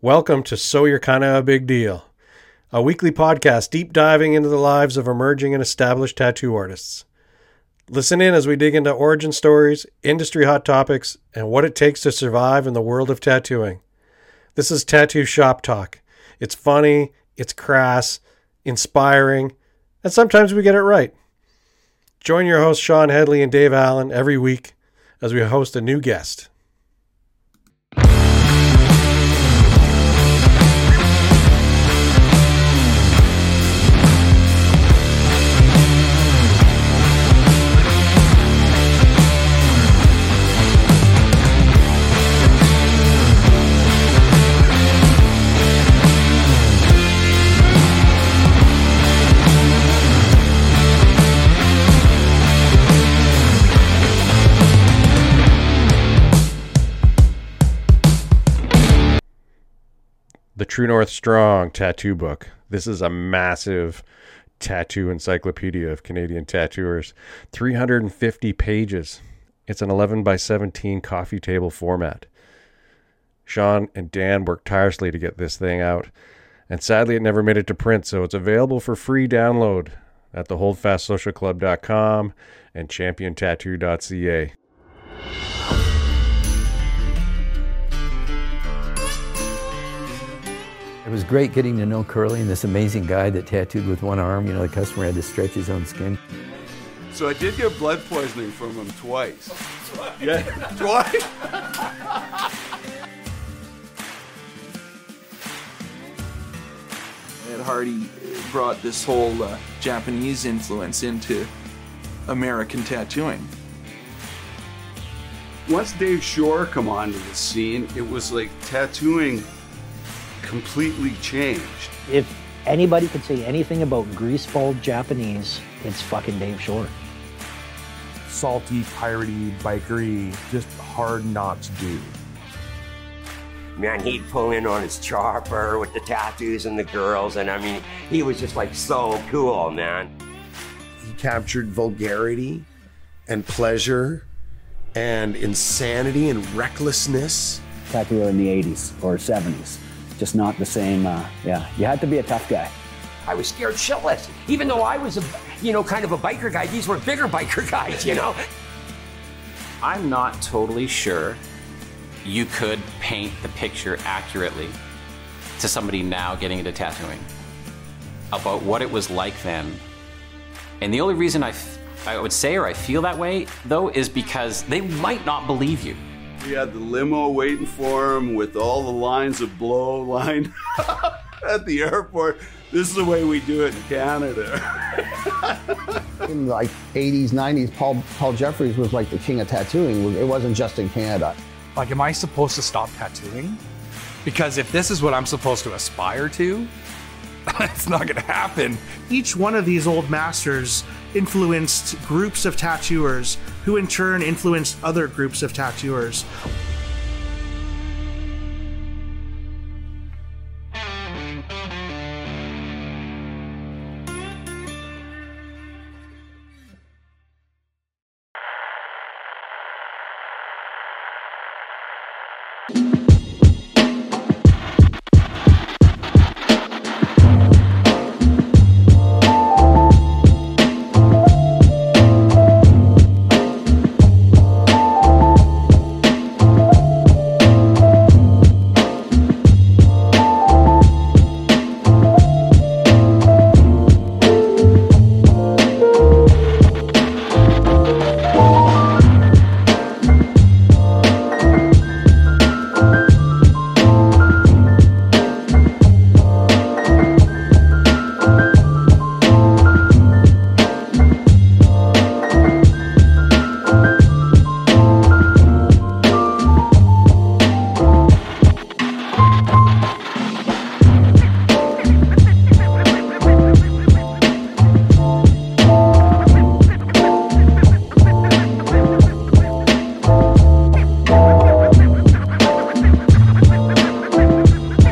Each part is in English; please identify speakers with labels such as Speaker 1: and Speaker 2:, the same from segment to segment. Speaker 1: Welcome to So You're Kinda a Big Deal, a weekly podcast deep diving into the lives of emerging and established tattoo artists. Listen in as we dig into origin stories, industry hot topics, and what it takes to survive in the world of tattooing. This is Tattoo Shop Talk. It's funny, it's crass, inspiring, and sometimes we get it right. Join your hosts Sean Headley and Dave Allen every week as we host a new guest. the True North Strong tattoo book. This is a massive tattoo encyclopedia of Canadian tattooers, 350 pages. It's an 11 by 17 coffee table format. Sean and Dan worked tirelessly to get this thing out, and sadly, it never made it to print, so it's available for free download at theholdfastsocialclub.com and championtattoo.ca.
Speaker 2: It was great getting to know Curly and this amazing guy that tattooed with one arm. You know, the customer had to stretch his own skin.
Speaker 3: So I did get blood poisoning from him twice. Yeah, twice. Ed Hardy brought this whole uh, Japanese influence into American tattooing.
Speaker 4: Once Dave Shore come onto the scene, it was like tattooing completely changed.
Speaker 5: If anybody could say anything about greaseball Japanese, it's fucking Dave Shore.
Speaker 6: salty, piratey, bikery, just hard not to do.
Speaker 7: Man, he'd pull in on his chopper with the tattoos and the girls, and I mean, he was just like so cool, man.
Speaker 8: he captured vulgarity and pleasure and insanity and recklessness.
Speaker 9: tattooer in the 80s or 70s. Just not the same. Uh, yeah, you had to be a tough guy.
Speaker 7: I was scared shitless. Even though I was a, you know, kind of a biker guy, these were bigger biker guys, you know?
Speaker 10: I'm not totally sure you could paint the picture accurately to somebody now getting into tattooing about what it was like then. And the only reason I, f- I would say or I feel that way, though, is because they might not believe you.
Speaker 4: We had the limo waiting for him with all the lines of blow lined at the airport. This is the way we do it in Canada.
Speaker 11: in like 80s, 90s, Paul Paul Jeffries was like the king of tattooing. It wasn't just in Canada.
Speaker 6: Like, am I supposed to stop tattooing? Because if this is what I'm supposed to aspire to, it's not gonna happen.
Speaker 12: Each one of these old masters influenced groups of tattooers, who in turn influenced other groups of tattooers.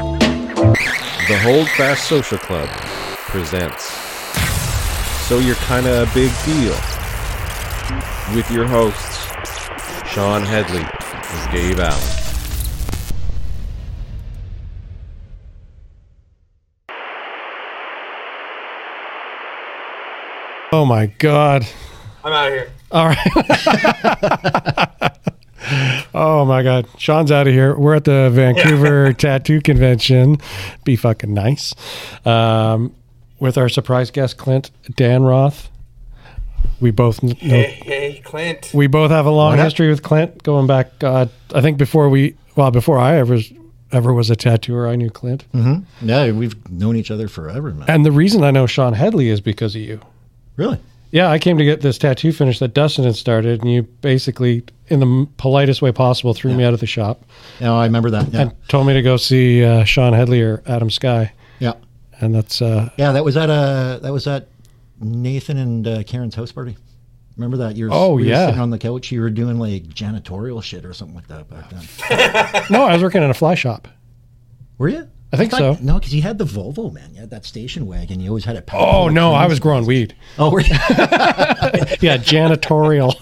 Speaker 1: The Hold Fast Social Club presents So You're Kinda a Big Deal with your hosts, Sean Headley and Dave Allen. Oh my god.
Speaker 7: I'm out of here.
Speaker 1: All right. oh my god. Sean's out of here. We're at the Vancouver Tattoo Convention. Be fucking nice. Um, with our surprise guest Clint Danroth. We both know
Speaker 7: Hey, hey, Clint.
Speaker 1: We both have a long
Speaker 7: What up?
Speaker 1: history with Clint going back god I think before we well before I ever ever was a tattooer I knew Clint.
Speaker 5: hmm Yeah, we've known each other forever, man.
Speaker 1: And the reason I know Sean Headley is because of you.
Speaker 5: Really?
Speaker 1: Yeah, I came to get this tattoo finished that Dustin had started, and you basically, in the m- politest way possible, threw me out of the shop.
Speaker 5: No, I remember that. Yeah.
Speaker 1: And told me to go see uh, Sean Headley or Adam Sky.
Speaker 5: Yeah.
Speaker 1: And that's uh,
Speaker 5: Yeah, that was at uh that was at Nathan and uh, Karen's house party. Remember that? You were,
Speaker 1: Oh,
Speaker 5: we were
Speaker 1: yeah.
Speaker 5: sitting on the couch. You were doing like janitorial shit or something like that back then.
Speaker 1: no, I was working in a fly shop.
Speaker 5: Were you?
Speaker 1: I think
Speaker 5: thought-
Speaker 1: so.
Speaker 5: No, because you had the Volvo, man. You had that station wagon. You always had it. packed full
Speaker 1: Oh
Speaker 5: of
Speaker 1: no, I
Speaker 5: cans.
Speaker 1: was growing weed.
Speaker 5: Oh, were you?
Speaker 1: yeah, janitorial.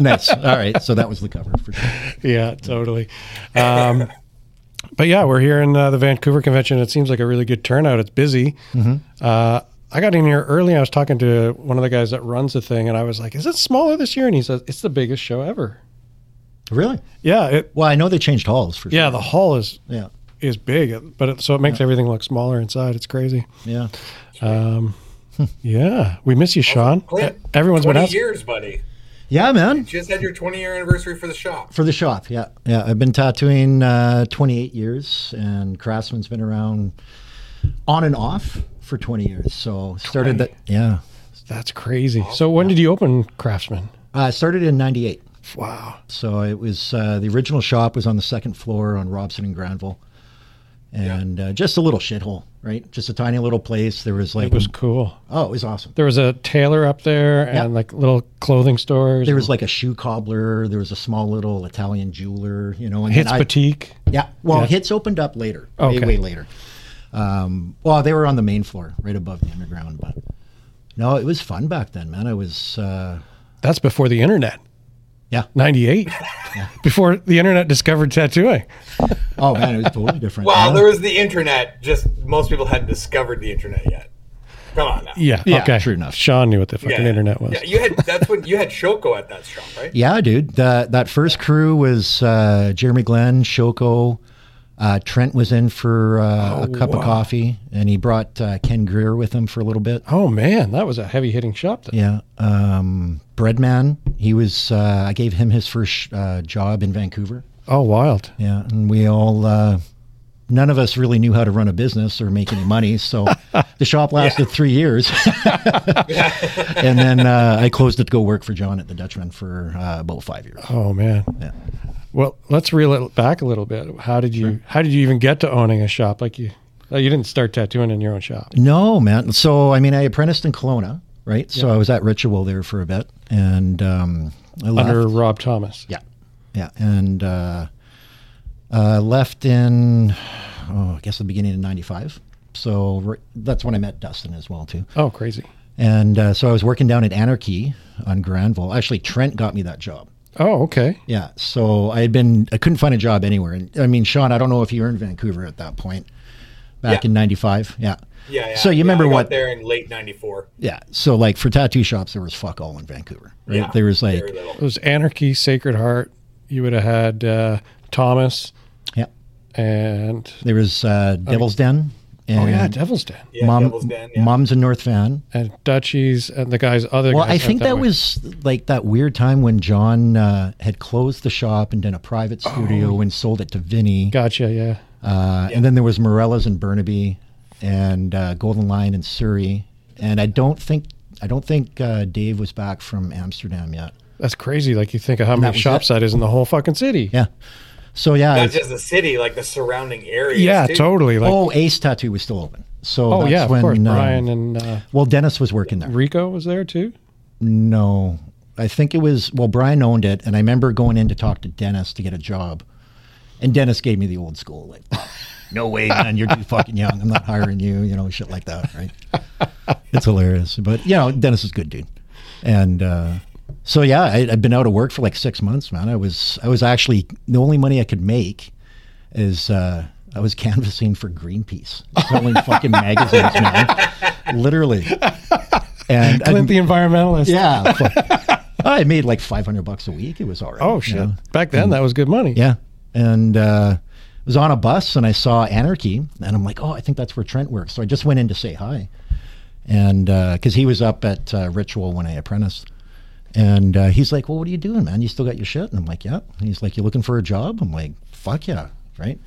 Speaker 5: nice. All right, so that was the cover for sure.
Speaker 1: yeah, totally. Um, but yeah, we're here in uh, the Vancouver convention. It seems like a really good turnout. It's busy.
Speaker 5: Mhm.
Speaker 1: Uh, I got in here early. I was talking to one of the guys that runs the thing, and I was like, "Is it smaller this year?" And he says, "It's the biggest show ever."
Speaker 5: Really?
Speaker 1: Yeah. It,
Speaker 5: well, I know they changed halls for.
Speaker 1: Yeah, the hall is
Speaker 5: Yeah.
Speaker 1: is big, but it, so it makes everything look smaller inside. It's crazy.
Speaker 5: Yeah.
Speaker 1: Um, yeah, we miss you, Sean.
Speaker 7: Clint,
Speaker 1: E- Everyone's been
Speaker 7: 20
Speaker 1: asking.
Speaker 7: years, buddy.
Speaker 5: Yeah, man.
Speaker 7: Just had your 20 year anniversary for the shop.
Speaker 5: For the shop, yeah, yeah. I've been tattooing uh, 28 years, and Craftsman's been around on and off for 20 years. So started that, yeah.
Speaker 1: That's crazy. So when did you open Craftsman?
Speaker 5: Uh, started in '98.
Speaker 1: Wow.
Speaker 5: So it was uh, the original shop was on the second floor on Robson and Granville, and uh, just a little shithole, right? Just a tiny little place. There was like
Speaker 1: It was cool.
Speaker 5: Oh, it was awesome.
Speaker 1: There was a tailor up there and
Speaker 5: Yeah.
Speaker 1: like little clothing stores.
Speaker 5: There
Speaker 1: and
Speaker 5: was like a shoe cobbler. There was a small little Italian jeweler, you know. And then
Speaker 1: Hits
Speaker 5: I-
Speaker 1: Boutique.
Speaker 5: Yeah. Well,
Speaker 1: Yeah.
Speaker 5: Hits opened up later.
Speaker 1: Okay.
Speaker 5: Way, way later. Um, well, they were on the main floor, right above the underground. But no, it was fun back then, man. I was. Uh,
Speaker 1: That's before the internet.
Speaker 5: Yeah.
Speaker 1: 98. Before the internet discovered tattooing.
Speaker 5: oh man, it was totally different.
Speaker 7: Well, there was the internet. Just most people hadn't discovered the internet yet. Come on now.
Speaker 1: Yeah,
Speaker 5: Yeah,
Speaker 1: Okay.
Speaker 5: true enough.
Speaker 1: Sean knew what the fucking
Speaker 7: Yeah.
Speaker 1: internet was.
Speaker 7: Yeah, you had that's when you had Shoko at that shop, right?
Speaker 5: Yeah, dude. That that first crew was uh, Jeremy Glenn, Shoko. Uh, Trent was in for uh, a
Speaker 1: Oh,
Speaker 5: cup
Speaker 1: wow.
Speaker 5: of coffee, and he brought uh, Ken Greer with him for a little bit.
Speaker 1: Oh man, that was a heavy hitting shop. Then.
Speaker 5: Yeah. Um, Breadman. He was. Uh, I gave him his first uh, job in Vancouver.
Speaker 1: Oh, wild.
Speaker 5: Yeah, and we all. Uh, None of us really knew how to run a business or make any money, so the shop lasted three years, and then uh, I closed it to go work for John at the Dutchman for uh, about five years.
Speaker 1: Oh man.
Speaker 5: Yeah.
Speaker 1: Well, let's reel it back a little bit. How did you? How did you even get to owning a shop? Like you, like, you didn't start tattooing in your own shop.
Speaker 5: No, man. So I mean, I apprenticed in Kelowna, right? So I was at Ritual there for a bit, and um, I left.
Speaker 1: Under Rob Thomas.
Speaker 5: Yeah, yeah, and uh, uh, left in, oh, I guess the beginning of '95. So ri- that's when I met Dustin as well too.
Speaker 1: Oh, crazy.
Speaker 5: And uh, so I was working down at Anarchy on Granville. Actually, Trent got me that job.
Speaker 1: Oh, okay.
Speaker 5: Yeah. So I had been, I couldn't find a job anywhere. And I mean, Sean, I don't know if you were in Vancouver at that point, back in '95. Yeah.
Speaker 7: Yeah. yeah
Speaker 5: So you
Speaker 7: yeah,
Speaker 5: remember
Speaker 7: I got
Speaker 5: what?
Speaker 7: there in late '94.
Speaker 5: Yeah. So like for tattoo shops, there was fuck all in Vancouver, right?
Speaker 1: Yeah,
Speaker 5: there was like
Speaker 1: It was Anarchy, Sacred Heart. You would have had uh, Thomas.
Speaker 5: Yeah.
Speaker 1: And
Speaker 5: there was uh, Devil's Den. And
Speaker 1: oh yeah, Devil's Den.
Speaker 5: Mom, Mom's in North Van.
Speaker 1: And Dutchies and the guys. Other.
Speaker 5: Well,
Speaker 1: guys
Speaker 5: I
Speaker 1: out
Speaker 5: think that,
Speaker 1: way.
Speaker 5: was like that weird time when John uh, had closed the shop and done a private
Speaker 1: Oh.
Speaker 5: studio and sold it to Vinny.
Speaker 1: Gotcha. Yeah.
Speaker 5: Uh, And then there was Morella's in Burnaby, and uh, Golden Lion in Surrey. And I don't think I don't think uh, Dave was back from Amsterdam yet.
Speaker 1: That's crazy. Like you think of how
Speaker 5: And that
Speaker 1: many
Speaker 5: was
Speaker 1: shops
Speaker 5: it.
Speaker 1: that is in the whole fucking city.
Speaker 5: Yeah. So yeah,
Speaker 7: Not
Speaker 5: it's-
Speaker 7: just the city, like the surrounding areas. too.
Speaker 5: oh, Ace Tattoo was still open. So
Speaker 1: Oh,
Speaker 5: that's
Speaker 1: yeah, of
Speaker 5: when,
Speaker 1: course,
Speaker 5: uh,
Speaker 1: Brian and, uh,
Speaker 5: well, Dennis was working there.
Speaker 1: Rico was there too.
Speaker 5: No, I think it was well. Brian owned it, and I remember going in to talk to Dennis to get a job, and Dennis gave me the old school like, "No way, man, you're too fucking young. I'm not hiring you." You know, shit like that, right? It's hilarious, but you know, Dennis is a good dude, and uh, so yeah, I, I've been out of work for like six months, man. I was I was actually the only money I could make is uh, I was canvassing for Greenpeace, selling fucking magazines, man. Literally. And
Speaker 8: Clint the environmentalist.
Speaker 5: Yeah. fu- I made like 500 bucks a week. It was all right.
Speaker 8: Oh,
Speaker 5: you
Speaker 8: shit.
Speaker 5: know.
Speaker 8: Back then,
Speaker 5: And-
Speaker 8: that was good money.
Speaker 5: Yeah. And uh, I was on a bus and I saw Anarchy and I'm like, oh, I think that's where Trent works. So I just went in to say hi. And because he was up at uh, Ritual when I apprenticed. And uh, he's like, well, what are you doing, man? You still got your shit? And I'm like, yeah. And he's like, you looking for a job? I'm like, fuck yeah. Right.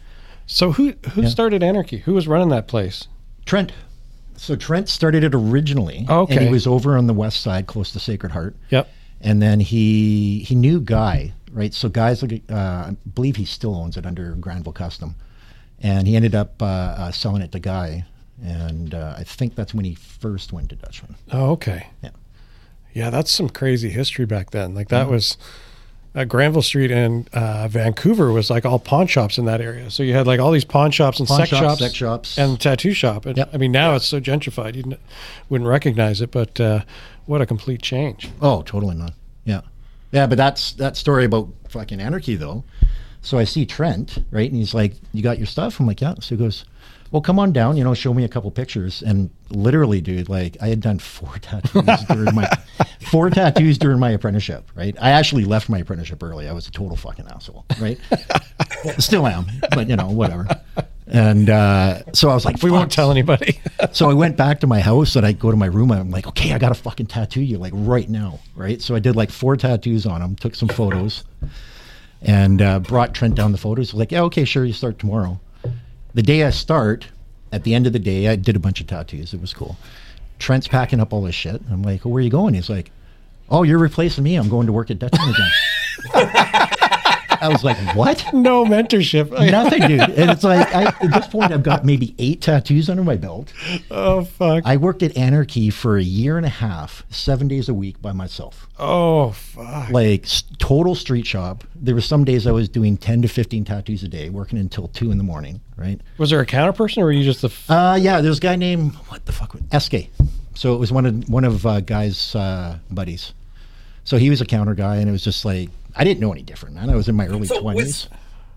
Speaker 8: So who, who started Anarchy? Who was running that place?
Speaker 5: Trent. So Trent started it originally.
Speaker 8: Okay.
Speaker 5: And he was over on the west side, close to Sacred Heart.
Speaker 8: Yep.
Speaker 5: And then he he knew Guy, right? So Guy's like, uh, I believe he still owns it under Granville Custom, and he ended up uh, uh, selling it to Guy, and uh, I think that's when he first went to Dutchman.
Speaker 8: Oh, okay.
Speaker 5: Yeah.
Speaker 8: Yeah, that's some crazy history back then. Like that was uh, Granville Street and uh, Vancouver was like all pawn shops in that area. So you had like all these pawn shops and
Speaker 5: Pawn
Speaker 8: sex
Speaker 5: shops,
Speaker 8: shops,
Speaker 5: sex shops.
Speaker 8: and tattoo shop. And, I mean, now it's so gentrified you n- wouldn't recognize it, but uh, what a complete change.
Speaker 5: Oh, totally not. Yeah. Yeah, but that's that story about fucking anarchy though. So I see Trent, right? And he's like, You got your stuff? I'm like, Yeah. So he goes, Well, come on down, you know, show me a couple pictures. And literally, dude, like I had done four tattoos during my four tattoos during my apprenticeship, right? I actually left my apprenticeship early. I was a total fucking asshole, right? Still am, but you know, whatever. And uh, so I was like,
Speaker 8: We won't
Speaker 5: "Fuck."
Speaker 8: tell anybody.
Speaker 5: so I went back to my house and I go to my room. And I'm like, okay, I got to fucking tattoo you like right now, right? So I did like four tattoos on him, took some photos, and uh, brought Trent down the photos. Was like, yeah, okay, sure, you start tomorrow. The day I start, at the end of the day, I did a bunch of tattoos. It was cool. Trent's packing up all his shit. I'm like, well, where are you going? He's like, oh, you're replacing me. I'm going to work at Dutchman again. I was like, what?
Speaker 8: No mentorship.
Speaker 5: Nothing, dude. And it's like, I, at this point, I've got maybe eight tattoos under my belt.
Speaker 8: Oh, fuck.
Speaker 5: I worked at Anarchy for a year and a half, seven days a week by myself.
Speaker 8: Oh, fuck.
Speaker 5: Like s- total street shop. There were some days I was doing 10 to 15 tattoos a day, working until two in the morning, right?
Speaker 8: Was there a counter person or were you just the. F-
Speaker 5: Uh, yeah, there's a guy named, what the fuck, was- SK. So it was one of, one of uh, Guy's uh, buddies. So he was a counter guy, and it was just like, I didn't know any different, man. I was in my early
Speaker 7: So
Speaker 5: 20s.
Speaker 7: was-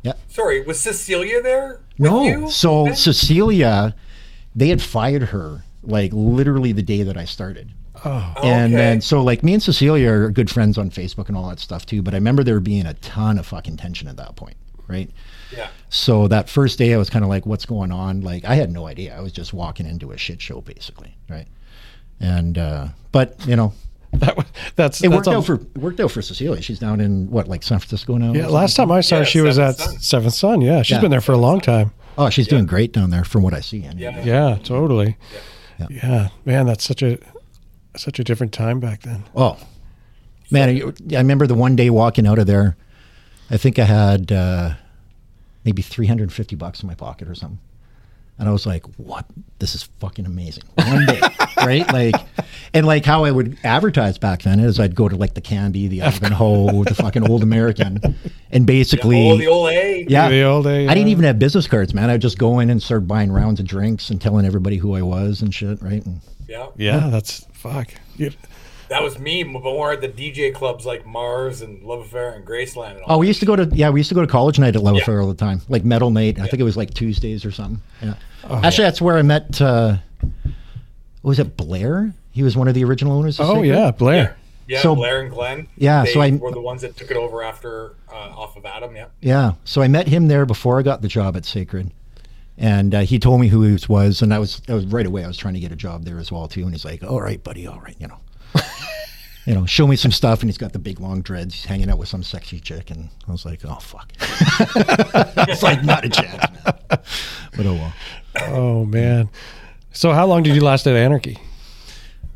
Speaker 5: yeah.
Speaker 7: Sorry, was Cecilia there?
Speaker 5: No. So Cecilia, they had fired her like literally the day that I started.
Speaker 8: Oh.
Speaker 5: And then, so like me and Cecilia are good friends on Facebook and all that stuff too. But I remember there being a ton of fucking tension at that point, right?
Speaker 7: Yeah.
Speaker 5: So that first day, I was kind of like, "What's going on?" Like I had no idea. I was just walking into a shit show, basically, right? And uh, but you know,
Speaker 8: that was, that's
Speaker 5: it
Speaker 8: that's
Speaker 5: worked
Speaker 8: all-
Speaker 5: out for it worked out for Cecilia. She's down in what like San Francisco now. or
Speaker 8: Yeah, last
Speaker 5: something?
Speaker 8: time I saw her, she was at Seventh Son. Yeah, she's
Speaker 5: Yeah.
Speaker 8: been there for a long time.
Speaker 5: Oh, she's doing great down there, from what I see. Anyway.
Speaker 8: Yeah, totally. Yeah. man, that's such a such a different time back then.
Speaker 5: Oh, man. you- I remember the one day walking out of there. I think I had uh, maybe 350 bucks in my pocket or something. And I was like, what? This is fucking amazing. One day, right? Like, and like how I would advertise back then is I'd go to like the Candy, the Ivanhoe, the fucking Old American, and basically.
Speaker 7: oh, the old A.
Speaker 5: Yeah.
Speaker 8: The old A,
Speaker 5: Ah, I didn't
Speaker 8: yeah.
Speaker 5: even have business cards, man. I'd just go in and start buying rounds of drinks and telling everybody who I was and shit, right? And
Speaker 7: Yeah.
Speaker 8: Yeah, that's fuck. You-
Speaker 7: That was me when we were at the DJ clubs like Mars and Love Affair and Graceland and all.
Speaker 5: Oh, we used to go to yeah, we used to go to college night at Love Affair all the time, like metal night. I think it was like Tuesdays or something. Yeah,
Speaker 8: Oh.
Speaker 5: actually, that's where I met. Uh, was it Blair? He was one of the original owners. Of
Speaker 8: Oh,
Speaker 5: Sacred?
Speaker 8: yeah, Blair.
Speaker 7: Yeah,
Speaker 5: So-
Speaker 7: Blair and Glenn.
Speaker 5: Yeah,
Speaker 7: they
Speaker 5: so I-
Speaker 7: were the ones that took it over after uh, off of Adam. Yeah.
Speaker 5: Yeah, so I met him there before I got the job at Sacred, and uh, he told me who he was, and I was I was right away. I was trying to get a job there as well too, and he's like, "All right, buddy, all right, you know." You know, show me some stuff, and he's got the big long dreads. He's hanging out with some sexy chick, and I was like, "Oh fuck!" it's like not a chance, man. But oh well.
Speaker 8: Oh man. So how long did you last at Anarchy?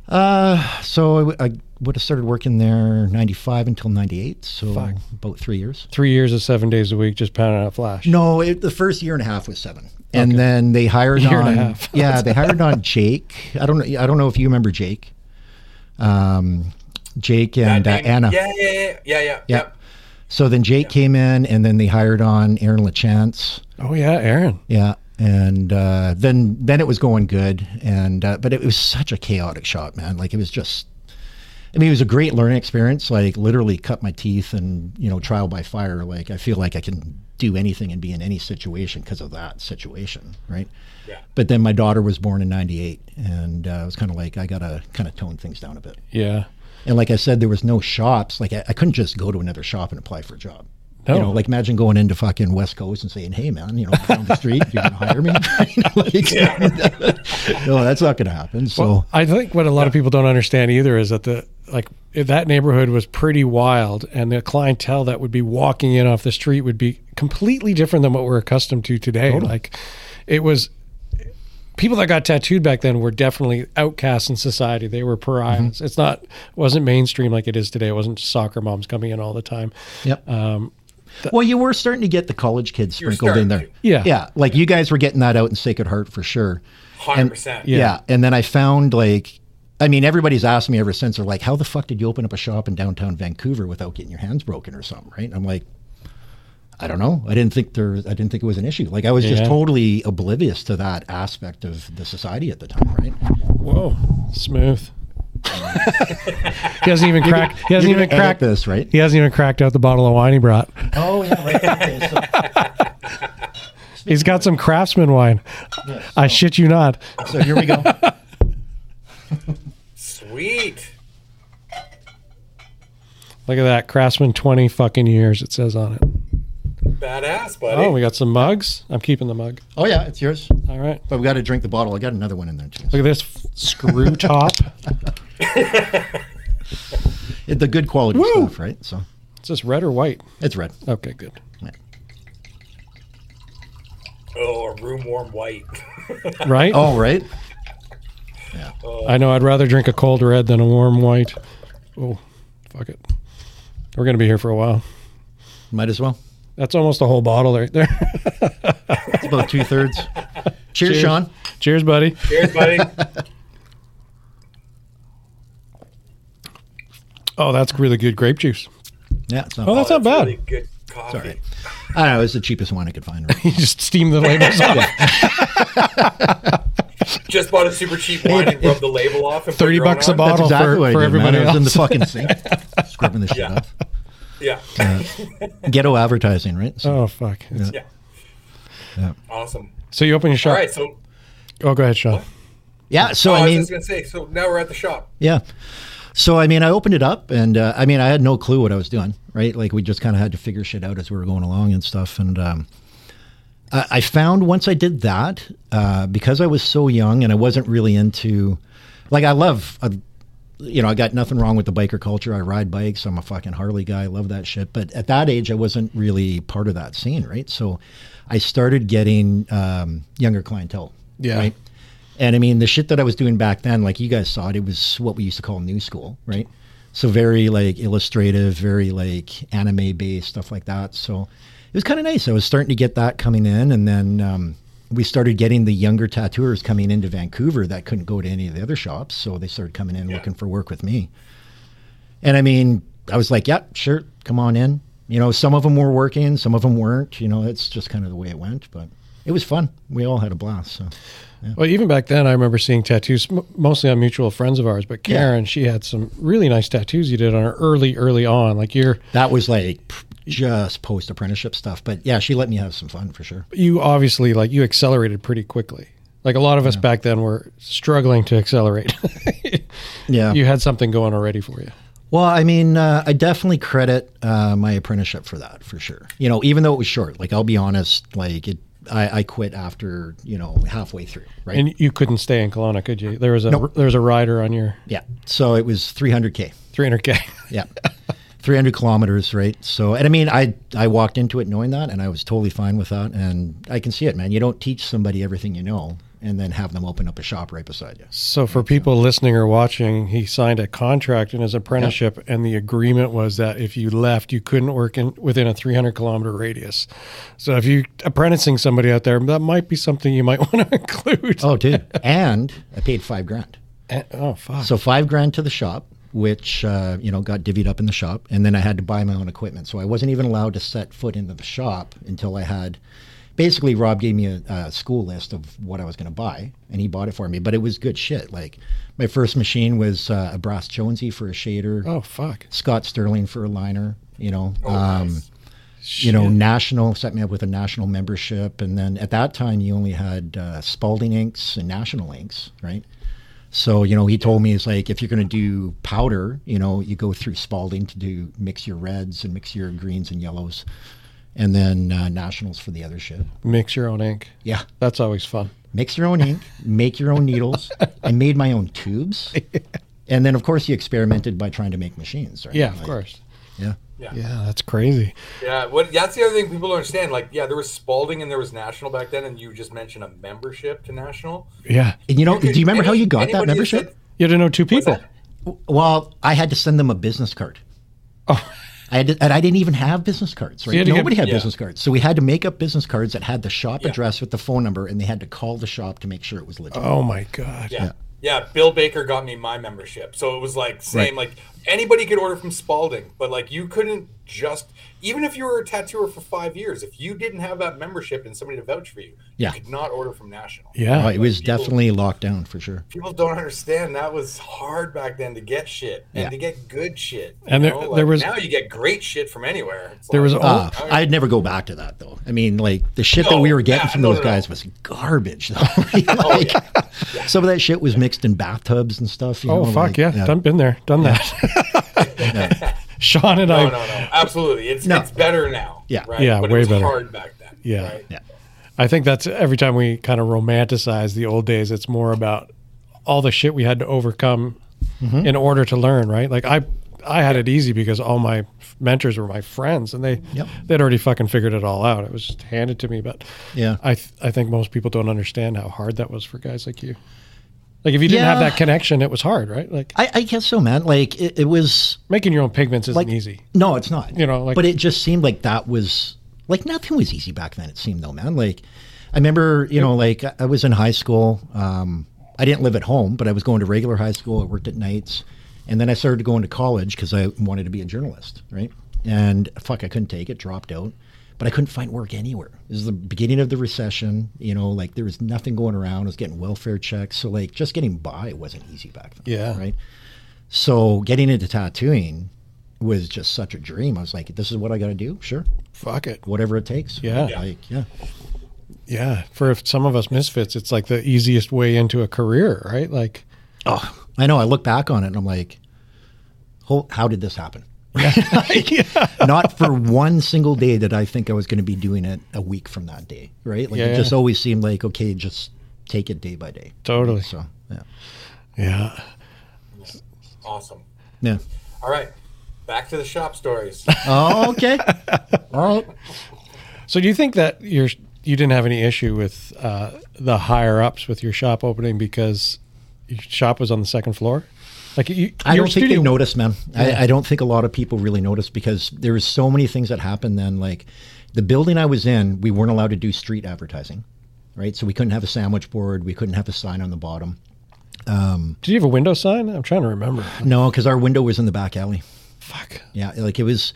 Speaker 5: Uh, so I w- I, would have started working there 95 until 98. So
Speaker 8: Fuck.
Speaker 5: about three years.
Speaker 8: Three years of seven days a week, just pounding out flash.
Speaker 5: No, it, the first year and a half was seven. And then they hired
Speaker 8: Year
Speaker 5: on,
Speaker 8: and a half.
Speaker 5: yeah, they hired on Jake. I don't know. I don't know if you remember Jake. Um, Jake and uh,
Speaker 7: That name-
Speaker 5: Anna.
Speaker 7: Yeah, yeah, yeah, yeah, yeah. yeah.
Speaker 5: So then Jake came in, and then they hired on Aaron LaChance.
Speaker 8: Oh yeah, Aaron.
Speaker 5: Yeah, and uh, then then it was going good, and uh, but it was such a chaotic shop, man. Like it was just, I mean, it was a great learning experience. Like literally cut my teeth and you know trial by fire. Like I feel like I can do anything and be in any situation because of that situation, right?
Speaker 7: Yeah.
Speaker 5: But then my daughter was born in '98, and uh, I was kind of like, I gotta kind of tone things down a bit.
Speaker 1: Yeah.
Speaker 5: And like I said, there was no shops. Like I, I couldn't just go to another shop and apply for a job. You
Speaker 1: No.
Speaker 5: know, like imagine going into fucking West Coast and saying, "Hey, man, you know, down the street, you're gonna hire me." You know, like, no, that's not gonna happen. So
Speaker 1: Well, I think what a lot of people don't understand either is that the like if that neighborhood was pretty wild, and the clientele that would be walking in off the street would be completely different than what we're accustomed to today.
Speaker 5: Totally.
Speaker 1: Like it was. People that got tattooed back then were definitely outcasts in society. They were pariahs.
Speaker 5: Mm-hmm.
Speaker 1: It's not wasn't mainstream like it is today. It wasn't soccer moms coming in all the time.
Speaker 5: Yep.
Speaker 1: Um,
Speaker 5: well, you were starting to get the college kids
Speaker 1: You were
Speaker 5: sprinkled in there.
Speaker 1: starting to. Yeah.
Speaker 5: Yeah. Like you guys were getting that out in Sacred Heart for sure. And-
Speaker 7: 100%.
Speaker 5: Yeah.
Speaker 7: Yeah.
Speaker 5: And then I found like, I mean, everybody's asked me ever since, they're like, how the fuck did you open up a shop in downtown Vancouver without getting your hands broken or something? Right. And I'm like, I don't know. I didn't think there, I didn't think it was an issue. Like I was just
Speaker 1: Yeah.
Speaker 5: totally oblivious to that aspect of the society at the time. Right.
Speaker 1: Whoa, smooth. he hasn't even
Speaker 5: You're
Speaker 1: cracked.
Speaker 5: gonna-
Speaker 1: He hasn't
Speaker 5: you're
Speaker 1: even
Speaker 5: gonna edit
Speaker 1: cracked
Speaker 5: this, right?
Speaker 1: He hasn't even cracked out the bottle of wine he brought.
Speaker 5: Oh yeah.
Speaker 1: He's got some craftsman wine. I shit you not.
Speaker 5: So here we go.
Speaker 7: Sweet.
Speaker 1: Look at that. Craftsman 20 fucking years, it says on it.
Speaker 7: Badass, buddy.
Speaker 1: Oh, we got some mugs. I'm keeping the mug.
Speaker 5: Oh yeah. It's yours.
Speaker 1: All right.
Speaker 5: But we got to drink the bottle. I got another one in there too.
Speaker 1: Look at this f- screw top.
Speaker 5: It, the good quality stuff, right? So
Speaker 1: Is this red or white?
Speaker 5: It's red.
Speaker 1: Okay, good.
Speaker 7: Oh, a room warm white.
Speaker 1: Right?
Speaker 5: Oh, right.
Speaker 1: I know I'd rather drink a cold red than a warm white. Oh, fuck it. We're going to be here for a while.
Speaker 5: Might as well.
Speaker 1: That's almost a whole bottle right there.
Speaker 5: It's about two thirds. Cheers, Sean.
Speaker 1: Cheers, buddy.
Speaker 7: Cheers, buddy.
Speaker 1: oh, that's really good grape juice.
Speaker 5: Yeah, it's not
Speaker 1: Oh,
Speaker 5: bad.
Speaker 1: that's not bad.
Speaker 7: Really good coffee.
Speaker 5: I don't know. It's the cheapest one I could find. Right?
Speaker 1: you just steam the labels off.
Speaker 7: Just bought a super cheap wine and rubbed the label off. And put
Speaker 1: 30
Speaker 7: your own
Speaker 1: bucks a
Speaker 7: on.
Speaker 1: bottle
Speaker 5: That's exactly
Speaker 1: for,
Speaker 5: what I
Speaker 1: for
Speaker 5: did,
Speaker 1: everybody
Speaker 5: man. I
Speaker 1: else.
Speaker 5: was in the fucking sink, scrubbing the shit
Speaker 7: Yeah.
Speaker 5: up.
Speaker 7: Yeah.
Speaker 5: Yeah. Ghetto advertising, right?
Speaker 1: oh, fuck.
Speaker 5: Yeah.
Speaker 7: Yeah.
Speaker 5: Yeah.
Speaker 7: Awesome.
Speaker 1: So you open your shop.
Speaker 7: All right. So,
Speaker 1: oh, go ahead, Sean.
Speaker 5: Yeah, so
Speaker 7: oh,
Speaker 5: I
Speaker 7: was
Speaker 5: mean,
Speaker 7: just gonna say. So now we're at the shop.
Speaker 5: yeah. So I mean, I opened it up, and uh, I mean, I had no clue what I was doing, right? Like we just kind of had to figure shit out as we were going along and stuff. And um, I, I found once I did that, uh, because I was so young and I wasn't really into, like, I love, uh, you know, I got nothing wrong with the biker culture. I ride bikes. I'm a fucking Harley guy. I love that shit. But at that age, I wasn't really part of that scene, right? So I started getting um, younger clientele.
Speaker 1: Yeah.
Speaker 5: Right? And I mean, the shit that I was doing back then, like you guys saw it, it was what we used to call new school, right? So very like illustrative, very like anime based stuff like that. So it was kind of nice. I was starting to get that coming in, and then um, we started getting the younger tattooers coming into Vancouver that couldn't go to any of the other shops, so they started coming in looking for work with me. And I mean, I was like, "Yep, sure, come on in." You know, some of them were working, some of them weren't. You know, it's just kind of the way it went, but it was fun. We all had a blast. So.
Speaker 1: Well, even back then, I remember seeing tattoos m- mostly on mutual friends of ours. But
Speaker 5: Yeah.
Speaker 1: Karen, she had some really nice tattoos you did on her early, early on. Like you're,
Speaker 5: That was like p- just post apprenticeship stuff, but yeah, she let me have some fun for sure.
Speaker 1: you obviously like you accelerated pretty quickly. Like a lot of us back then were struggling to accelerate.
Speaker 5: Yeah.
Speaker 1: you had something going already for you.
Speaker 5: Well, I mean, uh, I definitely credit uh, my apprenticeship for that for sure. You know, even though it was short, like I'll be honest, like it, I, I quit after you know halfway through, right?
Speaker 1: And you couldn't stay in Kelowna, could you? There was a
Speaker 5: Nope.
Speaker 1: there was a rider on your
Speaker 5: yeah, so it was 300k.
Speaker 1: 300k.
Speaker 5: Yeah. 300 kilometers, right? So, and I mean, I I walked into it knowing that, and I was totally fine with that. And I can see it, man. You don't teach somebody everything you know, and then have them open up a shop right beside you.
Speaker 1: So for people listening or watching, he signed a contract in his apprenticeship, and the agreement was that if you left, you couldn't work in within a 300 kilometer radius. So if you apprenticing somebody out there, that might be something you might want to include.
Speaker 5: Oh, eh, dude. and I paid five grand.
Speaker 1: And- oh fuck.
Speaker 5: So five grand to the shop, which uh, you know got divvied up in the shop, and then I had to buy my own equipment. So I wasn't even allowed to set foot into the shop until I had. Basically, Rob gave me a, a school list of what I was going to buy, and he bought it for me. But it was good shit. Like my first machine was uh, a Brass Jonesy for a shader.
Speaker 1: Oh fuck. Oh,
Speaker 5: Scott Sterling for a liner. You know. um, you know, national set me up with a national membership, and then at that time you only had uh, Spalding inks and National inks, right? So you know, he told me it's like if you're going to do powder, you know, you go through Spalding to do mix your reds and mix your greens and yellows, and then uh, Nationals for the other shit.
Speaker 1: Mix your own ink.
Speaker 5: Yeah.
Speaker 1: That's always fun.
Speaker 5: Mix your own ink, make your own needles. I made my own tubes, and then of course he experimented by trying to make machines. Right?
Speaker 1: Yeah, of
Speaker 5: Like,
Speaker 1: course.
Speaker 5: Yeah.
Speaker 7: Yeah.
Speaker 1: Yeah, that's crazy.
Speaker 7: Yeah, what, that's the other thing people don't understand. Like, yeah, there was Spalding and there was National back then, and you just mentioned a membership to National.
Speaker 1: Yeah.
Speaker 5: And you know, do you remember how you got that
Speaker 7: anybody who said-
Speaker 5: membership?
Speaker 1: You had to know two people.
Speaker 5: Well, I had to send them a business card.
Speaker 7: Oh.
Speaker 5: I had to, and I didn't even have business cards,
Speaker 1: you
Speaker 5: right?
Speaker 1: had to get-
Speaker 5: Nobody had
Speaker 1: yeah.
Speaker 5: business cards. So we had to make up business cards that had the shop address with the phone number and they had to call the shop to make sure it was legit.
Speaker 1: Oh my God.
Speaker 7: Yeah. Yeah, Bill Baker got me my membership. So it was like same like anybody could order from Spalding, but like you couldn't just even if you were a tattooer for 5 years, if you didn't have that membership and somebody to vouch for you,
Speaker 5: Yeah.
Speaker 7: you could not order from National.
Speaker 5: Yeah.
Speaker 7: Like,
Speaker 5: it was
Speaker 7: people-
Speaker 5: definitely locked down for sure.
Speaker 7: People don't understand that was hard back then to get shit and to get good shit. you
Speaker 5: And there-
Speaker 7: know?
Speaker 5: there
Speaker 7: Like,
Speaker 5: was-
Speaker 7: Oh, now you get great shit from anywhere. It's
Speaker 5: There was
Speaker 7: like,
Speaker 5: uh,
Speaker 7: oh,
Speaker 5: I'd never go back to that though. I mean, like the shit that we were getting from those guys was garbage. Though.
Speaker 7: Oh,
Speaker 5: Like, Some of that shit was mixed in bathtubs and stuff. You
Speaker 1: oh
Speaker 5: know,
Speaker 1: fuck
Speaker 5: like,
Speaker 1: yeah. Done been there, done that. Sean and I
Speaker 7: no, no, no. Absolutely. It's
Speaker 1: No.
Speaker 7: it's better now.
Speaker 5: Yeah.
Speaker 7: Right?
Speaker 1: Yeah,
Speaker 7: but
Speaker 1: way
Speaker 7: it was
Speaker 1: better.
Speaker 7: hard back then.
Speaker 1: Yeah.
Speaker 7: Right?
Speaker 5: Yeah.
Speaker 1: I think that's every time we kind of romanticize the old days, it's more about all the shit we had to overcome
Speaker 5: Mhm.
Speaker 1: in order to learn, right? Like I I had it easy because all my f- mentors were my friends and they
Speaker 5: Yep.
Speaker 1: they'd already fucking figured it all out. It was just handed to me, but
Speaker 5: Yeah.
Speaker 1: I th- I think most people don't understand how hard that was for guys like you. Like if you didn't have
Speaker 5: Yeah.
Speaker 1: that connection, it was hard, right? Like
Speaker 5: I, I guess so, man. Like it, it was
Speaker 1: making your own pigments isn't
Speaker 5: like,
Speaker 1: easy.
Speaker 5: No, it's not.
Speaker 1: You know, like-
Speaker 5: but it just seemed like that was like nothing was easy back then. It seemed though, man. Like I remember, you know, like I- I was in high school. Um, I didn't live at home, but I was going to regular high school. I worked at nights, and then I started going to college because I wanted to be a journalist, right? And fuck, I couldn't take it. Dropped out, but I couldn't find work anywhere. This is the beginning of the recession. You know, like there was nothing going around. I was getting welfare checks, so like just getting by wasn't easy back then.
Speaker 1: Yeah.
Speaker 5: Right. So getting into tattooing was just such a dream. I was like, this is what I got to do. Sure.
Speaker 1: Fuck it.
Speaker 5: Whatever it takes.
Speaker 1: Yeah.
Speaker 5: Like, yeah.
Speaker 1: Yeah, for some of us misfits, it's like the easiest way into a career, right? Like,
Speaker 5: oh, I know. I look back on it and I'm like, how, how did this happen? Like, Not for one single day did I think I was going to be doing it a week from that day. Right. Like
Speaker 1: Yeah,
Speaker 5: it just
Speaker 1: yeah.
Speaker 5: always seemed like, okay, just take it day by day.
Speaker 1: Totally.
Speaker 5: So, yeah.
Speaker 1: Yeah.
Speaker 7: Awesome.
Speaker 5: Yeah.
Speaker 7: All right. Back to the shop stories.
Speaker 5: Oh, okay. All right.
Speaker 1: So do you think that you're you didn't have any issue with uh, the higher ups with your shop opening because your shop was on the second floor? Like you,
Speaker 5: I
Speaker 1: your
Speaker 5: don't think
Speaker 1: studio-
Speaker 5: they noticed, man.
Speaker 1: Yeah.
Speaker 5: I, I don't think a lot of people really noticed because there was so many things that happened then. Like the building I was in, we weren't allowed to do street advertising, right? So we couldn't have a sandwich board. We couldn't have a sign on the bottom. Um,
Speaker 1: Did you have a window sign? I'm trying to remember.
Speaker 5: no, because our window was in the back alley. Fuck. Yeah, like it was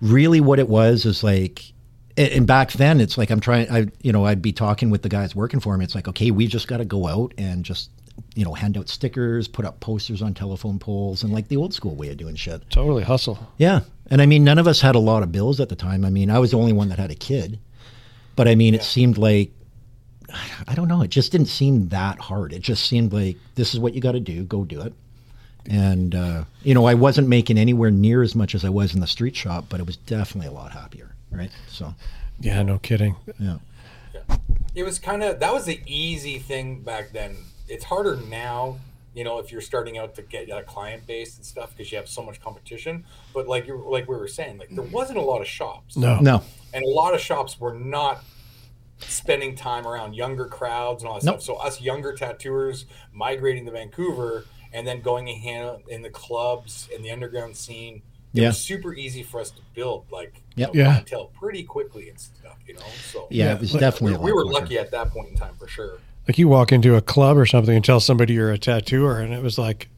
Speaker 5: really what it was is like, a- and back then it's like I'm trying. I you know I'd be talking with the guys working for me. It's like okay, we just got to go out and just you know hand out stickers, put up posters on telephone poles, and like the old school way of doing shit.
Speaker 1: Totally hustle.
Speaker 5: Yeah. And I mean, none of us had a lot of bills at the time. I mean, I was the only one that had a kid. But I mean, it seemed like, I don't know, it just didn't seem that hard. It just seemed like this is what you got to do, go do it. And, uh, you know, I wasn't making anywhere near as much as I was in the street shop, but it was definitely a lot happier. Right. So,
Speaker 1: Yeah, no kidding.
Speaker 5: yeah.
Speaker 7: it was kind of that was the easy thing back then. It's harder now, you know, if you're starting out to get a client base and stuff because you have so much competition. But like you like we were saying, like there
Speaker 6: Mm.
Speaker 7: wasn't a lot of shops.
Speaker 5: No. No.
Speaker 7: And a lot of shops were not spending time around younger crowds and all that
Speaker 5: Nope.
Speaker 7: stuff. So us younger tattooers migrating to Vancouver and then going in hand- in the clubs in the underground scene. It
Speaker 5: Yeah.
Speaker 7: was super easy for us to build like
Speaker 5: Yep.
Speaker 7: you know,
Speaker 5: Yeah.
Speaker 7: clientele pretty quickly and stuff, you know. So
Speaker 5: Yeah, it was definitely a
Speaker 7: we, we
Speaker 5: lot
Speaker 7: were
Speaker 5: quicker.
Speaker 7: lucky at that point in time for sure.
Speaker 1: Like you walk into a club or something and tell somebody you're a tattooer, and it was like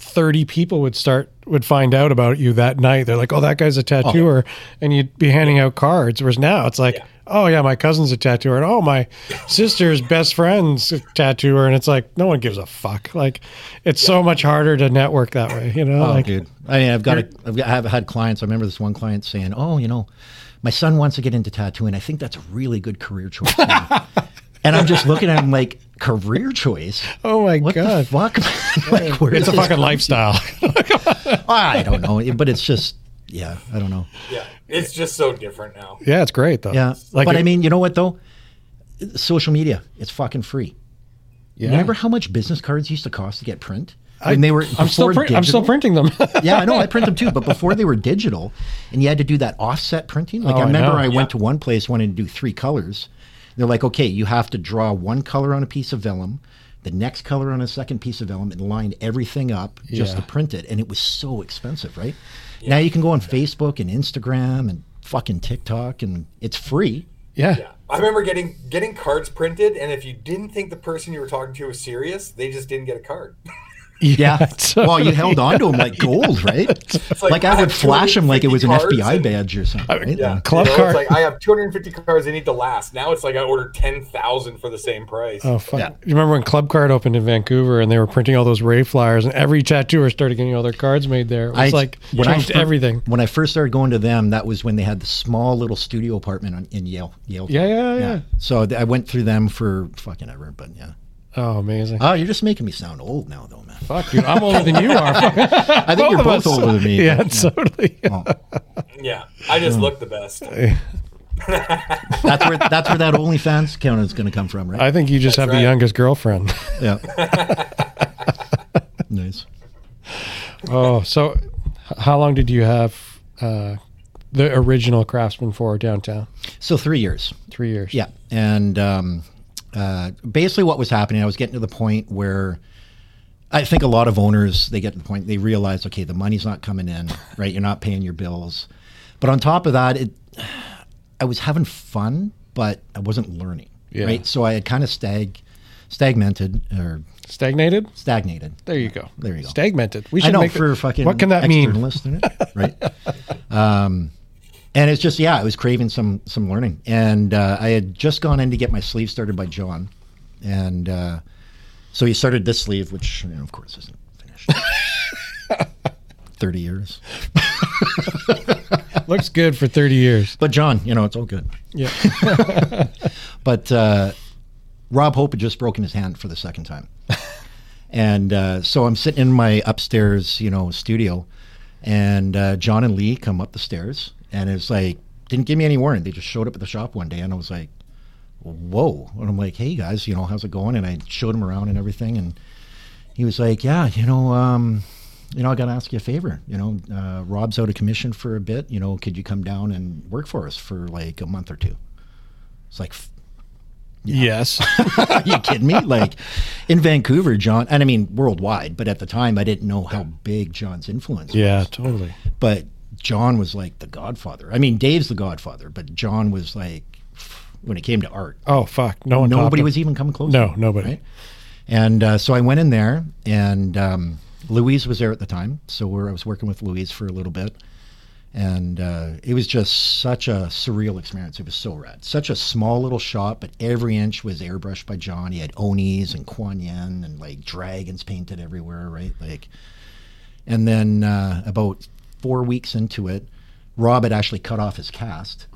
Speaker 1: thirty people would start would find out about you that night. They're like, "Oh, that guy's a tattooer," and you'd be handing out cards. Whereas now it's like, "Oh yeah, my cousin's a tattooer," and "Oh, my sister's best friend's a tattooer," and it's like no one gives a fuck. Like it's so much harder to network that way, you know?
Speaker 5: Oh,
Speaker 1: like,
Speaker 5: dude. I mean, I've got, a, I've got, I've had clients. I remember this one client saying, "Oh, you know, my son wants to get into tattooing. I think that's a really good career choice. for him." and I'm just looking at him like, career choice?
Speaker 1: Oh my god!
Speaker 5: fuck, Like, where
Speaker 1: it's a
Speaker 5: is this
Speaker 1: fucking
Speaker 5: coming-
Speaker 1: lifestyle.
Speaker 5: I don't know, it- but it's just, yeah, I don't know.
Speaker 7: Yeah, it's just so different now.
Speaker 1: Yeah, it's great though.
Speaker 5: Yeah,
Speaker 1: like
Speaker 5: but
Speaker 1: it-
Speaker 5: I mean, you know what though? Social media, it's fucking free.
Speaker 1: Yeah.
Speaker 5: Remember how much business cards used to cost to get print?
Speaker 1: I-
Speaker 5: When they were
Speaker 1: I'm still
Speaker 5: before
Speaker 1: print- I'm still
Speaker 5: digital-
Speaker 1: printing them.
Speaker 5: yeah, I know I print them too, but before they were digital, and you had to do that offset printing. Like
Speaker 1: Oh,
Speaker 5: I
Speaker 1: I
Speaker 5: remember
Speaker 1: know.
Speaker 5: I,
Speaker 1: Yeah.
Speaker 5: went to one place wanting to do three colors. They're like, okay, you have to draw one color on a piece of vellum, the next color on a second piece of vellum, and line everything up just
Speaker 1: Yeah.
Speaker 5: to print it. And it was so expensive, right? Now you can go on Facebook and Instagram and fucking TikTok, and it's free.
Speaker 1: Yeah.
Speaker 7: I remember getting getting cards printed, and if you didn't think the person you were talking to was serious, they just didn't get a card.
Speaker 5: Yeah. Well, you held on to them like
Speaker 1: Yeah.
Speaker 5: gold, right?
Speaker 7: like,
Speaker 5: like, I
Speaker 7: I
Speaker 5: would
Speaker 7: have
Speaker 5: flash them like it was an
Speaker 7: 250
Speaker 5: FBI
Speaker 7: cards
Speaker 5: badge or something. Right?
Speaker 7: Yeah,
Speaker 1: Club
Speaker 7: you know,
Speaker 1: card.
Speaker 7: It's like I have 250 cards. I need to last. Now it's like I ordered 10,000 for the same price.
Speaker 1: Oh fuck! You remember when Club Card opened in Vancouver and they were printing all those rave flyers and every tattooer started getting all their cards made there. It was like changed
Speaker 5: fir-
Speaker 1: everything.
Speaker 5: When I first started going to them, that was when they had the small little studio apartment on, in Yale. Yale.
Speaker 1: Yeah, yeah, yeah.
Speaker 5: So th- I went through them for fucking ever, but yeah.
Speaker 1: Oh, amazing!
Speaker 5: Oh, you're just making me sound old now, though, man.
Speaker 1: Fuck, dude, I'm older than you are.
Speaker 5: I think
Speaker 1: Both
Speaker 5: you're
Speaker 1: of
Speaker 5: both
Speaker 1: us.
Speaker 5: older than me.
Speaker 1: Yeah,
Speaker 5: but,
Speaker 1: totally.
Speaker 5: Oh.
Speaker 7: Yeah, I just look the best.
Speaker 5: That's where that's where that OnlyFans account is going to come from, right?
Speaker 1: I think you just have the youngest girlfriend.
Speaker 5: Yeah. nice.
Speaker 1: Oh, so h- how long did you have uh, the original Craftsman for downtown?
Speaker 5: So three years.
Speaker 1: Three years.
Speaker 5: Yeah, and um, uh, basically, what was happening, I was getting to the point where I think a lot of owners they get to the point they realize, okay, the money's not coming in, right? You're not paying your bills, but on top of that, it, I was having fun, but I wasn't learning,
Speaker 1: Yeah.
Speaker 5: right? So I had kind of stag, stagmented or
Speaker 1: stagnated,
Speaker 5: stagnated.
Speaker 1: There you go.
Speaker 5: There you go.
Speaker 1: Stagmented. We
Speaker 5: I
Speaker 1: should
Speaker 5: know
Speaker 1: make
Speaker 5: for
Speaker 1: the-
Speaker 5: fucking.
Speaker 1: What can that mean?
Speaker 5: externalist, isn't it? right? Um, and it's just yeah, I was craving some some learning, and uh, I had just gone in to get my sleeve started by John, and uh, so he started this sleeve, which you know, of course isn't finished. Thirty years.
Speaker 1: Looks good for thirty years.
Speaker 5: But John, you know it's all good.
Speaker 1: Yeah.
Speaker 5: but uh, Rob Hope had just broken his hand for the second time. and uh, so I'm sitting in my upstairs, you know, studio, and uh, John and Lee come up the stairs, and it's like, didn't give me any warning. They just showed up at the shop one day, and I was like, whoa. And I'm like, hey guys, you know, how's it going? And I showed him around and everything, and he was like, yeah, you know, um, you know, I got to ask you a favor. You know, uh, Rob's out of commission for a bit. You know, could you come down and work for us for like a month or two? It's like, "F-
Speaker 1: Yes.
Speaker 5: are you kidding me? Like in Vancouver, John, and I mean worldwide, but at the time I didn't know how big John's influence
Speaker 1: Yeah,
Speaker 5: was.
Speaker 1: totally.
Speaker 5: But John was like the godfather. I mean, Dave's the godfather, but John was like, when it came to art,
Speaker 1: Oh fuck! No one. topped
Speaker 5: nobody
Speaker 1: him.
Speaker 5: was even coming close.
Speaker 1: No,
Speaker 5: to him,
Speaker 1: nobody.
Speaker 5: right? And uh, so I went in there, and um, Louise was there at the time. So we're, I was working with Louise for a little bit, and uh, it was just such a surreal experience. It was so rad. Such a small little shop, but every inch was airbrushed by John. He had onis and Kuan Yin and like dragons painted everywhere, right? Like, and then uh, about four weeks into it, Rob had actually cut off his cast.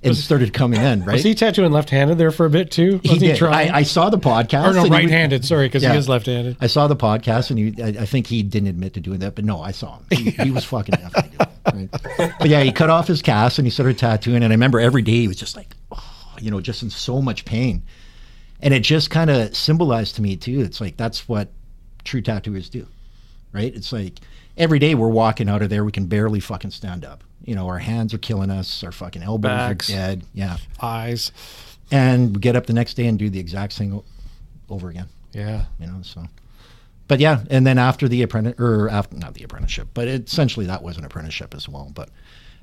Speaker 5: And started coming in, right?
Speaker 1: Was he tattooing left-handed there for a bit too?
Speaker 5: He
Speaker 1: Was
Speaker 5: did. I, I saw the podcast.
Speaker 1: Or no,
Speaker 5: and he was-
Speaker 1: right-handed. sorry, because
Speaker 5: Yeah.
Speaker 1: he is left-handed.
Speaker 5: I saw the podcast, and he, I, I think he didn't admit to doing that, but no, I saw him. He, he was fucking definitely doing it. Right? But yeah, he cut off his cast and he started tattooing. And I remember every day he was just like, oh, you know, just in so much pain. And it just kind of symbolized to me too. It's like that's what true tattooers do, right? It's like every day we're walking out of there, we can barely fucking stand up. You know, our hands are killing us, our fucking elbows
Speaker 1: Backs.
Speaker 5: are dead. Yeah,
Speaker 1: eyes.
Speaker 5: And we get up the next day and do the exact same o- over again.
Speaker 1: Yeah.
Speaker 5: You know, so. But yeah, and then after the apprentice, or after not the apprenticeship, but it, essentially that was an apprenticeship as well. But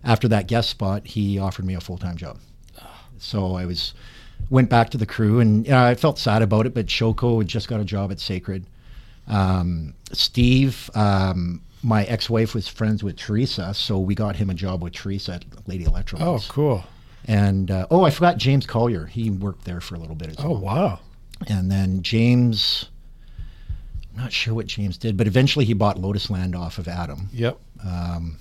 Speaker 5: after that guest spot, he offered me a full time job. So I was went back to the crew, and you know, I felt sad about it. But Shoko had just got a job at Sacred. Um, Steve, um, my ex wife was friends with Teresa, so we got him a job with Teresa at Lady Electro.
Speaker 1: Oh, cool.
Speaker 5: And uh, oh, I forgot James Collier. He worked there for a little bit as
Speaker 1: Oh,
Speaker 5: well.
Speaker 1: wow.
Speaker 5: And then James, I'm not sure what James did, but eventually he bought Lotus Land off of Adam.
Speaker 1: Yep.
Speaker 5: Um,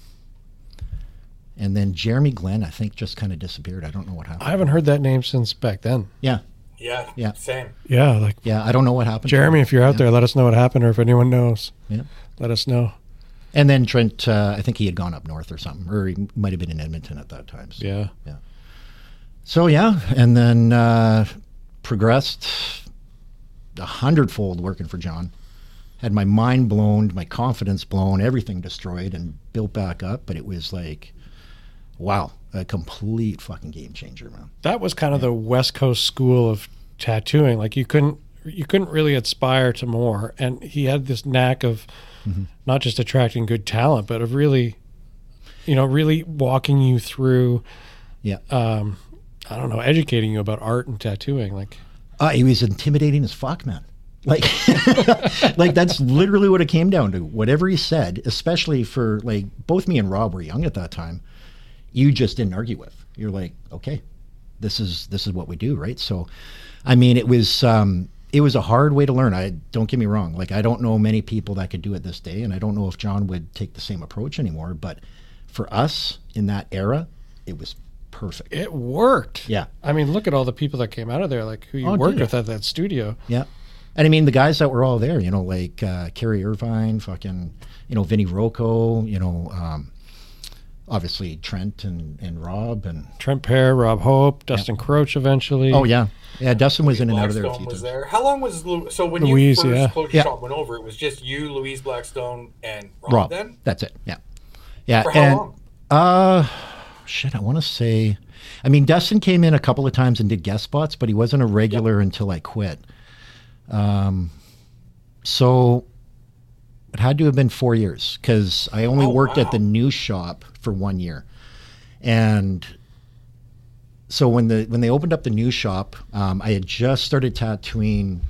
Speaker 5: And then Jeremy Glenn, I think, just kind of disappeared. I don't know what happened.
Speaker 1: I haven't heard that name since back then.
Speaker 5: Yeah.
Speaker 7: Yeah.
Speaker 5: Yeah.
Speaker 7: Same.
Speaker 1: Yeah, like
Speaker 5: yeah, I don't know what happened.
Speaker 1: Jeremy, if you're out
Speaker 5: Yeah.
Speaker 1: there, let us know what happened, or if anyone knows,
Speaker 5: Yeah.
Speaker 1: let us know.
Speaker 5: And then Trent, uh, I think he had gone up north or something, or he might have been in Edmonton at that time. So.
Speaker 1: Yeah.
Speaker 5: Yeah. So yeah, and then uh, progressed a hundredfold working for John. Had my mind blown, my confidence blown, everything destroyed, and built back up. But it was like, wow, a complete fucking game changer, man.
Speaker 1: That was kind of the West Coast school of tattooing. Like you couldn't you couldn't really aspire to more, and he had this knack of
Speaker 5: Mm-hmm.
Speaker 1: not just attracting good talent, but of really, you know, really walking you through.
Speaker 5: Yeah.
Speaker 1: Um, I don't know, educating you about art and tattooing. Like
Speaker 5: Uh, he was intimidating as fuck, man. Like, like that's literally what it came down to. Whatever he said, especially for like both me and Rob were young at that time, you just didn't argue with. You're like, okay, this is this is what we do, right? So, I mean, it was um, it was a hard way to learn. I don't get me wrong. Like, I don't know many people that could do it this day, and I don't know if John would take the same approach anymore. But for us in that era, it was perfect.
Speaker 1: it worked.
Speaker 5: Yeah.
Speaker 1: I mean, look at all the people that came out of there. Like who you
Speaker 5: Oh,
Speaker 1: worked
Speaker 5: dude.
Speaker 1: with at that studio.
Speaker 5: Yeah. And I mean, the guys that were all there, you know, like uh, Kerry Irvine, fucking, you know, Vinny Rocco, you know, um, obviously Trent and, and Rob and.
Speaker 1: Trent Pear, Rob Hope, Dustin Croach eventually.
Speaker 5: Oh, yeah. Yeah, Dustin was in and out of there a
Speaker 7: Blackstone
Speaker 5: few
Speaker 7: was
Speaker 5: times.
Speaker 7: there. How long was Lu- so when
Speaker 5: Louise,
Speaker 7: you first
Speaker 5: yeah.
Speaker 7: closed
Speaker 5: Yeah.
Speaker 7: your shop went over? It was just you, Louise Blackstone, and Rob.
Speaker 5: Rob.
Speaker 7: Then
Speaker 5: That's it. Yeah. Yeah.
Speaker 7: For how
Speaker 5: and,
Speaker 7: long?
Speaker 5: Uh, shit, I want to say. I mean, Dustin came in a couple of times and did guest spots, but he wasn't a regular until I quit. Um, so it had to have been four years because I
Speaker 7: Oh,
Speaker 5: only worked at the new shop for one year. And so when the when they opened up the new shop, um, I had just started tattooing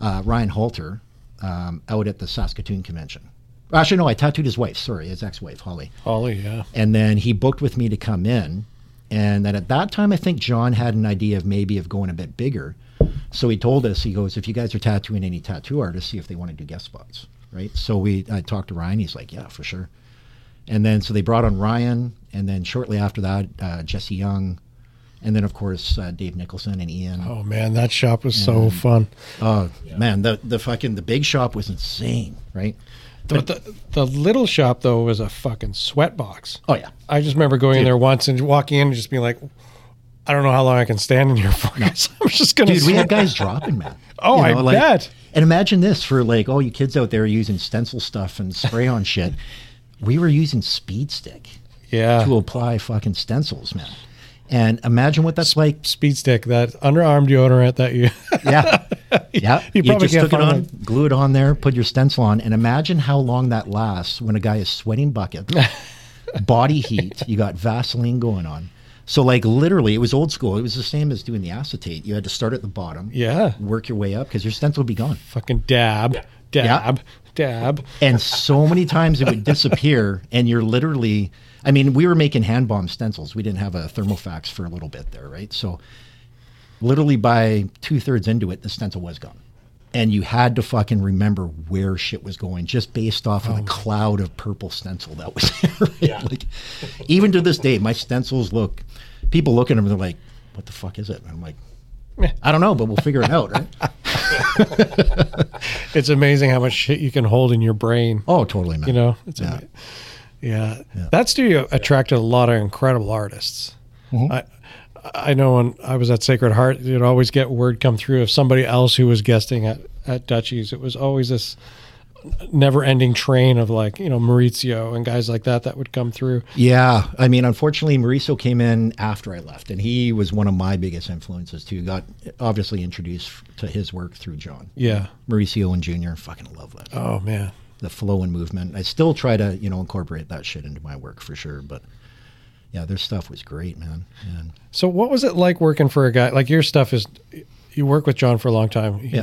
Speaker 5: uh, Ryan Halter um, out at the Saskatoon convention. Actually, no, I tattooed his wife. Sorry, his ex-wife Holly.
Speaker 1: Holly, yeah.
Speaker 5: And then he booked with me to come in, and then at that time, I think John had an idea of maybe of going a bit bigger. So he told us, he goes, if you guys are tattooing any tattoo artists, see if they want to do guest spots, right? So we, I talked to Ryan. He's like, yeah, for sure. And then so they brought on Ryan, and then shortly after that, uh, Jesse Young, and then of course uh, Dave Nicholson and Ian.
Speaker 1: Oh man, that shop was so
Speaker 5: And-
Speaker 1: fun.
Speaker 5: Oh man, the the fucking the big shop was insane, right?
Speaker 1: The, the, the little shop though was a fucking sweat box.
Speaker 5: Oh yeah,
Speaker 1: I just remember going in there once and walking in and just being like, I don't know how long I can stand in here for. I'm just gonna.
Speaker 5: Dude, we had
Speaker 1: sweat.
Speaker 5: guys dropping, man.
Speaker 1: Oh, I
Speaker 5: like-
Speaker 1: bet.
Speaker 5: And imagine this for like all you kids out there using stencil stuff and spray on shit. We were using speed stick.
Speaker 1: Yeah.
Speaker 5: To apply fucking stencils, man. And imagine what that's like.
Speaker 1: Speed stick, that underarm deodorant that you.
Speaker 5: yeah. Yeah.
Speaker 1: You probably
Speaker 5: just
Speaker 1: can't
Speaker 5: took it
Speaker 1: find
Speaker 5: on, glue it on there, put your stencil on, and imagine how long that lasts when a guy is sweating buckets, body heat, you got Vaseline going on. So like literally it was old school. It was the same as doing the acetate. You had to start at the bottom.
Speaker 1: Yeah.
Speaker 5: Work your way up because your stencil would be gone.
Speaker 1: Fucking dab, dab, dab.
Speaker 5: And so many times it would disappear and you're literally I mean, we were making hand bomb stencils. We didn't have a thermofax for a little bit there, right? So literally by two thirds into it, the stencil was gone. And you had to fucking remember where shit was going just based off
Speaker 1: Oh.
Speaker 5: of the cloud of purple stencil that was there. right? Like, even to this day, my stencils look, people look at them and they're like, what the fuck is it? And I'm like, I don't know, but we'll figure it out, right?
Speaker 1: It's amazing how much shit you can hold in your brain.
Speaker 5: Oh, totally, man.
Speaker 1: You know, it's
Speaker 5: Yeah.
Speaker 1: yeah. yeah. That studio attracted a lot of incredible artists.
Speaker 5: Mhm.
Speaker 1: I I know when I was at Sacred Heart, you'd always get word come through of somebody else who was guesting at at Dutchies. It was always this never-ending train of like you know Maurizio and guys like that that would come through.
Speaker 5: Yeah, I mean, unfortunately, Mauricio came in after I left, and he was one of my biggest influences too. Got obviously introduced to his work through John.
Speaker 1: Yeah.
Speaker 5: Mauricio and Junior, fucking love that.
Speaker 1: Oh, man.
Speaker 5: the flow and movement. I still try to you know incorporate that shit into my work for sure, but yeah, their stuff was great, man. And
Speaker 1: So what was it like working for a guy like your stuff is you work with John for a long time. He,
Speaker 5: Yeah.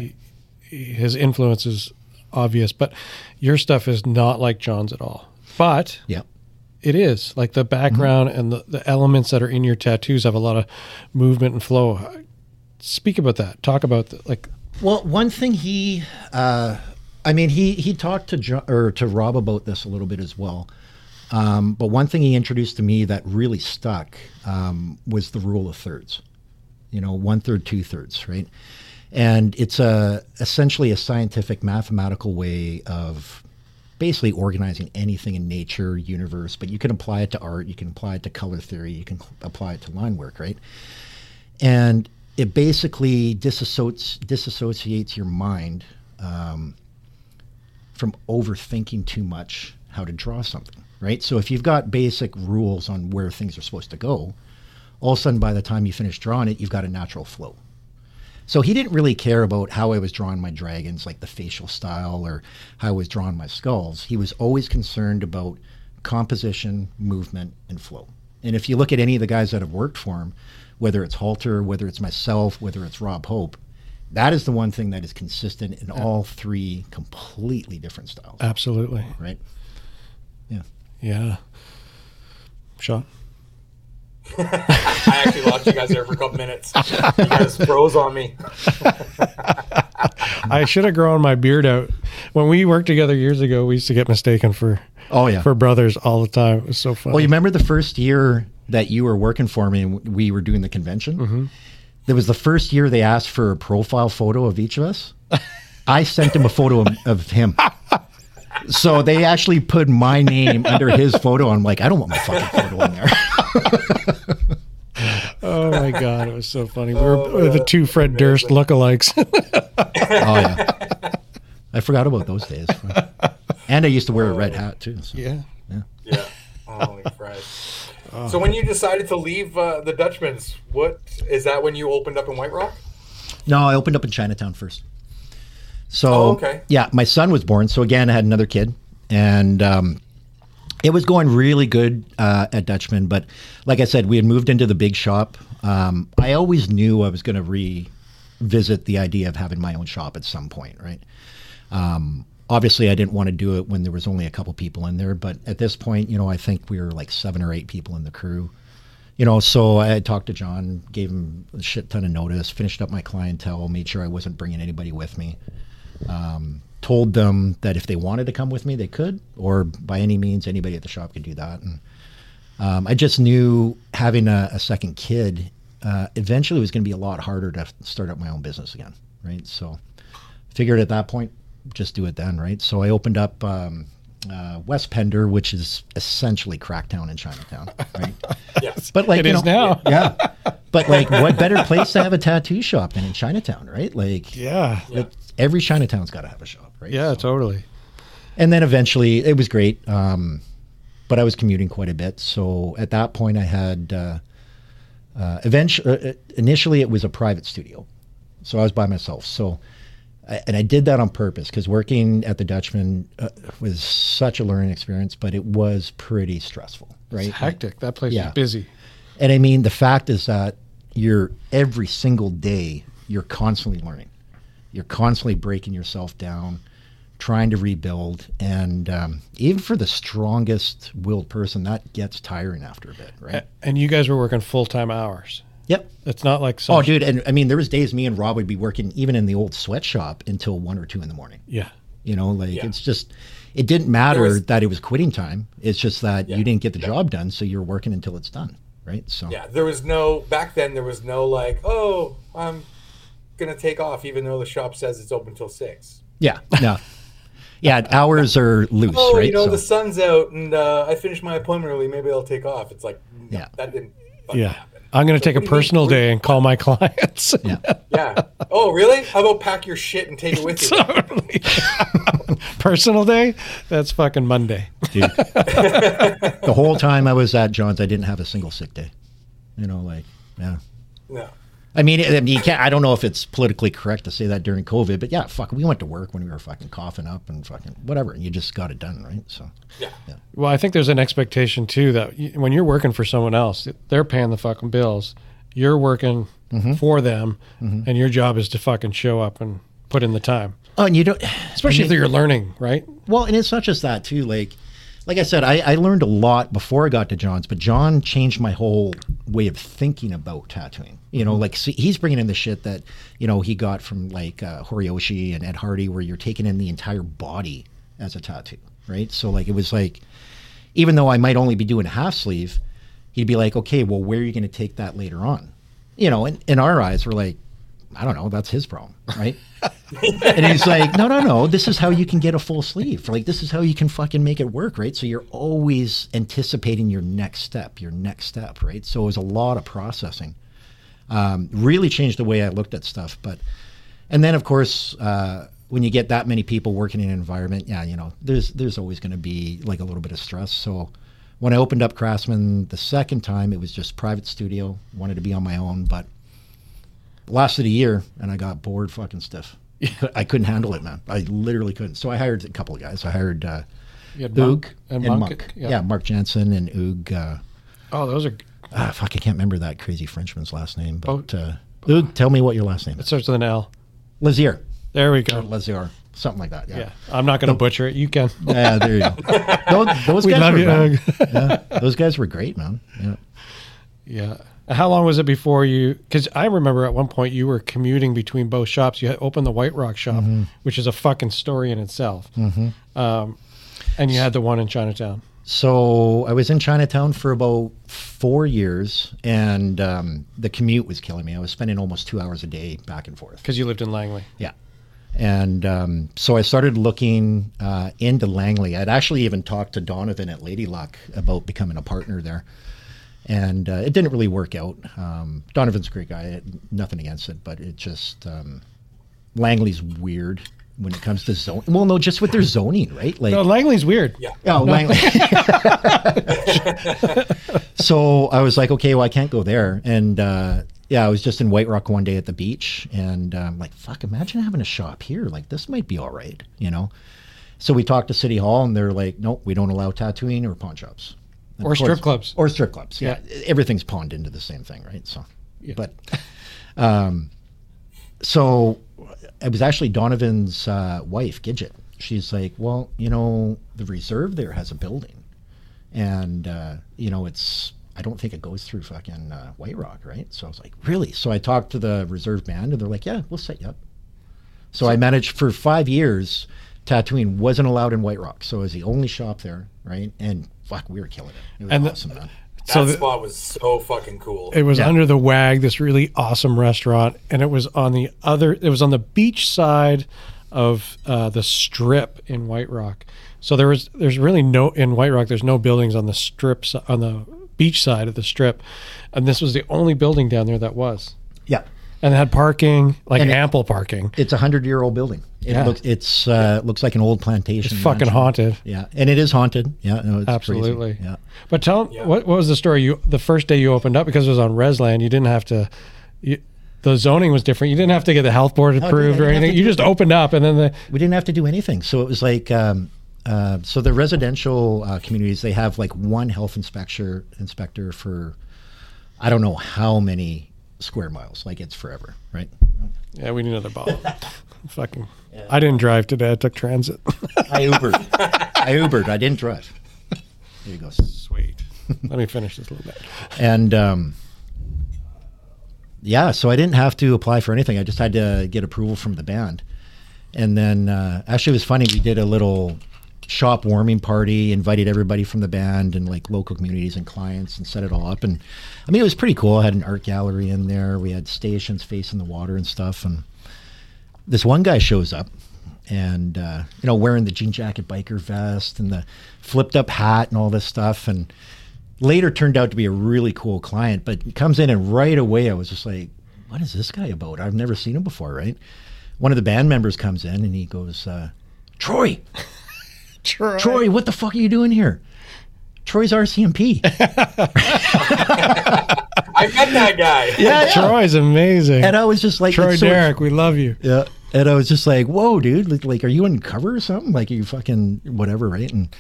Speaker 1: he- his influence is obvious, but your stuff is not like John's at all. But
Speaker 5: Yeah.
Speaker 1: It is. Like the background
Speaker 5: Mm-hmm.
Speaker 1: and the, the elements that are in your tattoos have a lot of movement and flow. Speak about that. Talk about the, like
Speaker 5: Well, one thing he, uh, I mean, he he talked to jo- or to Rob about this a little bit as well. Um, but one thing he introduced to me that really stuck um, was the rule of thirds. You know, one third, two thirds, right? And it's a essentially a scientific mathematical way of basically organizing anything in nature, universe. But you can apply it to art, you can apply it to color theory, you can cl- apply it to line work, right? and it basically disassoci- disassociates your mind um, from overthinking too much how to draw something, right? So if you've got basic rules on where things are supposed to go, all of a sudden by the time you finish drawing it, you've got a natural flow. So he didn't really care about how I was drawing my dragons, like the facial style or how I was drawing my skulls. He was always concerned about composition, movement, and flow. And if you look at any of the guys that have worked for him, whether it's Halter, whether it's myself, whether it's Rob Hope, that is the one thing that is consistent in all three completely different styles.
Speaker 1: Absolutely.
Speaker 5: Right.
Speaker 1: Yeah. Sean.
Speaker 7: I actually lost you guys there for a couple minutes. You guys froze on me.
Speaker 1: I should have grown my beard out. When we worked together years ago, we used to get mistaken for
Speaker 5: Oh, yeah.
Speaker 1: for brothers all the time. It was so funny.
Speaker 5: Well, you remember the first year that you were working for me and we were doing the convention?
Speaker 1: Mhm.
Speaker 5: There was the first year they asked for a profile photo of each of us. I sent him a photo of, of him. So they actually put my name under his photo. I'm like, I don't want my fucking photo in there.
Speaker 1: oh my god, it was so funny. We were we were the two Fred Durst lookalikes.
Speaker 5: oh yeah, I forgot about those days. And I used to wear a red hat too. so,
Speaker 1: Yeah.
Speaker 5: yeah.
Speaker 7: Yeah. Holy Christ. So when you decided to leave uh, the Dutchman's, what is that when you opened up in White Rock?
Speaker 5: No, I opened up in Chinatown first. So
Speaker 7: Oh, okay.
Speaker 5: yeah, my son was born. So again, I had another kid, and um, it was going really good uh, at Dutchman. But like I said, we had moved into the big shop. Um, I always knew I was going to revisit the idea of having my own shop at some point, right? Um, obviously, I didn't want to do it when there was only a couple people in there. But at this point, you know, I think we were like seven or eight people in the crew you know, so I had talked to John, gave him a shit ton of notice, finished up my clientele, made sure I wasn't bringing anybody with me. Um, told them that if they wanted to come with me, they could, or by any means, anybody at the shop could do that. And um, I just knew having a, a second kid uh, eventually was going to be a lot harder to start up my own business again, right? So figured at that point, just do it then, right? So I opened up um, uh, West Pender, which is essentially Cracktown in Chinatown, right?
Speaker 7: yes.
Speaker 5: But like
Speaker 1: It
Speaker 5: you
Speaker 1: is
Speaker 5: know,
Speaker 1: now.
Speaker 5: yeah. But like, what better place to have a tattoo shop than in Chinatown, right? Like,
Speaker 1: Yeah.
Speaker 5: it- every Chinatown's got to have a shop, right?
Speaker 1: yeah, totally.
Speaker 5: And then eventually, it was great. Um, but I was commuting quite a bit, so at that point, I had. Uh, uh, eventually, uh, initially, it was a private studio, so I was by myself. So, I, and I did that on purpose because working at the Dutchman uh, was such a learning experience, but it was pretty stressful, right?
Speaker 1: It's hectic. That place
Speaker 5: Yeah.
Speaker 1: is busy.
Speaker 5: And I mean, the fact is that you're every single day, you're constantly learning. You're constantly breaking yourself down, trying to rebuild. And um, even for the strongest willed person, that gets tiring after a bit,
Speaker 7: Eh.
Speaker 5: right?
Speaker 1: A- And you guys were working full time hours.
Speaker 5: Yep.
Speaker 1: It's not like
Speaker 5: Oh, dude. And I mean, there was days me and Rob would be working even in the old sweatshop until one or two in the morning.
Speaker 1: Yeah.
Speaker 5: You know, like it's just, it didn't matter
Speaker 7: There was-
Speaker 5: that it was quitting time. It's just that you didn't get the job done. So you're working until it's done. Right. So,
Speaker 7: Yeah, there was no back then. There was no like, oh, I'm gonna take off, even though the shop says it's open till six.
Speaker 5: Yeah, no, yeah. Hours are loose,
Speaker 7: oh,
Speaker 5: right?
Speaker 7: you know
Speaker 5: So-
Speaker 7: the sun's out, and uh, I finished my appointment early. Maybe I'll take off. It's like, no,
Speaker 5: Yeah.
Speaker 7: that didn't.
Speaker 1: Yeah. I'm going to take a personal day and call my clients. Yeah.
Speaker 7: Yeah. oh, really? How about pack your shit and take it with you?
Speaker 1: personal day? That's fucking Monday.
Speaker 5: Dude. the whole time I was at John's, I didn't have a single sick day. You know, like yeah.
Speaker 7: No.
Speaker 5: I mean, I mean, you can't. I don't know if it's politically correct to say that during COVID, but yeah, fuck, we went to work when we were fucking coughing up and fucking whatever, and you just got it done, right? So
Speaker 1: Well, I think there's an expectation too that y- when you're working for someone else, they're paying the fucking bills. You're working for them,
Speaker 5: Mhm.
Speaker 1: and your job is to fucking show up and put in the time.
Speaker 5: Oh, and you don't,
Speaker 1: Especially if
Speaker 5: I mean-
Speaker 1: you're learning, right?
Speaker 5: Well, and it's not just that too. Like, like I said, I, I learned a lot before I got to John's, but John changed my whole way of thinking about tattooing. You know, like see, he's bringing in the shit that you know he got from like uh, Horioshi and Ed Hardy, where you're taking in the entire body as a tattoo, right? So like it was like even though I might only be doing a half sleeve, he'd be like, okay, well, where are you going to take that later on? You know, and in our eyes, we're like, I don't know, that's his problem, right? and he's like, no, no, no, this is how you can get a full sleeve. Like, this is how you can fucking make it work, right? So you're always anticipating your next step, your next step, right? So it was a lot of processing. Um, really changed the way I looked at stuff. But, and then of course, uh, when you get that many people working in an environment, yeah, you know, there's there's always going to be like a little bit of stress. So when I opened up Craftsman the second time, it was just private studio. Wanted to be on my own, but lasted a year and I got bored fucking stiff. I couldn't handle it, man. I literally couldn't. So I hired a couple of guys. I hired uh,
Speaker 1: You had
Speaker 5: Oog
Speaker 1: Monk
Speaker 5: and
Speaker 1: and
Speaker 5: Monk.
Speaker 1: Monk,
Speaker 5: Yeah.
Speaker 1: yeah.
Speaker 5: Mark Jansen and Oog. Uh,
Speaker 1: Oh, those are.
Speaker 5: ah, fuck, I can't remember that crazy Frenchman's last name.
Speaker 1: Oh.
Speaker 5: But uh, Oog, tell me what your last name is.
Speaker 1: It starts with an L.
Speaker 5: Lazier.
Speaker 1: There we go.
Speaker 5: Lazier. Something like that. Yeah.
Speaker 1: Yeah. I'm not going to butcher it. You can.
Speaker 5: Yeah, there you go. Those, those
Speaker 1: We
Speaker 5: guys
Speaker 1: love
Speaker 5: were
Speaker 1: you,
Speaker 5: great.
Speaker 1: Oog.
Speaker 5: yeah, those guys were great, man. Yeah.
Speaker 1: Yeah. How long was it before you? Because I remember at one point you were commuting between both shops. You had opened the White Rock shop,
Speaker 5: Mhm.
Speaker 1: which is a fucking story in itself.
Speaker 5: Mhm.
Speaker 1: Um, and you had the one in Chinatown.
Speaker 5: So I was in Chinatown for about four years, and um, the commute was killing me. I was spending almost two hours a day back and forth.
Speaker 1: Because you lived in Langley.
Speaker 5: Yeah. And um, so I started looking uh, into Langley. I'd actually even talked to Donovan at Lady Luck about becoming a partner there. And uh, it didn't really work out. Um, Donovan's a great guy, I- nothing against it, but it just, um, Langley's weird when it comes to zone. Well, no, just with their zoning, right? Like,
Speaker 1: no, Langley's weird.
Speaker 7: Yeah.
Speaker 5: Oh, Langley. so I was like, okay, well, I can't go there. And uh, yeah, I was just in White Rock one day at the beach, and um, like, fuck, imagine having a shop here. Like, this might be all right, you know. So we talked to City Hall, and they're like, nope, we don't allow tattooing or pawn shops, Of
Speaker 1: Or strip
Speaker 5: course.
Speaker 1: clubs.
Speaker 5: or strip clubs. Yeah. everything's pawned into the same thing, right? So, but, um, so it was actually Donovan's uh, wife, Gidget. She's like, well, you know, the reserve there has a building and uh, you know it's I don't think it goes through fucking uh, White Rock, right? So I was like, really? So I talked to the reserve band, and they're like, yeah, we'll set you up. So I managed for five years. Tattooing wasn't allowed in White Rock, so it was the only shop there, right? And fuck, we were killing it. It was
Speaker 1: And the-
Speaker 5: awesome, man.
Speaker 7: That
Speaker 1: So the-
Speaker 7: spot was so fucking cool.
Speaker 1: It was under the Wag, this really awesome restaurant, and it was on the other. It was on the beach side of uh, the Strip in White Rock. So there was there's really no in White Rock. There's no buildings on the strip si- on the beach side of the Strip, and this was the only building down there that was.
Speaker 5: Yeah.
Speaker 1: and it had parking, like
Speaker 5: And it-
Speaker 1: ample parking.
Speaker 5: It's a hundred year old building. It
Speaker 1: Yeah.
Speaker 5: looks it's uh, looks like an old plantation.
Speaker 1: It's fucking
Speaker 5: mansion.
Speaker 1: haunted.
Speaker 5: Yeah, and it is haunted. Yeah, no, it's crazy.
Speaker 1: Absolutely.
Speaker 5: Yeah.
Speaker 1: But tell what what was the story? You the first day you opened up because it was on Resland, you didn't have to. You, the zoning was different. You didn't have to get the health board
Speaker 5: No, Oh, I
Speaker 1: approved
Speaker 5: didn't
Speaker 1: or
Speaker 5: have to
Speaker 1: anything. You
Speaker 5: do
Speaker 1: just
Speaker 5: it.
Speaker 1: opened up, and then the
Speaker 5: we didn't have to do anything. So it was like, um, uh, so the residential uh, communities they have like one health inspector inspector for, I don't know how many square miles. Like it's forever, right?
Speaker 1: yeah, we need another bottle. Fucking, I didn't drive today. I took transit.
Speaker 5: I Ubered. I Ubered. I didn't drive. There you go.
Speaker 1: Sweet. Let me finish this a little bit.
Speaker 5: and um, yeah, so I didn't have to apply for anything. I just had to get approval from the band, and then uh, actually it was funny. We did a little shop warming party, invited everybody from the band and like local communities and clients, and set it all up. And I mean, it was pretty cool. I had an art gallery in there. We had stations facing the water and stuff. And this one guy shows up. And uh, you know, wearing the jean jacket, biker vest, and the flipped up hat, and all this stuff, and later turned out to be a really cool client, but he comes in and right away I was just like, what is this guy about? I've never seen him before, right? One of the band members comes in and he goes, uh, Troy,
Speaker 1: Troy.
Speaker 5: Troy, what the fuck are you doing here? Troy's RCMP.
Speaker 7: I met that guy.
Speaker 5: Yeah, yeah.
Speaker 1: Troy's amazing.
Speaker 5: And I was just like,
Speaker 1: Troy
Speaker 5: it's so-
Speaker 1: Derrick, we love you.
Speaker 5: Yeah. And I was just like, whoa, dude, like, like, are you in cover or something? Like, are you fucking whatever, right? And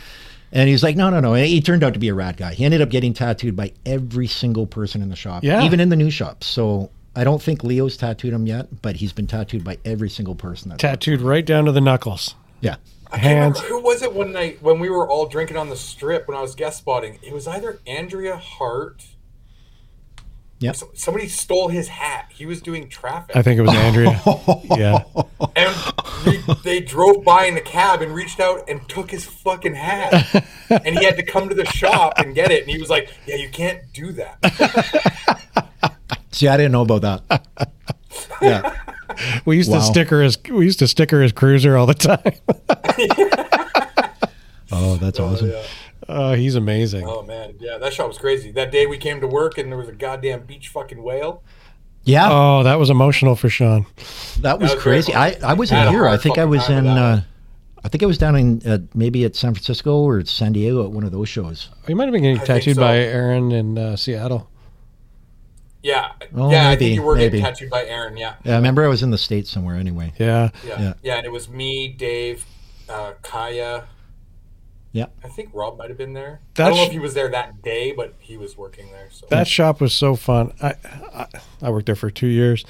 Speaker 5: and he's like, no, no, no. And he turned out to be a rat guy. He ended up getting tattooed by every single person in the shop,
Speaker 1: Yeah.
Speaker 5: even in the new shop. So I don't think Leo's tattooed him yet, but he's been tattooed by every single person. That
Speaker 1: Tattooed right down to the knuckles.
Speaker 5: Yeah.
Speaker 1: Hands.
Speaker 7: Who was it one night when we were all drinking on the strip when I was guest spotting? It was either Andrea Hart
Speaker 5: Yep.
Speaker 7: Some- Somebody stole his hat. He was doing traffic.
Speaker 1: I think it was Andrea.
Speaker 5: Oh.
Speaker 1: yeah.
Speaker 7: And they, they drove by in the cab and reached out and took his fucking hat. And he had to come to the shop and get it. And he was like, "Yeah, you can't do that."
Speaker 5: See, I didn't know about that. yeah.
Speaker 1: We used
Speaker 5: Wow.
Speaker 1: to sticker his we used to sticker his cruiser all the time.
Speaker 5: Oh, that's awesome.
Speaker 1: Oh, he's amazing.
Speaker 7: Oh man, yeah, that shop was crazy. That day we came to work and there was a goddamn beach fucking whale.
Speaker 5: Yeah.
Speaker 1: Oh, that was emotional for Sean.
Speaker 5: That was
Speaker 7: That was
Speaker 5: crazy. I,
Speaker 7: very
Speaker 5: I
Speaker 7: Had
Speaker 5: wasn't
Speaker 7: a
Speaker 5: here.
Speaker 7: hard
Speaker 5: I think I
Speaker 7: fucking
Speaker 5: was
Speaker 7: time
Speaker 5: in.
Speaker 7: with that
Speaker 5: Uh, I think I was down in uh, maybe at San Francisco or San Diego at one of those shows.
Speaker 1: He might have been getting
Speaker 7: I think
Speaker 1: tattooed
Speaker 7: so.
Speaker 1: by Aaron in uh, Seattle.
Speaker 7: Yeah,
Speaker 5: Oh,
Speaker 7: yeah, I
Speaker 5: maybe,
Speaker 7: think you were
Speaker 5: maybe.
Speaker 7: getting tattooed by Aaron. Yeah.
Speaker 5: Yeah, I remember I was in the states somewhere. Anyway.
Speaker 1: Yeah.
Speaker 7: yeah, yeah, and it was me, Dave, uh, Kaya.
Speaker 5: Yeah.
Speaker 7: I think Rob might have been there. I
Speaker 1: That's-
Speaker 7: don't know if he was there that day, but he was working there. So
Speaker 1: That shop was so fun. I, I I worked there for two years,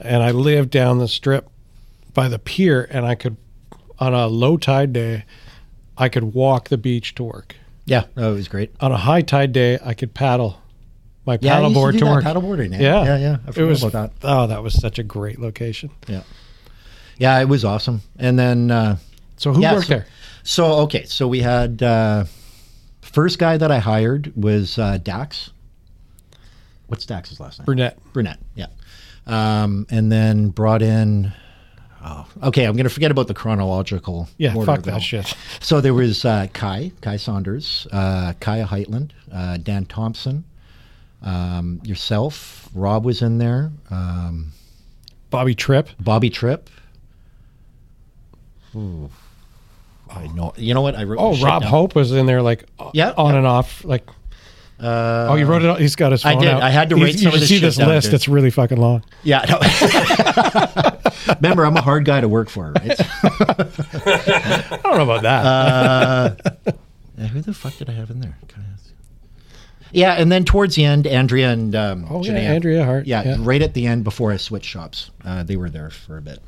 Speaker 1: and I lived down the strip by the pier, and I could on a low tide day, I could walk the beach to work.
Speaker 5: Yeah. Oh, it was great.
Speaker 1: On a high tide day, I could paddle my
Speaker 5: Yeah, I used to
Speaker 1: paddleboard
Speaker 5: do
Speaker 1: to
Speaker 5: that
Speaker 1: work.
Speaker 5: paddleboarding, yeah.
Speaker 1: yeah,
Speaker 5: Yeah, yeah, I
Speaker 1: It
Speaker 5: forgot
Speaker 1: was
Speaker 5: about
Speaker 1: oh, that was such a great location.
Speaker 5: Yeah. Yeah, it was awesome. And then. Uh,
Speaker 1: so who
Speaker 5: yeah,
Speaker 1: worked
Speaker 5: so,
Speaker 1: there?
Speaker 5: So okay, so we had uh, first guy that I hired was uh, Dax. What's Dax's last name?
Speaker 1: Brunette.
Speaker 5: Brunette. Yeah. Um, and then brought in. Oh, okay. I'm gonna forget about the chronological.
Speaker 1: Yeah,
Speaker 5: order,
Speaker 1: fuck that
Speaker 5: though.
Speaker 1: shit.
Speaker 5: So there was uh, Kai, Kai Saunders, uh, Kaya Heitland, uh, Dan Thompson, um, yourself. Rob was in there. Um,
Speaker 1: Bobby Tripp.
Speaker 5: Bobby Tripp. Ooh. I know. You know what? I wrote.
Speaker 1: Oh,
Speaker 5: this shit
Speaker 1: Rob
Speaker 5: down. Oh,
Speaker 1: Hope was in there, like yeah, on and off, like.
Speaker 5: Uh,
Speaker 1: oh, you wrote it. out? He's got his. Phone
Speaker 5: I did.
Speaker 1: out.
Speaker 5: I had to
Speaker 1: You-
Speaker 5: write some
Speaker 1: you
Speaker 5: of this
Speaker 1: see
Speaker 5: shit
Speaker 1: this
Speaker 5: down,
Speaker 1: list.
Speaker 5: dude.
Speaker 1: It's really fucking long.
Speaker 5: Yeah. I know. Remember, I'm a hard guy to work for, right? I
Speaker 1: don't know about that.
Speaker 5: Uh, yeah, who the fuck did I have in there? Can I ask? Yeah, and then towards the end, Andrea and um,
Speaker 1: Oh, yeah,
Speaker 5: Janae.
Speaker 1: Andrea Hart,
Speaker 5: Yeah,
Speaker 1: yeah.
Speaker 5: right at the end before I switched shops, uh, they were there for a bit.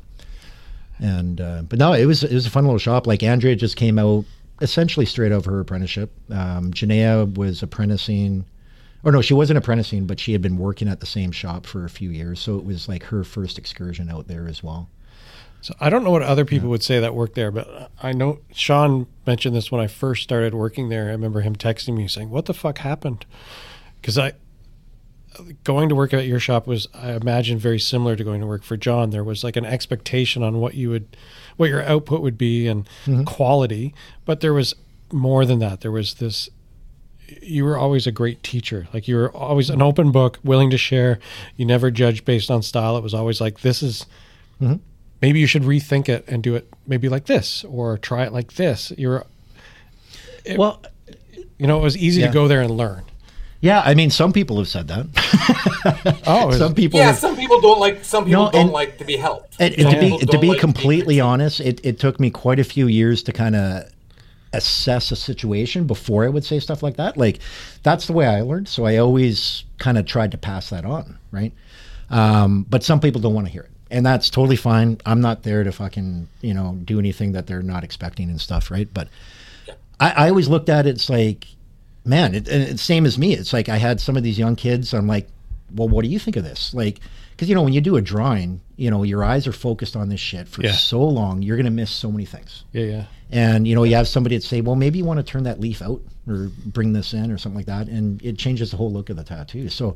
Speaker 5: And uh, but no, it was it was a fun little shop. Like Andrea just came out essentially straight out of her apprenticeship. Um, Janaea was apprenticing, or no, she wasn't apprenticing, but she had been working at the same shop for a few years. So it was like her first excursion out there as well.
Speaker 1: So I don't know what other people would say that worked there, but I know Sean mentioned this when I first started working there. I remember him texting me saying, "What the fuck happened?" Because I going to work at your shop was, I imagine, very similar to going to work for John. There was like an expectation on what you would, what your output would be and
Speaker 5: Mhm.
Speaker 1: quality, but there was more than that. There was this. You were always a great teacher. Like you were always an open book, willing to share. You never judged based on style. It was always like this is maybe you should rethink it and do it maybe like this or try it like this. You're it-
Speaker 5: Well,
Speaker 1: you know, it was easy
Speaker 5: yeah.
Speaker 1: to go there and learn.
Speaker 5: Yeah, I mean, some people have said that.
Speaker 1: Oh,
Speaker 5: some people.
Speaker 7: yeah,
Speaker 5: have-
Speaker 7: some people don't like. Some people
Speaker 5: No,
Speaker 7: don't
Speaker 5: and-
Speaker 7: like to be helped.
Speaker 5: And, and
Speaker 7: Some
Speaker 5: to be
Speaker 7: people
Speaker 5: to
Speaker 7: don't
Speaker 5: be
Speaker 7: like being
Speaker 5: completely honest, it, it took me quite a few years to kind of assess a situation before I would say stuff like that. Like that's the way I learned, so I always kind of tried to pass that on, right? Um, but some people don't want to hear it, and that's totally fine. I'm not there to fucking you know do anything that they're not expecting and stuff, right? But I, I always looked at it, it's like, man, it, and it's same as me. It's like I had some of these young kids. I'm like, well, what do you think of this? Like, because you know when you do a drawing, you know your eyes are focused on this shit for
Speaker 1: Yeah.
Speaker 5: so long, you're gonna miss so many things.
Speaker 1: Yeah, yeah.
Speaker 5: And you know you have somebody that say, well, maybe you want to turn that leaf out or bring this in or something like that, and it changes the whole look of the tattoo. So.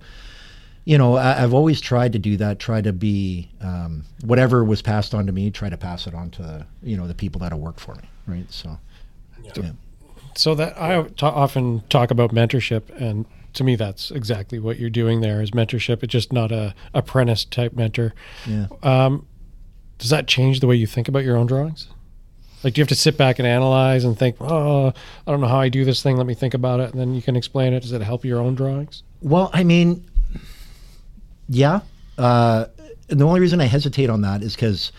Speaker 5: You know, I, I've always tried to do that. Try to be um, whatever was passed on to me. Try to pass it on to you know the people that'll work for me, right? So, yeah.
Speaker 1: So that I ta often talk about mentorship, and to me, that's exactly what you're doing there is mentorship. It's just not a apprentice type mentor.
Speaker 5: Yeah.
Speaker 1: Um, does that change the way you think about your own drawings? Like, do you have to sit back and analyze and think, oh, I don't know how I do this thing. Let me think about it, and then you can explain it. Does it help your own drawings?
Speaker 5: Well, I mean, yeah. Uh, and the only reason I hesitate on that is because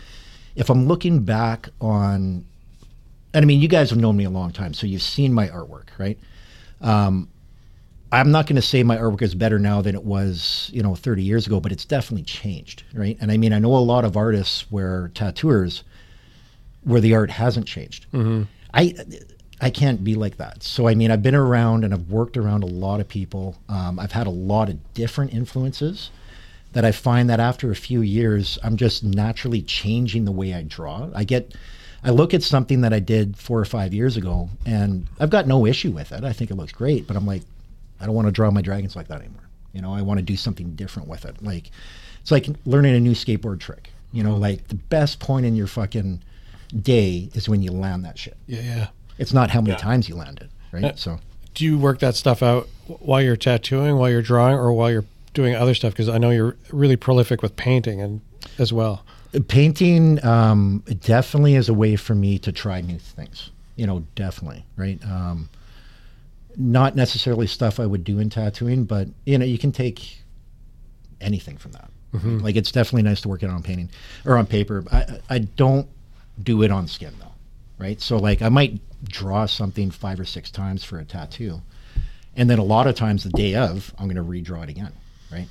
Speaker 5: if I'm looking back on, and I mean, you guys have known me a long time, so you've seen my artwork, right? Um, I'm not going to say my artwork is better now than it was, you know, 30 years ago, but it's definitely changed, right? And I mean, I know a lot of artists where tattooers, where the art hasn't changed.
Speaker 1: Mm-hmm.
Speaker 5: I I can't be like that. So I mean, I've been around and I've worked around a lot of people. Um, I've had a lot of different influences that I find that after a few years, I'm just naturally changing the way I draw. I get, I look at something that I did four or five years ago, and I've got no issue with it. I think it looks great, but I'm like, I don't want to draw my dragons like that anymore. You know, I want to do something different with it. Like, it's like learning a new skateboard trick. You know, like the best point in your fucking day is when you land that shit.
Speaker 1: Yeah, yeah.
Speaker 5: It's not how many times you land it, right?
Speaker 1: Uh,
Speaker 5: so
Speaker 1: do you work that stuff out while you're tattooing, while you're drawing, or while you're doing other stuff? Because I know you're really prolific with painting and as well.
Speaker 5: painting um, definitely is a way for me to try new things. You know, definitely, right? Um, not necessarily stuff I would do in tattooing, but you know, you can take anything from that.
Speaker 1: Mhm.
Speaker 5: Like it's definitely nice to work it on painting or on paper. I I don't do it on skin though, right? So like I might draw something five or six times for a tattoo, and then a lot of times the day of I'm going to redraw it again, right?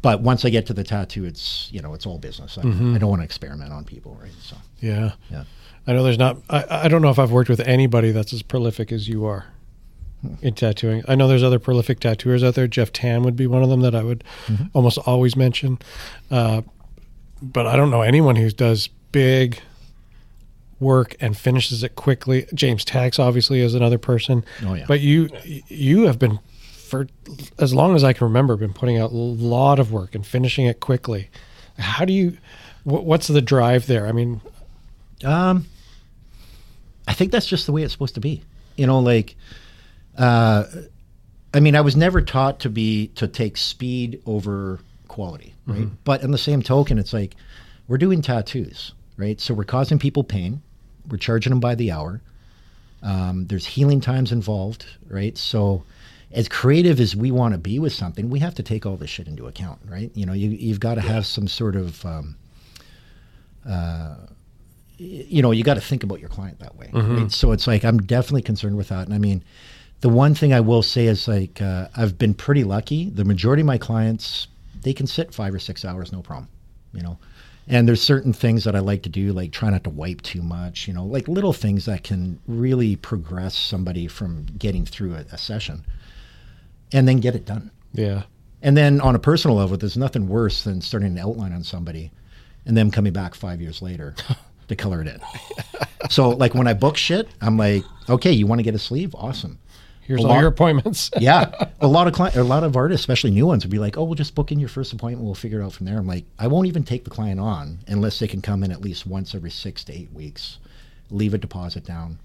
Speaker 5: But once I get to the tattoo, it's you know it's all business. I,
Speaker 1: Mhm.
Speaker 5: I don't want to experiment on people, right? So
Speaker 1: Yeah.
Speaker 5: Yeah.
Speaker 1: I know there's not, I, I don't know if I've worked with anybody that's as prolific as you are
Speaker 5: Hmm.
Speaker 1: in tattooing. I know there's other prolific tattooers out there. Jeff Tam would be one of them that I would
Speaker 5: Mhm.
Speaker 1: almost always mention. Uh, but I don't know anyone who does big work and finishes it quickly. James Tax obviously is another person.
Speaker 5: Oh, yeah.
Speaker 1: But you, you have been for as long as I can remember, been putting out a lot of work and finishing it quickly. How do you? Wh- what's the drive there? I mean,
Speaker 5: Um, I think that's just the way it's supposed to be. You know, like, uh, I mean, I was never taught to be to take speed over quality, right?
Speaker 1: Mhm.
Speaker 5: But in the same token, it's like we're doing tattoos, right? So we're causing people pain. We're charging them by the hour. Um, there's healing times involved, right? So, as creative as we want to be with something, we have to take all this shit into account, right? You know, you, you've got to have some sort of um, uh, you know, you got to think about your client that way.
Speaker 1: Mhm.
Speaker 5: right? So it's like I'm definitely concerned with that. And I mean, the one thing I will say is like uh, I've been pretty lucky. The majority of my clients they can sit five or six hours, no problem. You know, and there's certain things that I like to do, like try not to wipe too much. You know, like little things that can really progress somebody from getting through a, a session, and then get it done.
Speaker 1: yeah,
Speaker 5: And then on a personal level, there's nothing worse than starting an outline on somebody and them coming back five years later to color it in. so like when I book shit, I'm like, okay, you want to get a sleeve? Awesome.
Speaker 1: here's
Speaker 5: A
Speaker 1: all
Speaker 5: lot-
Speaker 1: your appointments.
Speaker 5: yeah, a lot of client, a lot of artists, especially new ones, would be like, "Oh, we'll just book in your first appointment. We'll figure it out from there." I'm like, I won't even take the client on unless they can come in at least once every six to eight weeks, leave a deposit down,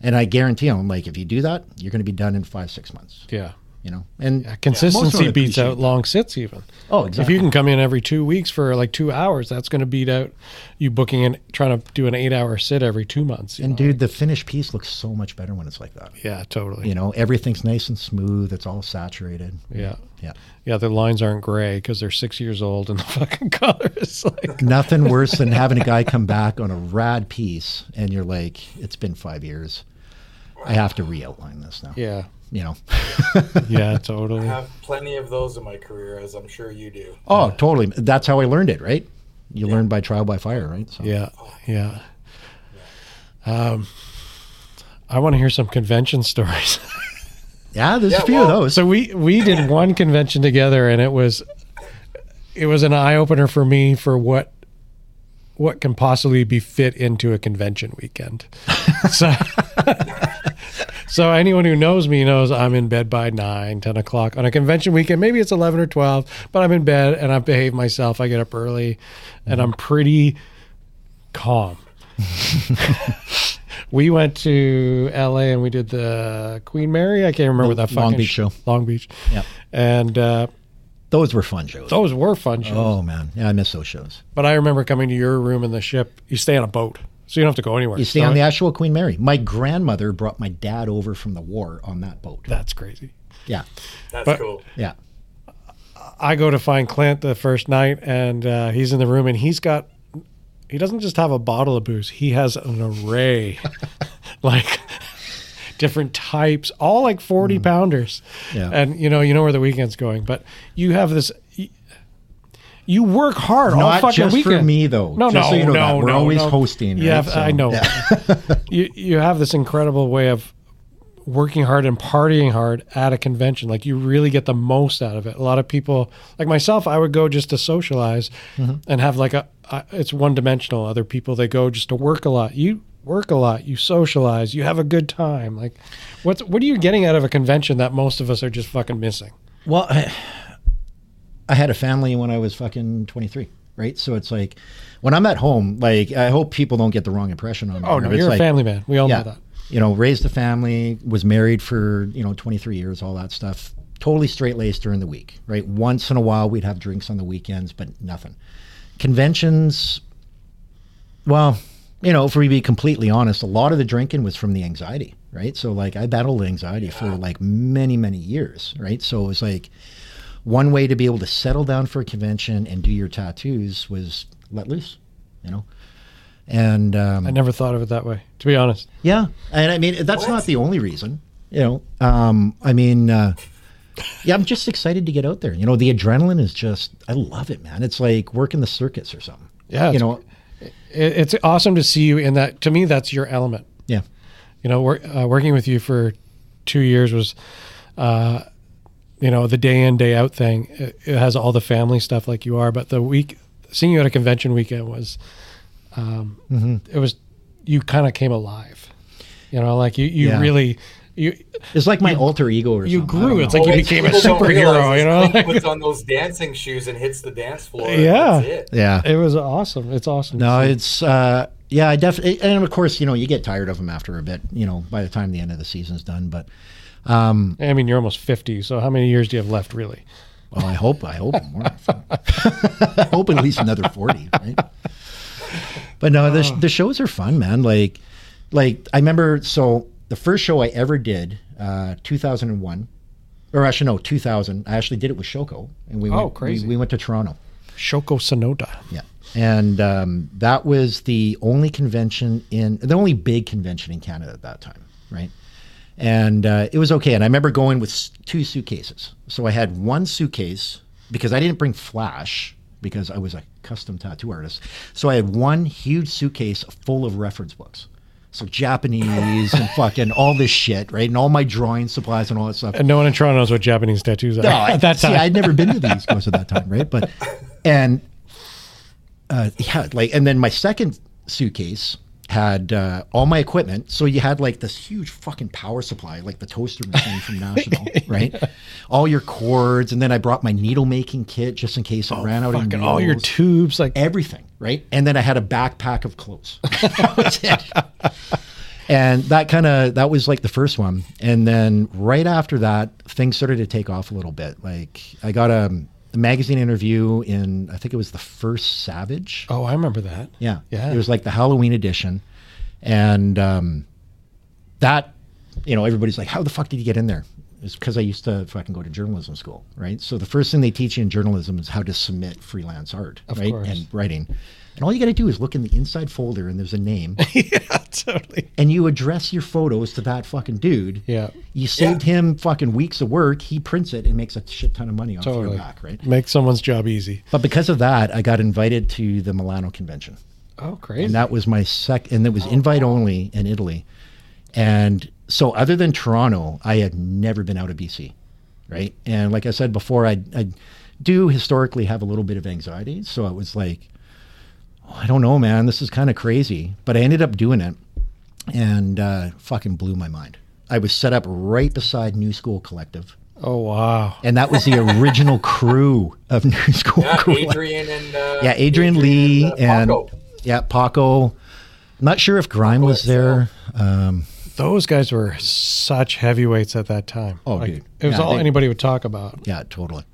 Speaker 5: and I guarantee them, like, if you do that, you're going to be done in five six months.
Speaker 1: Yeah.
Speaker 5: you know, and
Speaker 1: Yeah,
Speaker 5: most of
Speaker 1: consistency
Speaker 5: them
Speaker 1: beats
Speaker 5: appreciate
Speaker 1: out long sits even.
Speaker 5: Oh, exactly.
Speaker 1: If you can come in every two weeks for like two hours, that's going to beat out you booking and trying to do an eight-hour sit every two months. you
Speaker 5: And
Speaker 1: know?
Speaker 5: dude, the finished piece looks so much better when it's like that.
Speaker 1: yeah, totally.
Speaker 5: You know, everything's nice and smooth. It's all saturated.
Speaker 1: Yeah.
Speaker 5: Yeah.
Speaker 1: Yeah, the lines aren't gray because they're six years old and the fucking color is like
Speaker 5: Nothing worse than having a guy come back on a rad piece and you're like, it's been five years. I have to re outline this now.
Speaker 1: Yeah.
Speaker 5: You know?
Speaker 1: yeah,
Speaker 7: I
Speaker 1: totally.
Speaker 7: have plenty of those in my career, as I'm sure you do.
Speaker 5: Oh, totally. That's how I learned it, right? You learn by trial by fire, right? So.
Speaker 1: Yeah, yeah. Um, I want to hear some convention stories.
Speaker 5: yeah, there's a few of those.
Speaker 1: Oh, So we we did one convention together, and it was it was an eye opener for me for what what can possibly be fit into a convention weekend. so. So anyone who knows me knows I'm in bed by 9, 10 o'clock on a convention weekend. Maybe it's 11 or 12, but I'm in bed and I behave myself. I get up early and I'm pretty calm. we went to LA and we did the Queen Mary. I can't remember
Speaker 5: The
Speaker 1: that
Speaker 5: Long
Speaker 1: fucking
Speaker 5: Beach
Speaker 1: sh-
Speaker 5: show.
Speaker 1: Long Beach.
Speaker 5: Yeah.
Speaker 1: And uh,
Speaker 5: Those were fun shows.
Speaker 1: those were fun shows.
Speaker 5: Oh, man. Yeah, I miss those shows.
Speaker 1: But I remember coming to your room in the ship. You stay on a boat, so you don't have to go anywhere.
Speaker 5: You stay
Speaker 1: So
Speaker 5: on the actual Queen Mary. My grandmother brought my dad over from the war on that boat.
Speaker 1: That's crazy.
Speaker 5: Yeah.
Speaker 7: That's
Speaker 1: But-
Speaker 7: cool.
Speaker 5: Yeah.
Speaker 1: I go to find Clint the first night, and uh, he's in the room, and he's got he doesn't just have a bottle of booze; he has an array, like different types, all like forty pounders.
Speaker 5: Mm. Yeah.
Speaker 1: And you know, you know where the weekend's going, but you have this. y- You work hard all
Speaker 5: Not
Speaker 1: fucking
Speaker 5: just
Speaker 1: weekend.
Speaker 5: for me, though.
Speaker 1: No,
Speaker 5: Just
Speaker 1: no,
Speaker 5: so you know
Speaker 1: no,
Speaker 5: that. We're
Speaker 1: no,
Speaker 5: always
Speaker 1: no.
Speaker 5: hosting,
Speaker 1: Yeah,
Speaker 5: right? So-
Speaker 1: I know.
Speaker 5: Yeah.
Speaker 1: you you have this incredible way of working hard and partying hard at a convention. Like you really get the most out of it. A lot of people, like myself, I would go just to socialize
Speaker 5: Mhm.
Speaker 1: and have like a, a it's one dimensional. Other people they go just to work a lot. You work a lot, you socialize, you have a good time. Like what's what are you getting out of a convention that most of us are just fucking missing?
Speaker 5: Well, I, I had a family when I was fucking 23, right? So it's like when I'm at home, like I hope people don't get the wrong impression on me.
Speaker 1: Oh,
Speaker 5: you know,
Speaker 1: no,
Speaker 5: it's
Speaker 1: you're a
Speaker 5: like-
Speaker 1: family man. We all know that.
Speaker 5: You know, raised a family, was married for, you know, 23 years, all that stuff. Totally straight laced during the week, right? Once in a while we'd have drinks on the weekends, but nothing. Conventions, well, you know, if we be completely honest, a lot of the drinking was from the anxiety, right? So like I battled anxiety for like many, many years, right? So it was like one way to be able to settle down for a convention and do your tattoos was let loose, you know? And um,
Speaker 1: I never thought of it that way, to be honest.
Speaker 5: yeah, and I mean that's not the only reason. You know, um, I mean, uh, yeah, I'm just excited to get out there. You know, the adrenaline is just, I love it, man. It's like working the circuits or something.
Speaker 1: Yeah,
Speaker 5: you
Speaker 1: it's-
Speaker 5: know,
Speaker 1: it, it's awesome to see you in that. To me, that's your element.
Speaker 5: Yeah.
Speaker 1: you know, wor- uh, working with you for two years was, uh, you know, the day in day out thing. It, it has all the family stuff like you are, but the week seeing you at a convention weekend was, um,
Speaker 5: Mhm.
Speaker 1: it was you kind of came alive. You know, like you you
Speaker 5: Yeah.
Speaker 1: really you.
Speaker 5: It's like my alter ego or
Speaker 1: you
Speaker 5: something. I
Speaker 1: grew.
Speaker 5: don't
Speaker 1: It's
Speaker 5: know.
Speaker 1: like you
Speaker 5: Oh,
Speaker 1: became a
Speaker 5: people don't
Speaker 1: superhero.
Speaker 5: realize
Speaker 1: You know,
Speaker 5: it's
Speaker 7: He
Speaker 1: like,
Speaker 7: puts on those dancing shoes and hits the dance floor. and
Speaker 1: yeah,
Speaker 7: that's it.
Speaker 5: Yeah.
Speaker 1: It was awesome. It's awesome. to
Speaker 5: No,
Speaker 1: see.
Speaker 5: it's uh, yeah, I definitely, and of course, you know, you get tired of them after a bit. You know, by the time the end of the season's done, but um,
Speaker 1: I mean, you're almost fifty. So how many years do you have left, really?
Speaker 5: Well, I hope I hope more. I hope at least another forty, right? But no, the, the shows are fun, man. Like, like I remember. So the first show I ever did, uh, two thousand and one, or actually no, two thousand. I actually did it with Shoko, and we
Speaker 1: Oh,
Speaker 5: went,
Speaker 1: crazy.
Speaker 5: We, we went to Toronto,
Speaker 1: Shoko Sonoda.
Speaker 5: Yeah. and um, that was the only convention in the only big convention in Canada at that time, right? and uh, it was okay. And I remember going with s- two suitcases. So I had one suitcase because I didn't bring flash because I was a custom tattoo artist. So I had one huge suitcase full of reference books. So Japanese and fucking all this shit, right? And all my drawing supplies and all that stuff.
Speaker 1: And no one in Toronto knows what Japanese tattoos are
Speaker 5: No, I-
Speaker 1: at that
Speaker 5: see,
Speaker 1: time.
Speaker 5: I'd never been to the East Coast at that time, right? But and uh, yeah, like and then my second suitcase had uh, all my equipment. So you had like this huge fucking power supply, like the toaster machine from National, right? All your cords, and then I brought my needle making kit just in case I ran out of
Speaker 1: fucking
Speaker 5: needles.
Speaker 1: Oh, all your tubes, like
Speaker 5: everything, right? And then I had a backpack of clothes. That was it. And that kind of that was like the first one, and then right after that, things started to take off a little bit. Like I got um, a magazine interview in I think it was the first Savage.
Speaker 1: Oh, I remember that.
Speaker 5: Yeah.
Speaker 1: Yeah.
Speaker 5: It was like the Halloween edition. And um, that, you know, everybody's like, how the fuck did you get in there? It's because I used to fucking go to journalism school, right? So the first thing they teach you in journalism is how to submit freelance art,
Speaker 1: Of
Speaker 5: right?
Speaker 1: course.
Speaker 5: And writing. And all you got to do is look in the inside folder and there's a name. yeah, totally. And you address your photos to that fucking dude.
Speaker 1: Yeah.
Speaker 5: You saved him fucking weeks of work. He prints it and makes a shit ton of money off your
Speaker 1: Totally.
Speaker 5: back, right?
Speaker 1: Make someone's job easy.
Speaker 5: But because of that, I got invited to the Milano convention.
Speaker 1: Oh, crazy.
Speaker 5: And that was my sec, and it
Speaker 7: Oh,
Speaker 5: was invite only in Italy. And so, other than Toronto, I had never been out of BC, right? And like I said before, I, I do historically have a little bit of anxiety. So it was like, "Oh, I don't know, man, this is kind of crazy. But I ended up doing it and uh, fucking blew my mind. I was set up right beside New School Collective.
Speaker 1: Oh, wow.
Speaker 5: And that was the original crew of New School
Speaker 7: Yeah,
Speaker 5: Collective
Speaker 7: Adrian and uh,
Speaker 5: yeah, Adrian, Lee and, yeah, Paco. I'm not sure if Grime was there. Um,
Speaker 1: Those guys were such heavyweights at that time.
Speaker 5: Oh,
Speaker 1: Like,
Speaker 5: dude.
Speaker 1: It was
Speaker 5: Yeah,
Speaker 1: all
Speaker 5: they-
Speaker 1: anybody would talk about.
Speaker 5: yeah, totally.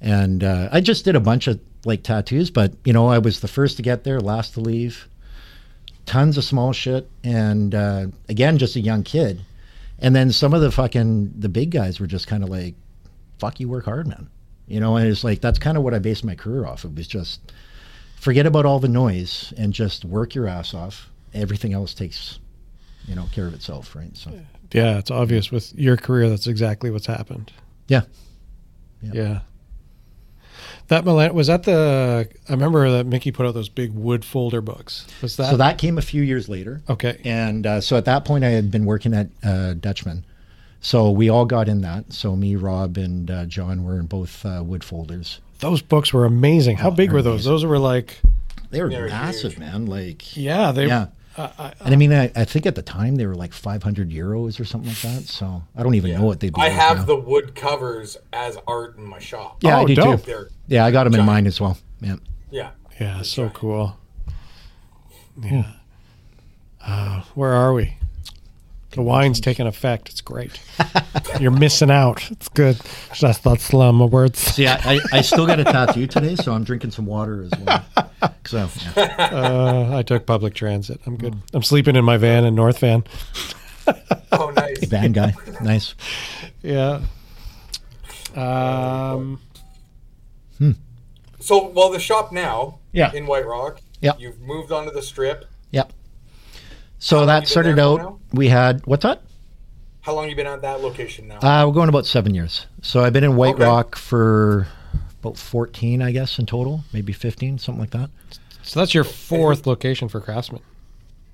Speaker 5: And uh, I just did a bunch of like tattoos, but you know, I was the first to get there, last to leave. Tons of small shit, and uh, again, just a young kid. And then some of the fucking the big guys were just kind of like, "Fuck you, work hard, man." You know, and it's like that's kind of what I based my career off. It was just forget about all the noise and just work your ass off. Everything else takes, you know, care of itself, right? So.
Speaker 1: Yeah, it's obvious with your career that's exactly what's happened.
Speaker 5: Yeah.
Speaker 1: Yeah. That Milan was that the I remember that Mickey put out those big wood folder books. Was that
Speaker 5: so that came a few years later.
Speaker 1: Okay.
Speaker 5: And uh, so at that point, I had been working at uh, Dutchman, So we all got in that. So me, Rob, and uh, John were in both uh, wood folders.
Speaker 1: Those books were amazing. How
Speaker 5: Oh,
Speaker 1: big
Speaker 5: they're
Speaker 1: were those?
Speaker 5: amazing.
Speaker 1: Those were like
Speaker 5: They were massive, man. Like
Speaker 1: yeah, they
Speaker 5: yeah.
Speaker 1: I- I-
Speaker 5: and I mean, I, I think at the time they were like 500 euros or something like that. So I don't even know what they'd be.
Speaker 7: I
Speaker 5: worth
Speaker 7: have
Speaker 5: now.
Speaker 7: the wood covers as art in my shop.
Speaker 5: Yeah, I do too.
Speaker 7: They're-
Speaker 5: Yeah, I got them in mine as well. Yeah.
Speaker 7: Yeah.
Speaker 1: yeah, so cool.
Speaker 5: Hmm.
Speaker 1: Yeah. Uh, where are we? The wine's taking effect. It's great. You're missing out. It's good. That's that's um, my words.
Speaker 5: See, I, I, I still got a tattoo today, so I'm drinking some water as well. So
Speaker 1: uh, I took public transit. I'm good.
Speaker 5: Hmm.
Speaker 1: I'm sleeping in my van in North Van.
Speaker 7: oh, nice.
Speaker 5: Van guy, nice.
Speaker 1: Yeah. Um,
Speaker 7: So, well, the shop now
Speaker 5: Yeah.
Speaker 7: in White Rock.
Speaker 5: Yeah.
Speaker 7: You've moved onto the strip.
Speaker 5: Yep. So that started
Speaker 7: there
Speaker 5: out.
Speaker 7: for now?
Speaker 5: We had what's that?
Speaker 7: How long you been at that location now?
Speaker 5: Uh, we're going about seven years. So I've been in White
Speaker 7: Okay.
Speaker 5: Rock for about 14, I guess, in total, maybe 15, something like that.
Speaker 1: so that's your fourth location for Craftsman.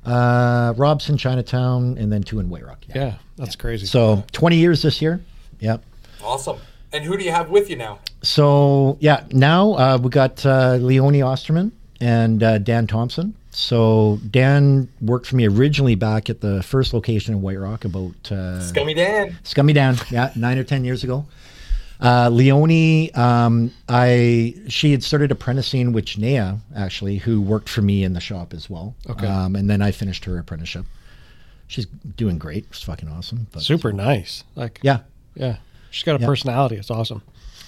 Speaker 5: Uh, Robson, Chinatown, and then two in White Rock.
Speaker 1: Yeah, that's crazy.
Speaker 5: So 20 years this year. Yep.
Speaker 7: Awesome. And who do you have with you now?
Speaker 5: So yeah, now uh, we got uh, Leonie Osterman and uh, Dan Thompson. So Dan worked for me originally back at the first location in White Rock about uh,
Speaker 7: Scummy Dan.
Speaker 5: Scummy Dan, yeah, nine or ten years ago. Uh, Leonie, um, I she had started apprenticing with Janea actually, who worked for me in the shop as well.
Speaker 1: Okay.
Speaker 5: um, and then I finished her apprenticeship. She's doing great. She's fucking awesome. But
Speaker 1: Super nice. Like
Speaker 5: yeah,
Speaker 1: yeah. She's got a
Speaker 5: Yeah.
Speaker 1: personality. It's awesome.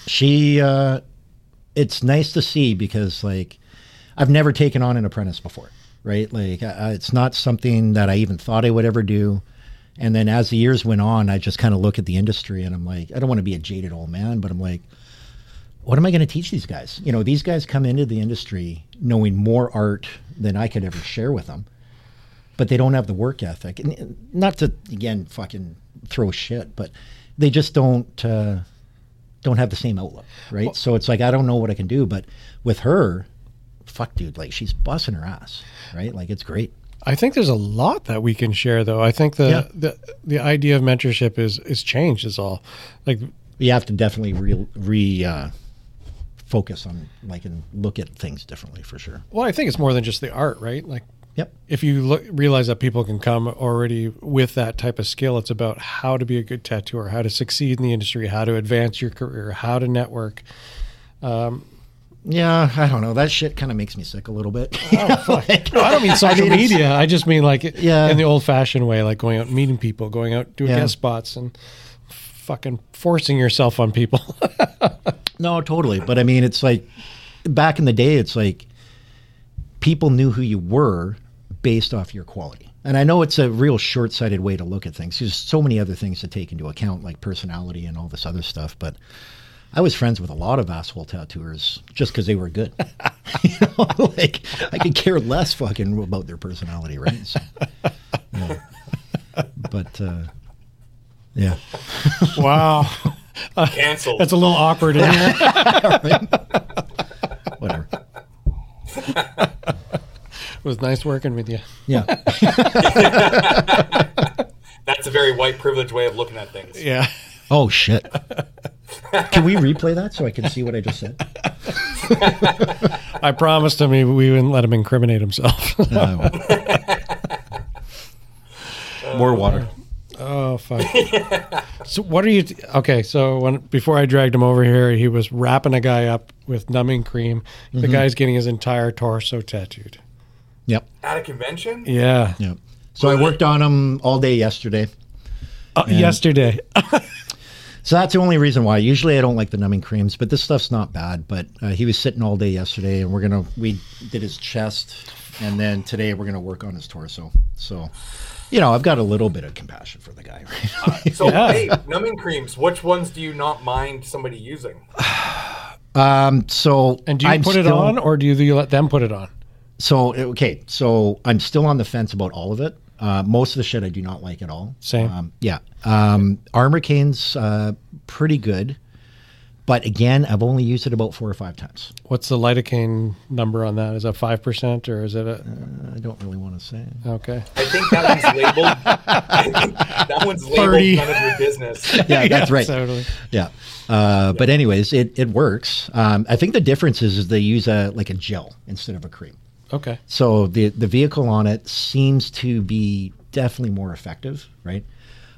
Speaker 5: she uh it's nice to see because like i've never taken on an apprentice before right like I, I- it's not something that i even thought i would ever do and then as the years went on i just kind of look at the industry and i'm like i don't want to be a jaded old man but i'm like what am i going to teach these guys you know these guys come into the industry knowing more art than i could ever share with them but they don't have the work ethic. And not to again fucking throw shit, but they just don't uh, don't have the same outlook, right? so it's like I don't know what I can do, but with her, fuck, dude, like she's busting her ass, right? Like it's great.
Speaker 1: I think there's a lot that we can share, though. I think the
Speaker 5: Yeah.
Speaker 1: the, the idea of mentorship is is changed. Is all like
Speaker 5: You have to definitely re, re uh, focus on like and look at things differently for sure.
Speaker 1: Well, I think it's more than just the art, right? Like,
Speaker 5: Yep.
Speaker 1: If you look, realize that people can come already with that type of skill, it's about how to be a good tattooer, how to succeed in the industry, how to advance your career, how to network. Um,
Speaker 5: Yeah, I don't know. That shit kind of makes me sick a little bit.
Speaker 1: no, I don't mean social
Speaker 5: mean, it's-
Speaker 1: media. I just mean like it-
Speaker 5: Yeah.
Speaker 1: in the old-fashioned way, like going out and meeting people, going out doing
Speaker 5: Yeah.
Speaker 1: guest spots, and fucking forcing yourself on people.
Speaker 5: No, totally. But I mean, it's like back in the day, it's like people knew who you were based off your quality. And I know it's a real short sighted way to look at things. There's so many other things to take into account, like personality and all this other stuff. But I was friends with a lot of asshole tattooers just because they were good. you know, like I could care less fucking about their personality, right? So, yeah. But uh, yeah.
Speaker 1: wow.
Speaker 7: Canceled.
Speaker 1: That's a little awkward. Isn't it?
Speaker 5: Whatever.
Speaker 1: It was nice working with you.
Speaker 5: Yeah.
Speaker 7: That's a very white privilege way of looking at things.
Speaker 1: Yeah.
Speaker 5: Oh shit. Can we replay that so I can see what I just said?
Speaker 1: I promised him he- we wouldn't let him incriminate himself.
Speaker 8: More water.
Speaker 1: Oh fuck. so what are you? T- okay, so when before I dragged him over here, he was wrapping a guy up with numbing cream. The
Speaker 5: Mhm.
Speaker 1: guy's getting his entire torso tattooed.
Speaker 5: Yep.
Speaker 7: At a convention?
Speaker 1: Yeah.
Speaker 5: Yep. So I worked on them all day yesterday.
Speaker 1: Uh,
Speaker 5: And-
Speaker 1: yesterday.
Speaker 5: So that's the only reason why. Usually I don't like the numbing creams, but this stuff's not bad. But uh, he was sitting all day yesterday, and we're gonna we did his chest, and then today we're gonna work on his torso. So, you know, I've got a little bit of compassion for the guy. Right?
Speaker 7: So, hey, numbing creams, which ones do you not mind somebody using?
Speaker 5: um, so
Speaker 1: And do you
Speaker 5: I'm
Speaker 1: put it
Speaker 5: still-
Speaker 1: on, or do you, you let them put it on?
Speaker 5: So okay, so I'm still on the fence about all of it. Uh, most of the shit I do not like at all.
Speaker 1: Same.
Speaker 5: Um, yeah. Um, Armor Cane's uh, pretty good. But again, I've only used it about four or five times.
Speaker 1: What's the lidocaine number on that? Is that five percent or is it a?
Speaker 5: I don't really want to say.
Speaker 1: Okay.
Speaker 7: I think that one's labeled. I think that one's labeled none of your business.
Speaker 5: yeah, that's right.
Speaker 1: totally.
Speaker 5: Yeah. Uh, But anyways, it, it works. Um, I think the difference is, is they use a like a gel instead of a cream.
Speaker 1: Okay.
Speaker 5: So the the vehicle on it seems to be definitely more effective, right?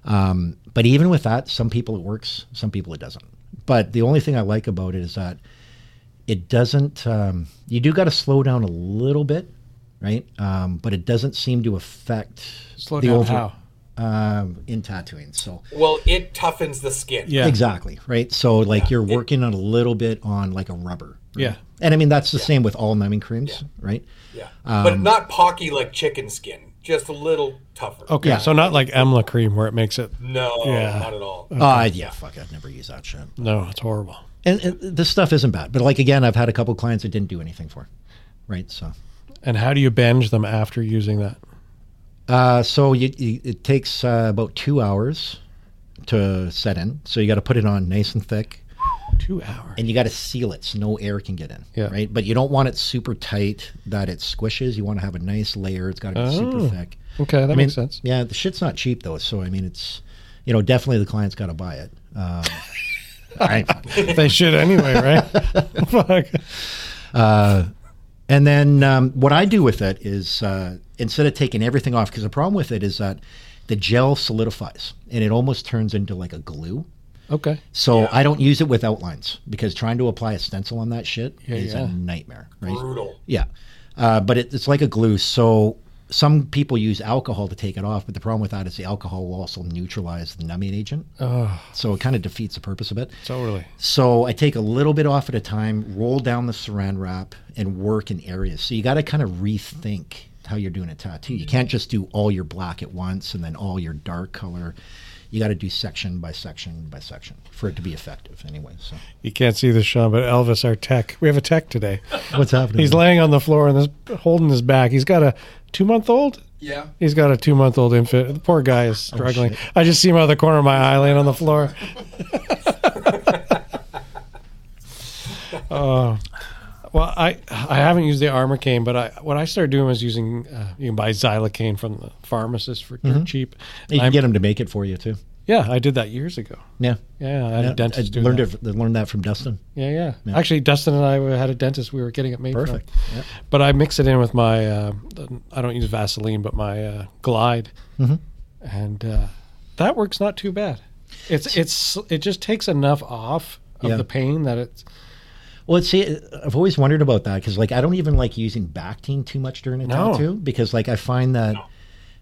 Speaker 5: Um, but even with that, some people it works, some people it doesn't. But the only thing I like about it is that it doesn't. Um, you do got to slow down a little bit, right? Um, but it doesn't seem to affect
Speaker 1: Slow down how?
Speaker 5: um, in tattooing. So
Speaker 7: Well, it toughens the skin.
Speaker 5: exactly, right? So like you're working on a little bit on like a rubber. right?
Speaker 7: Yeah.
Speaker 5: and I mean that's the same with all numbing creams, right?
Speaker 7: Yeah, but not pocky like chicken skin. Just a little tougher.
Speaker 1: Okay,
Speaker 5: Yeah.
Speaker 1: so not like Emla cream where it makes it.
Speaker 7: No,
Speaker 1: yeah.
Speaker 7: not at all.
Speaker 5: Uh, yeah, fuck, I'd never use that shit.
Speaker 1: No, it's horrible.
Speaker 5: And, and this stuff isn't bad, but like again, I've had a couple clients that didn't do anything for, right? So,
Speaker 1: And how do you binge them after using that?
Speaker 5: uh, so you, you, it takes uh, about two hours to set in. So you got to put it on nice and thick.
Speaker 1: Two hours.
Speaker 5: And you got to seal it so no air can get in.
Speaker 1: Yeah.
Speaker 5: Right. But you don't want it super tight that it squishes. You want to have a nice layer. It's got to be
Speaker 1: Oh.
Speaker 5: super thick.
Speaker 1: Okay, that
Speaker 5: I
Speaker 1: makes
Speaker 5: mean,
Speaker 1: sense.
Speaker 5: Yeah, the shit's not cheap though. So I mean, it's you know definitely the client's got to buy it. Um, all right.
Speaker 1: They should anyway, right? Fuck.
Speaker 5: Uh, and then um, what I do with it is uh, instead of taking everything off, because the problem with it is that the gel solidifies and it almost turns into like a glue.
Speaker 1: Okay.
Speaker 5: So I don't use it with outlines because trying to apply a stencil on that shit
Speaker 1: Yeah,
Speaker 5: is
Speaker 1: yeah.
Speaker 5: a nightmare. Right?
Speaker 7: Brutal.
Speaker 5: Yeah. Uh, but it, it's like a glue. So some people use alcohol to take it off, but the problem with that is the alcohol will also neutralize the numbing agent.
Speaker 1: Ugh.
Speaker 5: So it kind of defeats the purpose of it.
Speaker 1: Totally.
Speaker 5: So I take a little bit off at a time, roll down the saran wrap, and work in areas. So you got to kind of rethink how you're doing a tattoo. You can't just do all your black at once and then all your dark color. You got to do section by section by section for it to be effective, anyway. So
Speaker 1: You can't see this, Sean, but Elvis, our tech. We have a tech today.
Speaker 5: What's happening?
Speaker 1: He's laying on the floor and this, holding his back. He's got a two month old.
Speaker 5: Yeah.
Speaker 1: He's got a two month old infant. The poor guy is struggling.
Speaker 5: shit.
Speaker 1: I just see him out of the corner of my eye laying on the floor. Oh. well, I I haven't used the armor cane, but I what I started doing was using uh, you can buy xylocaine from the pharmacist for dirt
Speaker 5: Mhm.
Speaker 1: cheap.
Speaker 5: you can
Speaker 1: I'm-
Speaker 5: get them to make it for you too.
Speaker 1: Yeah, I did that years ago.
Speaker 5: Yeah,
Speaker 1: Yeah, I had a dentist
Speaker 5: I
Speaker 1: do
Speaker 5: learned
Speaker 1: that.
Speaker 5: it. I learned that from Dustin.
Speaker 1: Yeah, yeah,
Speaker 5: Yeah.
Speaker 1: Actually, Dustin and I we had a dentist. We were getting it made. from.
Speaker 5: Perfect. Yep.
Speaker 1: But I mix it in with my. Uh, I don't use Vaseline, but my uh, Glide,
Speaker 5: Mhm.
Speaker 1: and uh, that works not too bad. It's it's it just takes enough off of
Speaker 5: Yeah.
Speaker 1: the pain that it's
Speaker 5: Well, it's- see, I've always wondered about that because, like, I don't even like using Bactine too much during a
Speaker 1: No.
Speaker 5: tattoo because, like, I find that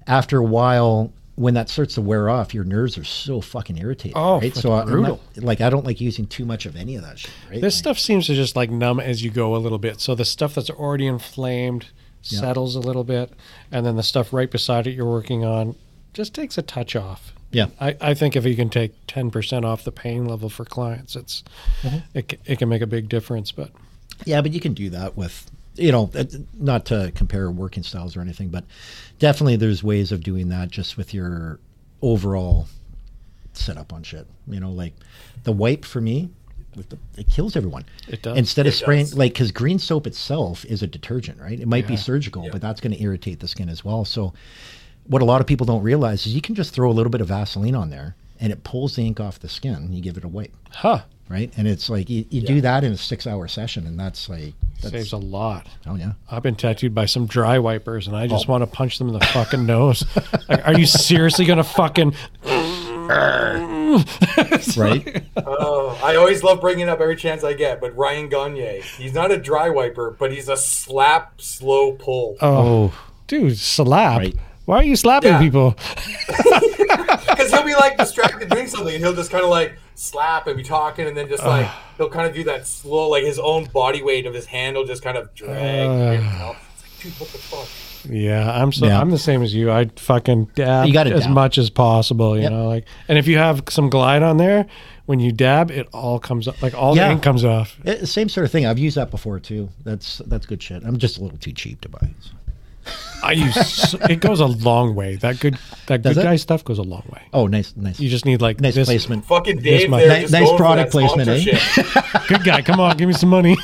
Speaker 5: after a while, when that starts to wear off, your nerves are so fucking irritated.
Speaker 1: Oh,
Speaker 5: right?
Speaker 1: fucking
Speaker 5: so I, I'm not-
Speaker 1: brutal.
Speaker 5: like, I don't like using too much of any of that shit. Right?
Speaker 1: This stuff seems to just like numb as you go a little bit. So the stuff that's already inflamed
Speaker 5: Yeah.
Speaker 1: settles a little bit, and then the stuff right beside it you're working on just takes a touch off.
Speaker 5: Yeah.
Speaker 1: I, I think if you can take ten percent off the pain level for clients, it's
Speaker 5: Mhm.
Speaker 1: it, ca- it can make a big difference. But
Speaker 5: Yeah, but you can do that with, you know, uh, not to compare working styles or anything, but definitely there's ways of doing that just with your overall setup on shit. You know, like the wipe for me, with the, it kills everyone.
Speaker 1: It does.
Speaker 5: Instead of
Speaker 1: It
Speaker 5: spraying,
Speaker 1: does.
Speaker 5: like, because green soap itself is a detergent, right? It might be
Speaker 1: Yeah.
Speaker 5: surgical, but that's going to irritate the skin as well. So, what a lot of people don't realize is you can just throw a little bit of Vaseline on there and it pulls the ink off the skin. And you give it a wipe.
Speaker 1: Huh.
Speaker 5: Right. And it's like you, you do that in a six hour session and that's like, that's,
Speaker 1: saves a lot.
Speaker 5: Oh yeah.
Speaker 1: I've been tattooed by some dry wipers, and I just
Speaker 5: Oh.
Speaker 1: want to punch them in the fucking nose. Like, are you seriously gonna fucking?
Speaker 5: right.
Speaker 7: Oh, I always love bringing it up every chance I get, but Ryan Gagne, he's not a dry wiper, but he's a slap, slow pull.
Speaker 1: Oh, dude, slap! Why are you slapping
Speaker 7: Yeah.
Speaker 1: people?
Speaker 7: Because he'll be like distracted doing something, and he'll just kind of like slap and be talking, and then just like he'll kind of do that slow, like his own body weight of his hand will just kind of drag. you know? It's like, dude, what the fuck?
Speaker 1: Yeah, I'm so
Speaker 5: Yeah.
Speaker 1: I'm the same as you. I fucking dab
Speaker 5: You gotta
Speaker 1: as
Speaker 5: dab.
Speaker 1: much as possible, you
Speaker 5: Yep.
Speaker 1: know. Like, and if you have some glide on there, when you dab, it all comes up. Like all the ink comes off.
Speaker 5: Eh, It- same sort of thing. I've used that before too. That's, that's good shit. I'm just a little too cheap to buy.
Speaker 1: I use s- it goes a long way. That good that
Speaker 5: Does
Speaker 1: good
Speaker 5: it?
Speaker 1: guy stuff goes a long way.
Speaker 5: Oh, nice, nice.
Speaker 1: You just need like
Speaker 5: Nice
Speaker 1: this,
Speaker 5: placement.
Speaker 7: Fucking
Speaker 1: this
Speaker 7: Dave
Speaker 1: much.
Speaker 7: there Ni- just nice going for product that
Speaker 5: placement, eh?
Speaker 1: good guy, come on, give me some money.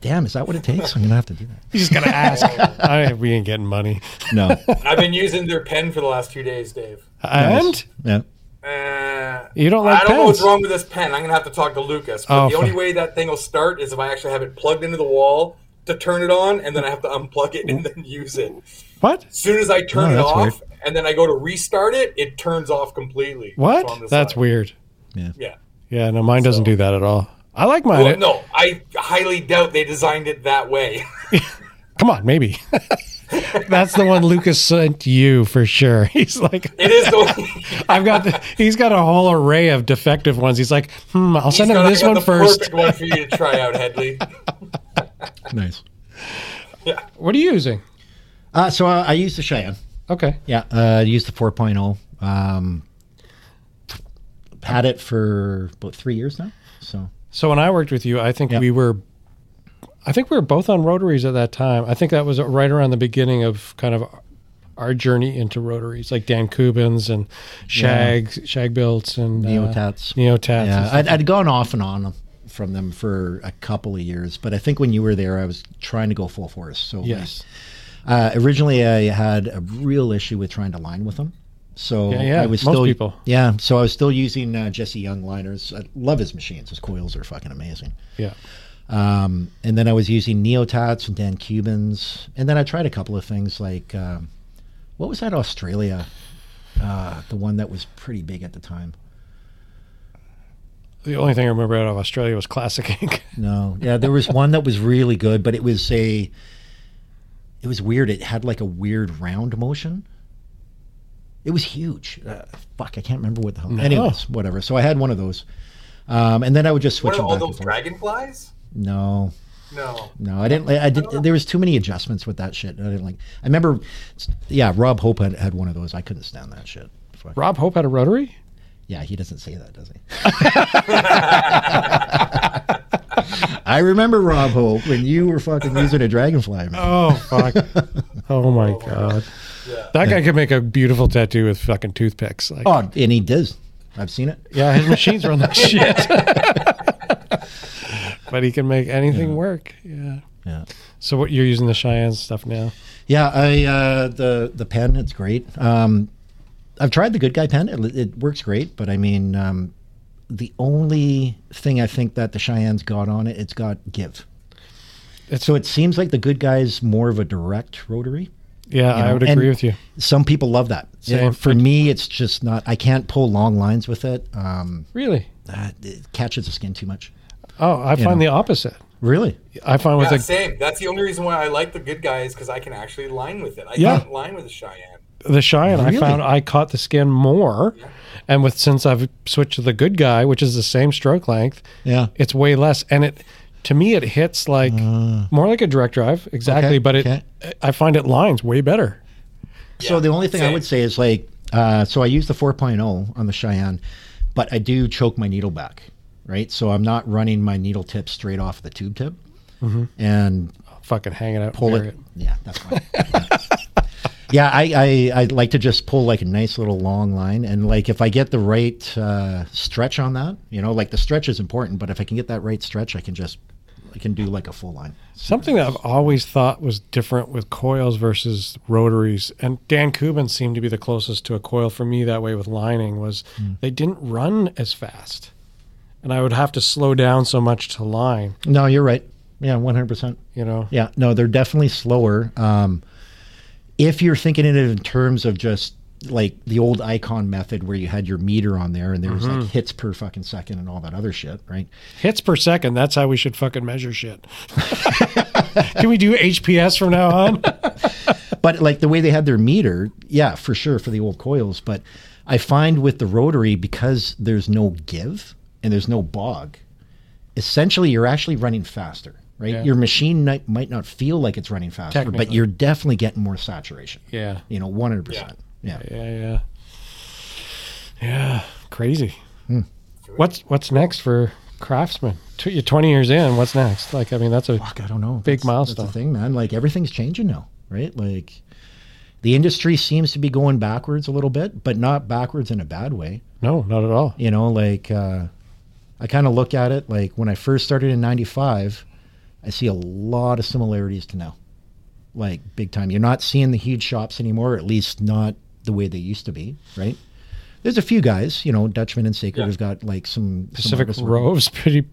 Speaker 5: Damn, is that what it takes? I'm gonna have to do
Speaker 1: You just gotta ask. I, we ain't getting money.
Speaker 5: that. No.
Speaker 7: I've been using their pen for the last two days, Dave.
Speaker 1: And
Speaker 5: yeah.
Speaker 7: Uh,
Speaker 1: You don't like
Speaker 7: I don't know what's
Speaker 1: pens.
Speaker 7: wrong with this pen. I'm gonna have to talk to Lucas. But
Speaker 1: Oh,
Speaker 7: the only
Speaker 1: fuck.
Speaker 7: way that thing will start is if I actually have it plugged into the wall to turn it on, and then I have to unplug it and then use it.
Speaker 1: What?
Speaker 7: As soon as I turn
Speaker 1: Oh,
Speaker 7: it
Speaker 1: that's
Speaker 7: off, and then I go to restart it, it turns off completely. It's on
Speaker 1: what?
Speaker 7: this
Speaker 1: That's
Speaker 7: side.
Speaker 1: weird.
Speaker 5: Yeah.
Speaker 7: Yeah.
Speaker 1: Yeah, no, mine doesn't do that at all. I like mine.
Speaker 7: Well,
Speaker 1: It-
Speaker 7: no, I highly doubt they designed it that way.
Speaker 1: Come on, maybe. That's the one Lucas sent you for sure. He's like,
Speaker 7: It is the.
Speaker 1: I've got. The, he's got a whole array of defective ones. He's like, hmm, I'll send
Speaker 7: He's
Speaker 1: him
Speaker 7: got- I
Speaker 1: this
Speaker 7: got
Speaker 1: one
Speaker 7: the
Speaker 1: first.
Speaker 7: Perfect one for you to try out, Headley.
Speaker 5: nice.
Speaker 7: Yeah.
Speaker 1: What are you using?
Speaker 5: Uh, so uh, I use the Cheyenne.
Speaker 1: Okay.
Speaker 5: Yeah, uh, I used the 4.0. Um, had it for about three years now. So
Speaker 1: So when I worked with you, I think we were, I think we were both on rotaries at that time. I think that was right around the beginning of kind of our journey into rotaries, like Dan Cubans and Shag Shag Builts and uh,
Speaker 5: Neotats.
Speaker 1: Neotats.
Speaker 5: yeah, I'd,
Speaker 1: and
Speaker 5: I'd gone off and on from them for a couple of years, but I think when you were there, I was trying to go full force. So we-
Speaker 1: Yes.
Speaker 5: uh, originally I had a real issue with trying to line with them. So
Speaker 1: Yeah, yeah,
Speaker 5: I was
Speaker 1: most
Speaker 5: still
Speaker 1: people.
Speaker 5: yeah. So I was still using uh, Jesse Young liners. I love his machines. His coils are fucking amazing.
Speaker 1: Yeah.
Speaker 5: Um, and then I was using Neotats and Dan Cubans, and then I tried a couple of things like um, what was that Australia, uh, the one that was pretty big at the time.
Speaker 1: the only thing I remember out of Australia was Classic Ink.
Speaker 5: No. Yeah, there was one that was really good, but it was a it was weird. It had like a weird round motion. It was huge. Uh, fuck, I can't remember what the hell.
Speaker 1: No.
Speaker 5: Anyways, whatever. So I had one of those. Um, and then I would just switch
Speaker 7: What
Speaker 5: them
Speaker 7: are all
Speaker 5: back and
Speaker 7: those
Speaker 5: forth.
Speaker 7: dragonflies?
Speaker 5: No.
Speaker 7: No.
Speaker 5: No, I didn't. li- I did. There was too many adjustments with that shit. I didn't like. I remember, yeah, Rob Hope had, had one of those. I couldn't stand that shit. Fuck.
Speaker 1: Rob Hope had a rotary.
Speaker 5: Yeah, he doesn't say that, does he? I remember Rob Hope when you were fucking using a dragonfly. Man.
Speaker 1: Oh fuck! oh my god! That guy could make a beautiful tattoo with fucking toothpicks. Like,
Speaker 5: Oh, and he does. I've seen it.
Speaker 1: yeah, his machines run that shit. but he can make anything work. Yeah.
Speaker 5: Yeah.
Speaker 1: So what you're using the Cheyenne stuff now?
Speaker 5: Yeah, I uh, the the pen. It's great. Um, I've tried the good guy pen. It, it works great, but I mean, um, the only thing I think that the Cheyenne's got on it, it's got give. so it seems like the good guy's more of a direct rotary.
Speaker 1: Yeah,
Speaker 5: you
Speaker 1: I
Speaker 5: know,
Speaker 1: would
Speaker 5: and
Speaker 1: agree with you.
Speaker 5: Some people love that. You know,
Speaker 1: Same.
Speaker 5: for me, it's just not. I can't pull long lines with it. Um,
Speaker 1: Really?
Speaker 5: uh, it catches the skin too much.
Speaker 1: Oh, I
Speaker 5: You
Speaker 1: find
Speaker 5: know.
Speaker 1: the opposite.
Speaker 5: Really?
Speaker 1: I find with
Speaker 7: Yeah,
Speaker 1: the
Speaker 7: same. That's the only reason why I like the good guy is because I can actually line with it. I
Speaker 1: Yeah.
Speaker 7: can't line with a Cheyenne.
Speaker 1: the Cheyenne, I
Speaker 7: Really?
Speaker 1: found I caught the skin more, and with since I've switched to the good guy, which is the same stroke length,
Speaker 5: Yeah.
Speaker 1: it's way less. And it to me, it hits like more like a direct drive, exactly.
Speaker 5: Uh. Okay,
Speaker 1: but it,
Speaker 5: okay.
Speaker 1: I find it lines way better.
Speaker 5: So the only thing I would say is like, uh, so I use the 4.0 on the Cheyenne, but I do choke my needle back, right? So I'm not running my needle tip straight off the tube tip
Speaker 1: Mhm.
Speaker 5: and
Speaker 1: fucking hang it out,
Speaker 5: pull
Speaker 1: bury
Speaker 5: Mm-hmm. it.
Speaker 1: it.
Speaker 5: Yeah, that's fine. yeah, I, I I like to just pull like a nice little long line, and like if I get the right uh, stretch on that, you know, like the stretch is important, but if I can get that right stretch, I can just I can do like a full line.
Speaker 1: Something that I've always thought was different with coils versus rotaries, and Dan Cuban seemed to be the closest to a coil for me that way with lining, was
Speaker 5: Hmm.
Speaker 1: they didn't run as fast. And I would have to slow down so much to line,
Speaker 5: No, you're right. Yeah, one hundred percent.
Speaker 1: you know?
Speaker 5: Yeah, no, they're definitely slower. Um, if you're thinking it in terms of just like the old icon method where you had your meter on there and there was
Speaker 1: Mhm.
Speaker 5: like hits per fucking second and all that other shit, right?
Speaker 1: Hits per second, that's how we should fucking measure shit. Can we do HPS from now on?
Speaker 5: But like the way they had their meter, yeah, for sure for the old coils. But I find with the rotary, because there's no give and there's no bog, essentially you're actually running faster, right?
Speaker 1: Yeah.
Speaker 5: Your machine might, might not feel like it's running faster, but
Speaker 1: Technically.
Speaker 5: you're definitely getting more saturation.
Speaker 1: Yeah.
Speaker 5: You know, 100%. Yeah.
Speaker 1: Yeah, yeah.
Speaker 5: Hmm.
Speaker 1: Yeah, crazy. What's what's next for craftsman. Tw- You're 20 years in. What's next? Like, I mean, that's a
Speaker 5: Fuck, I don't know.
Speaker 1: big
Speaker 5: That's
Speaker 1: milestone.
Speaker 5: the thing, man. Like everything's changing now, right? Like the industry seems to be going backwards a little bit, but not backwards in a bad way.
Speaker 1: No, not at all.
Speaker 5: You know, like uh, I kind of look at it like when I first started in '95, I see a lot of similarities to now, like big time. You're not seeing the huge shops anymore, at least not the way they used to be, right? There's a few guys, you know, Dutchman and Sacred has got like some some
Speaker 1: Pacific
Speaker 5: artist work.
Speaker 1: Rove's pretty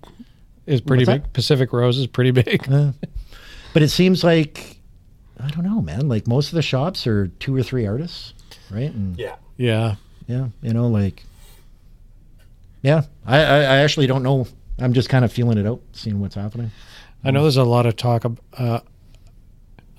Speaker 1: is pretty
Speaker 5: What's
Speaker 1: big.
Speaker 5: that?
Speaker 1: Pacific Rose is pretty big.
Speaker 5: But it seems like I don't know, man. Like most of the shops are two or three artists, right? And
Speaker 7: Yeah.
Speaker 1: yeah,
Speaker 5: yeah, you know, like yeah. I, I, I actually don't know. I'm just kind of feeling it out, seeing what's happening.
Speaker 1: I know there's a lot of talk. ab- Uh,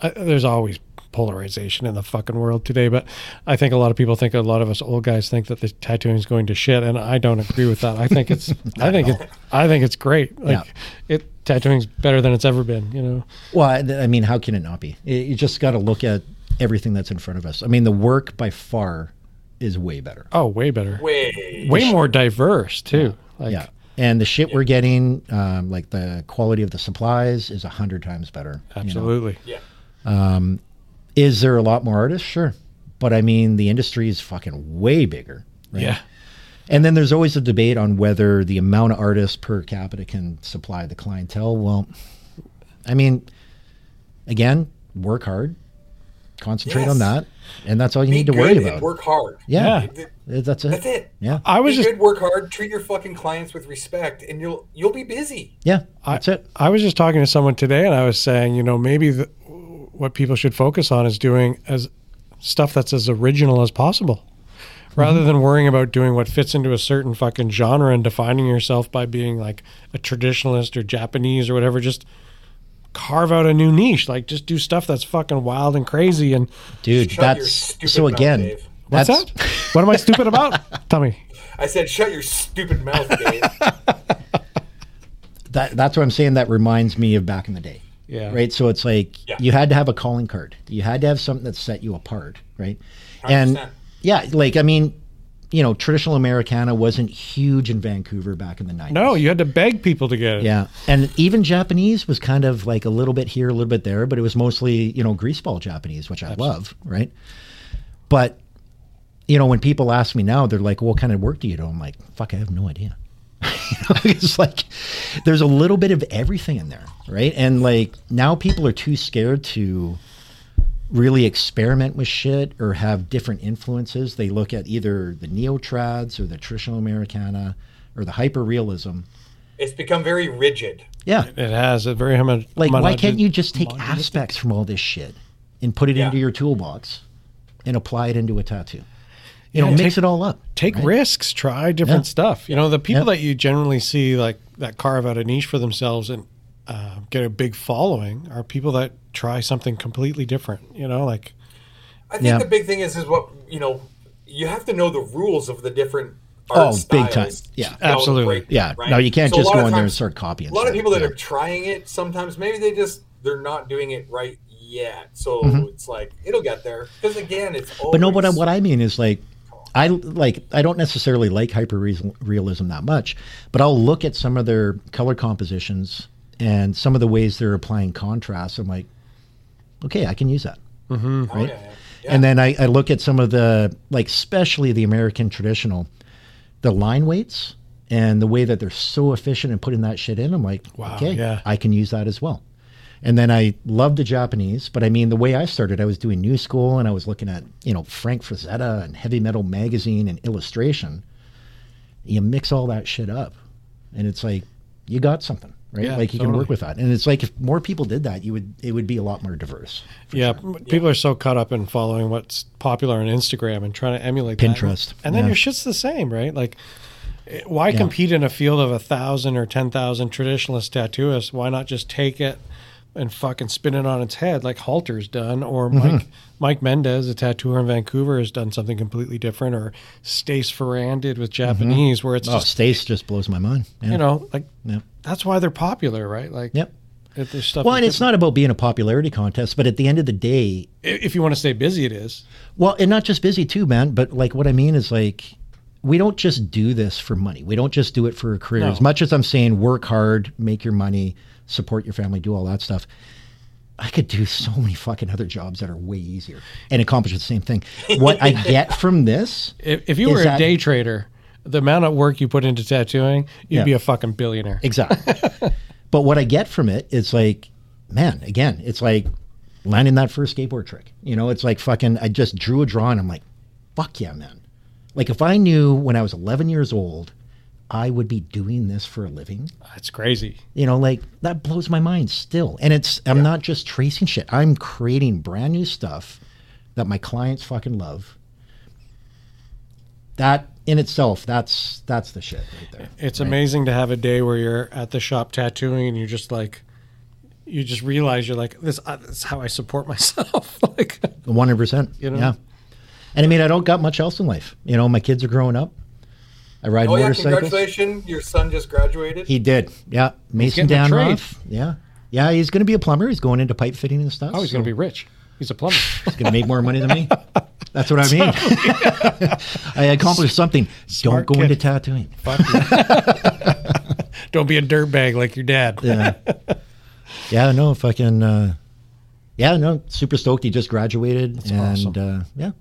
Speaker 1: I, there's always polarization in the fucking world today, but I think a lot of people think a lot of us old guys think that the tattooing is going to shit, and I don't agree with that. I think it's, I think it, I think it's great. Like it, tattooing's better than it's ever been. You know,
Speaker 5: Well, I, I mean, how can it not be? You you just got to look at everything that's in front of us. I mean, the work by far is way better.
Speaker 1: Oh, way better.
Speaker 7: Way,
Speaker 1: way more diverse too. Like,
Speaker 5: yeah. And the shit we're getting, um, like the quality of the supplies, is a hundred times better. you know?
Speaker 1: absolutely.
Speaker 5: Um, is there a lot more artists? Sure. But I mean, the industry is fucking way bigger.
Speaker 1: Yeah.
Speaker 5: And then there's always a debate on whether the amount of artists per capita can supply the clientele. Well, I mean, again, work hard, concentrate on
Speaker 7: Yes.
Speaker 5: that, and that's all you
Speaker 7: Be
Speaker 5: need to
Speaker 7: good
Speaker 5: worry
Speaker 7: and
Speaker 5: about.
Speaker 7: work hard.
Speaker 5: Yeah.
Speaker 7: Yeah.
Speaker 5: That's it.
Speaker 7: That's it.
Speaker 5: Yeah.
Speaker 1: I was
Speaker 7: Be
Speaker 1: just-
Speaker 7: good, work hard, treat your fucking clients with respect, and you'll you'll be busy.
Speaker 5: Yeah, that's
Speaker 1: I, it. I was just talking to someone today, and I was saying, you know, maybe the, what people should focus on is doing as stuff that's as original as possible, rather
Speaker 5: Mhm.
Speaker 1: than worrying about doing what fits into a certain fucking genre and defining yourself by being like a traditionalist or Japanese or whatever. Just carve out a new niche. Like, just do stuff that's fucking wild and crazy. And
Speaker 5: dude,
Speaker 7: Shut your that's- stupid so mouth, again, Dave.
Speaker 1: what's
Speaker 7: that's-
Speaker 1: that? what am I stupid about? Tell me.
Speaker 7: I said, shut your stupid mouth, Dave.
Speaker 5: that that's what I'm saying. That reminds me of back in the day.
Speaker 1: Yeah.
Speaker 5: Right. So it's like
Speaker 1: Yeah.
Speaker 5: you had to have a calling card. You had to have something that set you apart. Right. And yeah, like I mean, you know, traditional Americana wasn't huge in Vancouver back in the '90s.
Speaker 1: No, you had to beg people to get it.
Speaker 5: Yeah, and even Japanese was kind of like a little bit here, a little bit there, but it was mostly you know greaseball Japanese, which I
Speaker 1: Absolutely.
Speaker 5: love, right? But you know, when people ask me now, they're like, "What kind of work do you do?" I'm like, "Fuck, I have no idea." you know, it's like there's a little bit of everything in there, right? And like now, people are too scared to really experiment with shit or have different influences. They look at either the neo trads or the traditional Americana or the hyper realism.
Speaker 7: It's become very rigid.
Speaker 5: Yeah,
Speaker 1: it has a very homo-
Speaker 5: Like, why
Speaker 1: monog-
Speaker 5: can't you just take aspects from all this shit and put it into your toolbox and apply it into a tattoo? You know,
Speaker 1: Yeah,
Speaker 5: mix
Speaker 1: take-
Speaker 5: it all up.
Speaker 1: Take
Speaker 5: right?
Speaker 1: risks, try different
Speaker 5: Yeah.
Speaker 1: stuff. You know, the people
Speaker 5: Yeah.
Speaker 1: that you generally see like that carve out a niche for themselves and uh, get a big following are people that try something completely different. You know, like
Speaker 7: I think
Speaker 1: Yeah.
Speaker 7: the big thing is is what you know. You have to know the rules of the different. Art
Speaker 5: Oh, big time.
Speaker 7: styles
Speaker 5: Yeah.
Speaker 7: to be able to
Speaker 5: Absolutely.
Speaker 7: break them,
Speaker 5: Yeah.
Speaker 7: right?
Speaker 5: No, you can't
Speaker 7: a
Speaker 5: just
Speaker 7: lot
Speaker 5: go
Speaker 7: of
Speaker 5: in there and
Speaker 7: times-
Speaker 5: start copying
Speaker 7: A lot of
Speaker 5: shit,
Speaker 7: people that
Speaker 5: yeah.
Speaker 7: are trying it sometimes maybe they just they're not doing it right yet. So
Speaker 5: Mhm.
Speaker 7: it's like it'll get there because again, it's always,
Speaker 5: But no, what I, what I mean is like, I like I don't necessarily like hyper realism that much, but I'll look at some of their color compositions and some of the ways they're applying contrast. I'm like, okay, I can use that.
Speaker 1: Mm-hmm.
Speaker 5: right? And then I, I look at some of the, like, especially the American traditional, the line weights and the way that they're so efficient in putting that shit in. I'm like,
Speaker 1: Wow,
Speaker 5: okay,
Speaker 1: yeah.
Speaker 5: I can use that as well. And then I love the Japanese, but I mean, the way I started, I was doing New School and I was looking at, you know, Frank Frazetta and Heavy Metal Magazine and illustration. You mix all that shit up and it's like, you got something, right?
Speaker 1: Yeah,
Speaker 5: like you can
Speaker 1: totally.
Speaker 5: work with that. And it's like, if more people did that, you would, it would be a lot more diverse.
Speaker 1: yeah, m- people are so caught up in following what's popular on Instagram and trying to emulate that.
Speaker 5: Pinterest,
Speaker 1: and then
Speaker 5: yeah.
Speaker 1: your shit's the same, right? Like, eh, why
Speaker 5: Yeah.
Speaker 1: compete in a field of a thousand or ten thousand traditionalist tattooists? Why not just take it and fucking spin it on its head, like Halter's done, or
Speaker 5: Mhm.
Speaker 1: Mike Mike Mendez, a tattooer in Vancouver, has done something completely different, or Stace Ferran did with Japanese, where it's
Speaker 5: Mm-hmm. oh,
Speaker 1: just
Speaker 5: Stace just blows my mind. Yeah.
Speaker 1: you know, like
Speaker 5: Yeah.
Speaker 1: that's why they're popular, right? Like,
Speaker 5: Yep.
Speaker 1: If there's stuff
Speaker 5: Well,
Speaker 1: is
Speaker 5: and it's
Speaker 1: different.
Speaker 5: not about being a popularity contest, but at the end of the day,
Speaker 1: If if you want to stay busy, it is.
Speaker 5: well, and not just busy too, man, but like what I mean is like we don't just do this for money. We don't just do it for a career.
Speaker 1: No.
Speaker 5: As much as I'm saying, work hard, make your money, support your family, do all that stuff. I could do so many fucking other jobs that are way easier and accomplish the same thing. What I get from this,
Speaker 1: If, if you
Speaker 5: is
Speaker 1: were a
Speaker 5: that-
Speaker 1: day trader, the amount of work you put into tattooing, you'd
Speaker 5: Yeah.
Speaker 1: be a fucking billionaire.
Speaker 5: Exactly. but what I get from it is like, man, again, it's like landing that first skateboard trick. You know, it's like fucking, I just drew a drawing. I'm like, fuck yeah, man. Like if I knew when I was 11 years old, I would be doing this for a living.
Speaker 1: That's crazy.
Speaker 5: You know, like that blows my mind still. And it's, I'm not just tracing shit, I'm creating brand new stuff that my clients fucking love. That in itself, that's that's the shit right there.
Speaker 1: It's
Speaker 5: right?
Speaker 1: amazing to have a day where you're at the shop tattooing and you're just like, you just realize you're like, this, uh, this is how I support myself. like,
Speaker 5: One hundred percent.
Speaker 1: You know?
Speaker 5: Yeah. And I mean, I don't got much else in life. You know, my kids are growing up. I ride
Speaker 7: oh yeah,
Speaker 5: motorcycles.
Speaker 7: congratulations! Your son just graduated.
Speaker 5: he did. Yeah. Mason
Speaker 7: getting a trade.
Speaker 5: Danroff. Yeah. Yeah. He's going to be a plumber. He's going into pipe fitting and stuff.
Speaker 1: oh, he's going to be rich. He's a plumber.
Speaker 5: He's going to make more money than me. That's what I mean. I accomplished something.
Speaker 1: Smart
Speaker 5: don't go into
Speaker 1: kid.
Speaker 5: tattooing.
Speaker 1: Fuck you. Don't be a dirtbag like your dad.
Speaker 5: Yeah. Yeah. No, fucking. Uh, yeah. No, super stoked. He just graduated. and uh, yeah.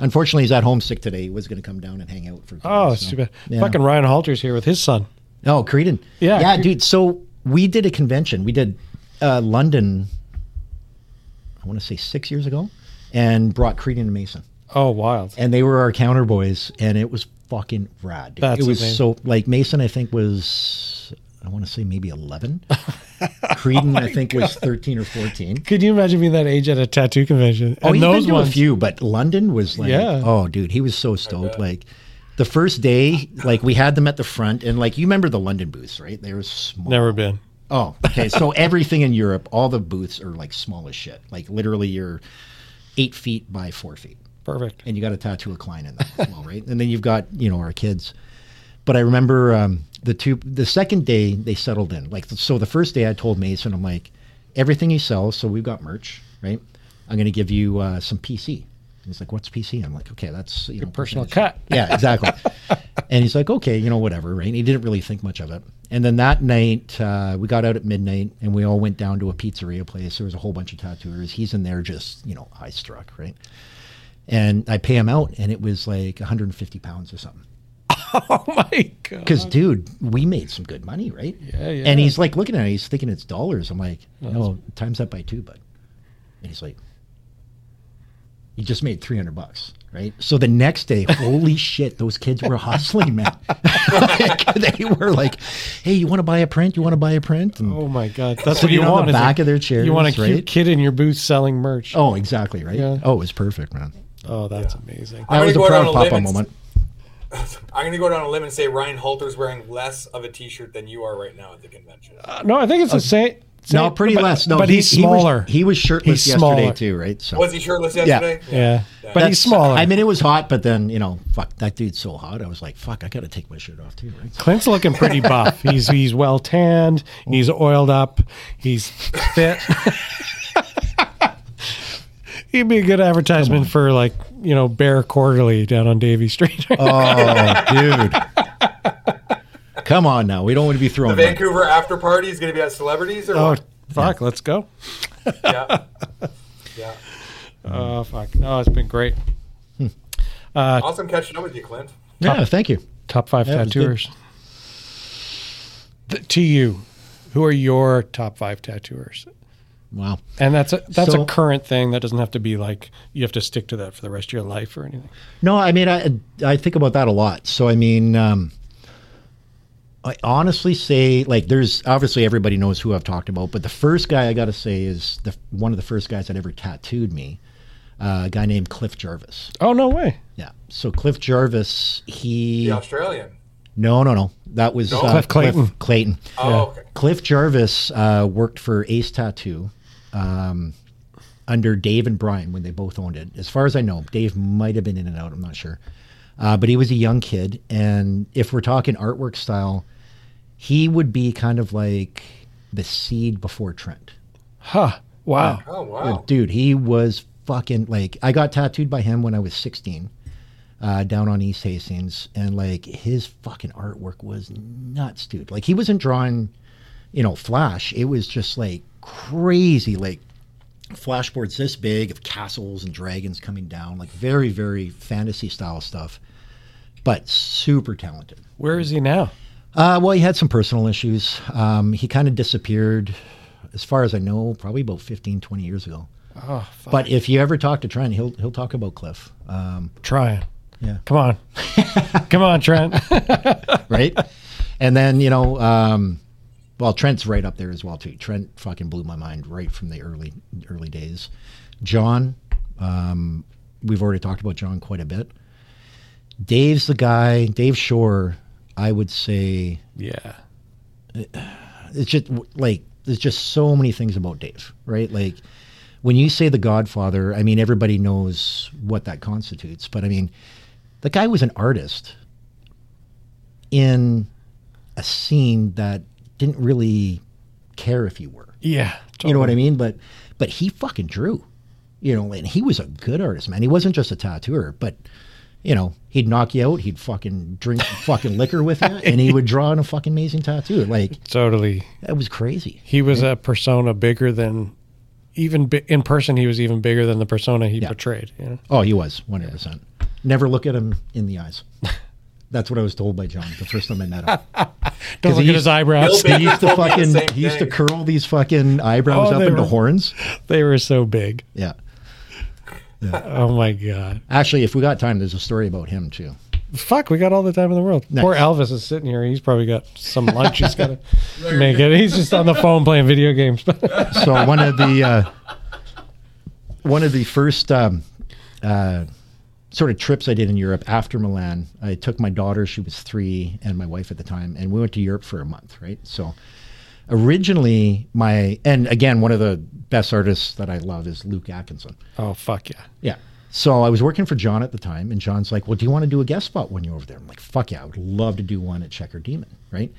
Speaker 5: Unfortunately, he's at home sick today. He was going to come down and hang out for.
Speaker 1: oh, it's too bad.
Speaker 5: Yeah.
Speaker 1: Fucking Ryan Halter's here with his son.
Speaker 5: Oh, Creedon.
Speaker 1: Yeah.
Speaker 5: Yeah, dude. So we did a convention. We did uh, London, I want to say six years ago, and brought Creedon and Mason.
Speaker 1: Oh, wild.
Speaker 5: And they were our counter boys, and it was fucking rad. dude.
Speaker 1: That's
Speaker 5: it was
Speaker 1: amazing.
Speaker 5: so, like, Mason, I think, was, I want to say maybe 11.
Speaker 1: Oh
Speaker 5: Creedon, I think, was 13 or 14.
Speaker 1: Could you imagine being that age at a tattoo convention?
Speaker 5: Oh,
Speaker 1: and
Speaker 5: he's
Speaker 1: those
Speaker 5: been to
Speaker 1: ones.
Speaker 5: a few, but London was like,
Speaker 1: Yeah.
Speaker 5: oh, dude, he was so stoked. Like, the first day, like, we had them at the front, and like, you remember the London booths, right? They were small.
Speaker 1: Never been.
Speaker 5: Oh, okay. So everything in Europe, all the booths are like small as shit. Like literally, you're eight feet by four feet.
Speaker 1: Perfect.
Speaker 5: And you got to tattoo a client in that as well, right? And then you've got you know our kids. But I remember um, the two. The second day they settled in. Like so, the first day I told Mason, I'm like, everything you sell. So we've got merch, right? I'm going to give you uh, some PC. And he's like, what's PC? I'm like, okay, that's you know,
Speaker 1: personal
Speaker 5: percentage."
Speaker 1: cut.
Speaker 5: Yeah, exactly. and he's like, okay, you know, whatever, right? And he didn't really think much of it. And then that night, uh, we got out at midnight and we all went down to a pizzeria place. There was a whole bunch of tattooers. He's in there just, you know, eye struck, right? And I pay him out and it was like 150 pounds or something. Oh my God. Because, dude, we made some good money, right?
Speaker 1: Uh-huh. Yeah, yeah.
Speaker 5: And he's like looking at it, he's thinking it's dollars. I'm like, no, times that by two, bud. And he's like, you just made 300 bucks, right? So the next day, holy shit, those kids were hustling, man. Like, they were like, hey, you want to buy a print? You want to buy a print? And
Speaker 1: Oh my god, that's what
Speaker 5: sitting
Speaker 1: you
Speaker 5: on
Speaker 1: want.
Speaker 5: The
Speaker 1: is
Speaker 5: back
Speaker 1: a-
Speaker 5: of their chairs.
Speaker 1: You want a cute
Speaker 5: right?
Speaker 1: kid in your booth selling merch.
Speaker 5: Oh, exactly, right?
Speaker 1: Yeah.
Speaker 5: Oh, it was perfect, man.
Speaker 1: Oh, that's amazing.
Speaker 5: That was a
Speaker 7: gonna go
Speaker 5: proud
Speaker 7: down a
Speaker 5: papa
Speaker 7: limb and-
Speaker 5: moment.
Speaker 7: I'm going to go down a limb and say Ryan Halter's wearing less of a T-shirt than you are right now at the convention.
Speaker 1: Uh, no, I think it's the same.
Speaker 5: No,
Speaker 1: same-
Speaker 5: pretty
Speaker 1: but-
Speaker 5: less. No,
Speaker 1: but
Speaker 5: he-
Speaker 1: he's
Speaker 5: he was-
Speaker 1: smaller.
Speaker 5: he was shirtless
Speaker 1: He's
Speaker 5: yesterday
Speaker 1: smaller.
Speaker 5: too, right? So-
Speaker 7: Was he shirtless yesterday?
Speaker 5: Yeah. yeah.
Speaker 1: But he's smaller.
Speaker 5: I mean, it was hot, but then, you know, fuck, that dude's so hot. I was like, fuck, I got to take my shirt off too, right?
Speaker 1: Clint's looking pretty buff. He's he's well tanned. He's oiled up. He's fit. He'd be a good advertisement for like you know Bear Quarterly down on Davy Street.
Speaker 5: Oh, dude. Come on now. We don't want to be
Speaker 7: The
Speaker 5: thrown back.
Speaker 7: Vancouver after party is going to be at celebrities or
Speaker 1: Oh
Speaker 7: what?
Speaker 1: fuck! Let's go.
Speaker 7: yeah, yeah.
Speaker 1: Oh fuck! No, it's been great. Uh,
Speaker 7: awesome catching up with you, Clint.
Speaker 5: Yeah, thank you.
Speaker 1: Top five
Speaker 5: That was good.
Speaker 1: tattooers. Th- to you, who are your top five tattooers?
Speaker 5: Wow.
Speaker 1: And that's a that's
Speaker 5: So-
Speaker 1: a current thing that doesn't have to be like you have to stick to that for the rest of your life or anything.
Speaker 5: No, I mean, I, I think about that a lot. So, I mean, um, I honestly say, like, there's obviously everybody knows who I've talked about, but the first guy I got to say is the one of the first guys that ever tattooed me, uh, a guy named Cliff Jarvis.
Speaker 1: Oh no way!
Speaker 5: Yeah. So, Cliff Jarvis, he.
Speaker 7: The Australian.
Speaker 5: No, no, no. That was
Speaker 7: No?
Speaker 5: uh,
Speaker 7: Cliff Clayton.
Speaker 5: Clayton.
Speaker 7: Oh, Yeah. okay.
Speaker 5: Cliff Jarvis uh, worked for Ace Tattoo um, under Dave and Brian when they both owned it. As far as I know, Dave might have been in and out. I'm not sure. Uh, but he was a young kid. And if we're talking artwork style, he would be kind of like the seed before Trent.
Speaker 1: Huh. Wow.
Speaker 7: Oh, wow.
Speaker 5: Dude, he was fucking like, I got tattooed by him when I was 16. uh, down on East Hastings, and like his fucking artwork was nuts, dude. Like he wasn't drawing, you know, flash. It was just like crazy, like flashboards this big of castles and dragons coming down, like very, very fantasy style stuff. But super talented.
Speaker 1: Where is he now?
Speaker 5: Uh, well, he had some personal issues. Um, he kind of disappeared, as far as I know, probably about 15, 20 years ago.
Speaker 1: Oh, fuck.
Speaker 5: But if you ever talk to Trent, he'll he'll talk about Cliff. Um,
Speaker 1: Trying.
Speaker 5: Yeah.
Speaker 1: Come on. Come on, Trent.
Speaker 5: right? And then, you know, um, well, Trent's right up there as well too. Trent fucking blew my mind right from the early early days. John, um, we've already talked about John quite a bit. Dave's the guy. Dave Shore, I would say.
Speaker 1: Yeah.
Speaker 5: It's just like there's just so many things about Dave, right? Like when you say the Godfather, I mean everybody knows what that constitutes, but I mean the guy was an artist in a scene that didn't really care if you were.
Speaker 1: Yeah,
Speaker 5: You know what I
Speaker 1: totally.
Speaker 5: mean? But but he fucking drew. You know, and he was a good artist, man. He wasn't just a tattooer, but you know, he'd knock you out, he'd fucking drink fucking liquor with you, and he would draw on a fucking amazing tattoo. Like
Speaker 1: Totally.
Speaker 5: That was crazy.
Speaker 1: He was a persona bigger than even bi- in person. He was even bigger than the persona he portrayed. You know?
Speaker 5: Oh, he was 100%. Never look at him in the eyes. That's what I was told by John the first time I met him. 'Cause
Speaker 1: look
Speaker 5: he
Speaker 1: at
Speaker 5: used-
Speaker 1: his eyebrows.
Speaker 5: He used to
Speaker 1: Bill Baker told me the
Speaker 5: fucking
Speaker 1: same
Speaker 5: he used to
Speaker 1: thing.
Speaker 5: curl these fucking eyebrows
Speaker 1: Oh,
Speaker 5: up
Speaker 1: they
Speaker 5: into
Speaker 1: were-
Speaker 5: horns.
Speaker 1: They were so big.
Speaker 5: Yeah.
Speaker 1: Oh my god.
Speaker 5: Actually, if we got time, there's a story about him too.
Speaker 1: Fuck, we got all the time in the world.
Speaker 5: Nice.
Speaker 1: Poor Elvis is sitting here. He's probably got some lunch he's got to make it. He's just on the phone playing video games.
Speaker 5: so one of the uh, one of the first um, uh, sort of trips I did in Europe after Milan, I took my daughter. She was three, and my wife at the time, and we went to Europe for a month. Right, so originally my and again one of the best artists that I love is Luke Atkinson.
Speaker 1: Oh fuck yeah.
Speaker 5: Yeah. So I was working for John at the time, and John's like, "Well, do you want to do a guest spot when you're over there?" I'm like, "Fuck yeah, I would love to do one at Checker Demon, right?"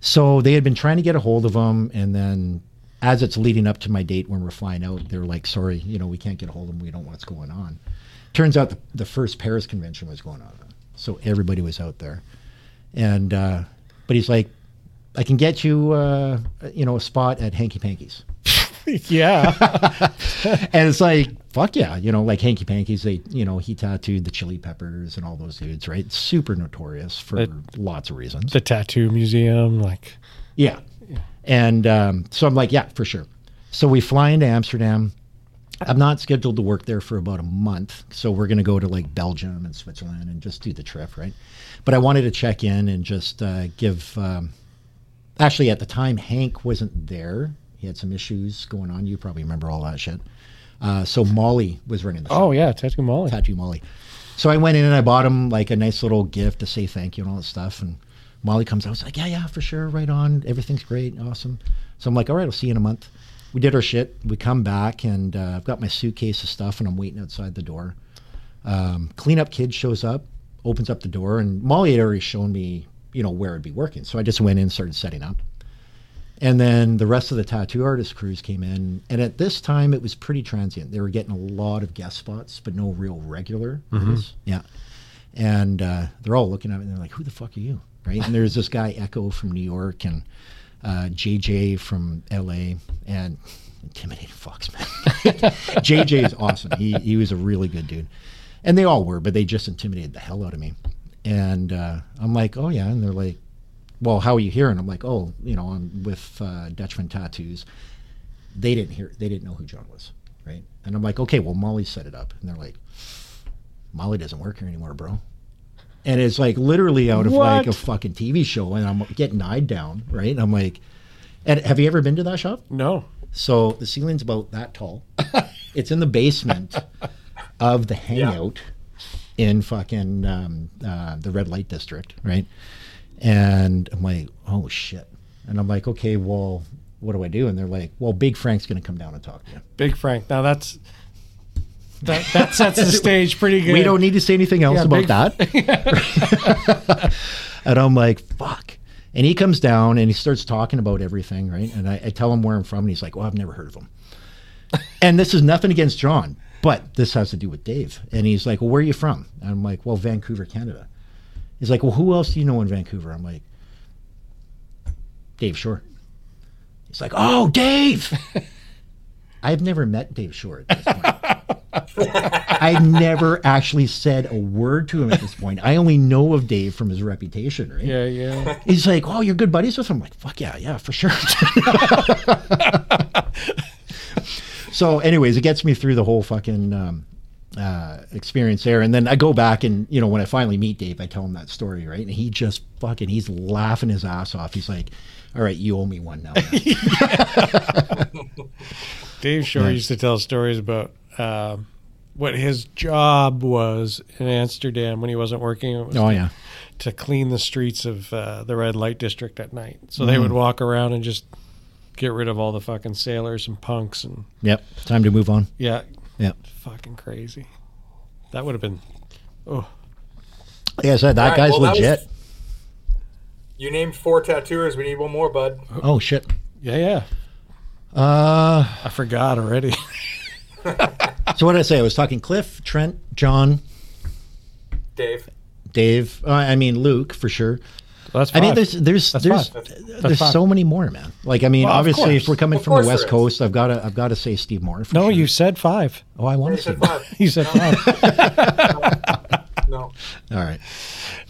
Speaker 5: So they had been trying to get a hold of him, and then as it's leading up to my date when we're flying out, they're like, "Sorry, you know, we can't get a hold of him. We don't know what's going on." Turns out the, the first Paris convention was going on, so everybody was out there, and uh, but he's like, "I can get you, uh, you know, a spot at Hanky Panky's."
Speaker 1: yeah.
Speaker 5: and it's like, fuck yeah, you know, like Hanky Panky's, they, you know, he tattooed the Chili Peppers and all those dudes, right? Super notorious for
Speaker 1: It-
Speaker 5: lots of reasons.
Speaker 1: The tattoo museum, like
Speaker 5: Yeah. And um, so I'm like, yeah, for sure. So we fly into Amsterdam. I'm not scheduled to work there for about a month. So we're going to go to like Belgium and Switzerland and just do the trip, right? But I wanted to check in and just uh, give. Um, actually, at the time, Hank wasn't there. He had some issues going on. You probably remember all that shit. Uh, so Molly was running the show.
Speaker 1: Oh, yeah, Tattoo Molly.
Speaker 5: Tattoo Molly. So I went in and I bought him like a nice little gift to say thank you and all that stuff. And Molly comes out, was like, yeah, yeah, for sure, right on. Everything's great, awesome. So I'm like, all right, I'll see you in a month. We did our shit. We come back and uh, I've got my suitcase of stuff and I'm waiting outside the door. Um, cleanup kid shows up, opens up the door, and Molly had already shown me, you know, where I'd be working. So I just went in, and started setting up. And then the rest of the tattoo artist crews came in. And at this time, it was pretty transient. They were getting a lot of guest spots, but no real regular.
Speaker 1: Mhm.
Speaker 5: artists. Yeah. And uh, they're all looking at me and they're like, who the fuck are you? Right. And there's this guy, Echo from New York, and uh, JJ from LA, and intimidating fucks, man. JJ is awesome. He, he was a really good dude. And they all were, but they just intimidated the hell out of me. And uh, I'm like, oh, yeah. And they're like, well, how are you here? And I'm like, oh, you know, I'm with uh, Dutchman Tattoos. They didn't hear, they didn't know who John was, right? And I'm like, okay, well, Molly set it up. And they're like, Molly doesn't work here anymore, bro. And it's like literally out of like a
Speaker 1: What?
Speaker 5: fucking TV show, and I'm getting eyed down, right? And I'm like, and have you ever been to that shop?
Speaker 1: No.
Speaker 5: So the ceiling's about that tall. it's in the basement of the hangout in fucking um, uh, the red light district, right? And I'm like, oh shit. And I'm like, okay, well, what do I do? And they're like, well, Big Frank's going to come down and talk to you.
Speaker 1: Big Frank. Now that's that that sets the stage pretty good.
Speaker 5: We don't need to say anything else
Speaker 1: Yeah,
Speaker 5: about
Speaker 1: Big-
Speaker 5: that. and I'm like, fuck. And he comes down and he starts talking about "Oh, everything, right? And I, I tell him where I'm from, and he's like, well, I've never heard of him. And this is nothing against John, But this has to do with Dave. And he's like, Well, where are you from? And I'm like, Well, Vancouver, Canada. He's like, Well, who else do you know in Vancouver? I'm like, Dave Short. He's like, Oh, Dave. I've never met Dave Short at this point. I've never actually said a word to him at this point. I only know of Dave from his reputation, right?
Speaker 1: Yeah, yeah.
Speaker 5: He's like, Oh, you're good buddies with him? I'm like, Fuck yeah, yeah, for sure. so anyways it gets me through the whole fucking um, uh, experience there and then i go back and you know when i finally meet dave i tell him that story right and he just fucking he's laughing his ass off he's like all right you owe me one now
Speaker 1: Dave Shore
Speaker 5: Yeah.
Speaker 1: used to tell stories about um what his job was in Amsterdam when he wasn't working. It was
Speaker 5: Oh,
Speaker 1: to-
Speaker 5: yeah.
Speaker 1: to clean the streets of uh, the red light district at night. So they
Speaker 5: Mhm.
Speaker 1: would walk around and just get rid of all the fucking sailors and punks and
Speaker 5: yep time to move on
Speaker 1: yeah,
Speaker 5: yeah
Speaker 1: fucking crazy. That would have been oh
Speaker 5: like i said that
Speaker 7: All right,
Speaker 5: guy's
Speaker 7: well, that was-
Speaker 5: legit
Speaker 7: You named four tattooers. We need one more, bud.
Speaker 5: oh shit
Speaker 1: yeah yeah
Speaker 5: uh
Speaker 1: I forgot already.
Speaker 5: so what did i say i was talking cliff trent john
Speaker 7: Dave.
Speaker 5: dave uh, i mean luke for sure
Speaker 1: that's
Speaker 5: I mean,
Speaker 1: five.
Speaker 5: there's there's
Speaker 1: That's
Speaker 5: there's
Speaker 1: five. That's
Speaker 5: there's
Speaker 1: five.
Speaker 5: so many more, man. Like, I mean,
Speaker 1: Well, of
Speaker 5: obviously, if
Speaker 1: course.
Speaker 5: we're coming
Speaker 1: Of
Speaker 5: from
Speaker 1: course
Speaker 5: the
Speaker 1: there
Speaker 5: West
Speaker 1: is.
Speaker 5: Coast, I've got to I've got to say Steve Moore.
Speaker 1: No, you said five.
Speaker 5: Oh, I want to say five. you said five.
Speaker 7: no.
Speaker 5: All right.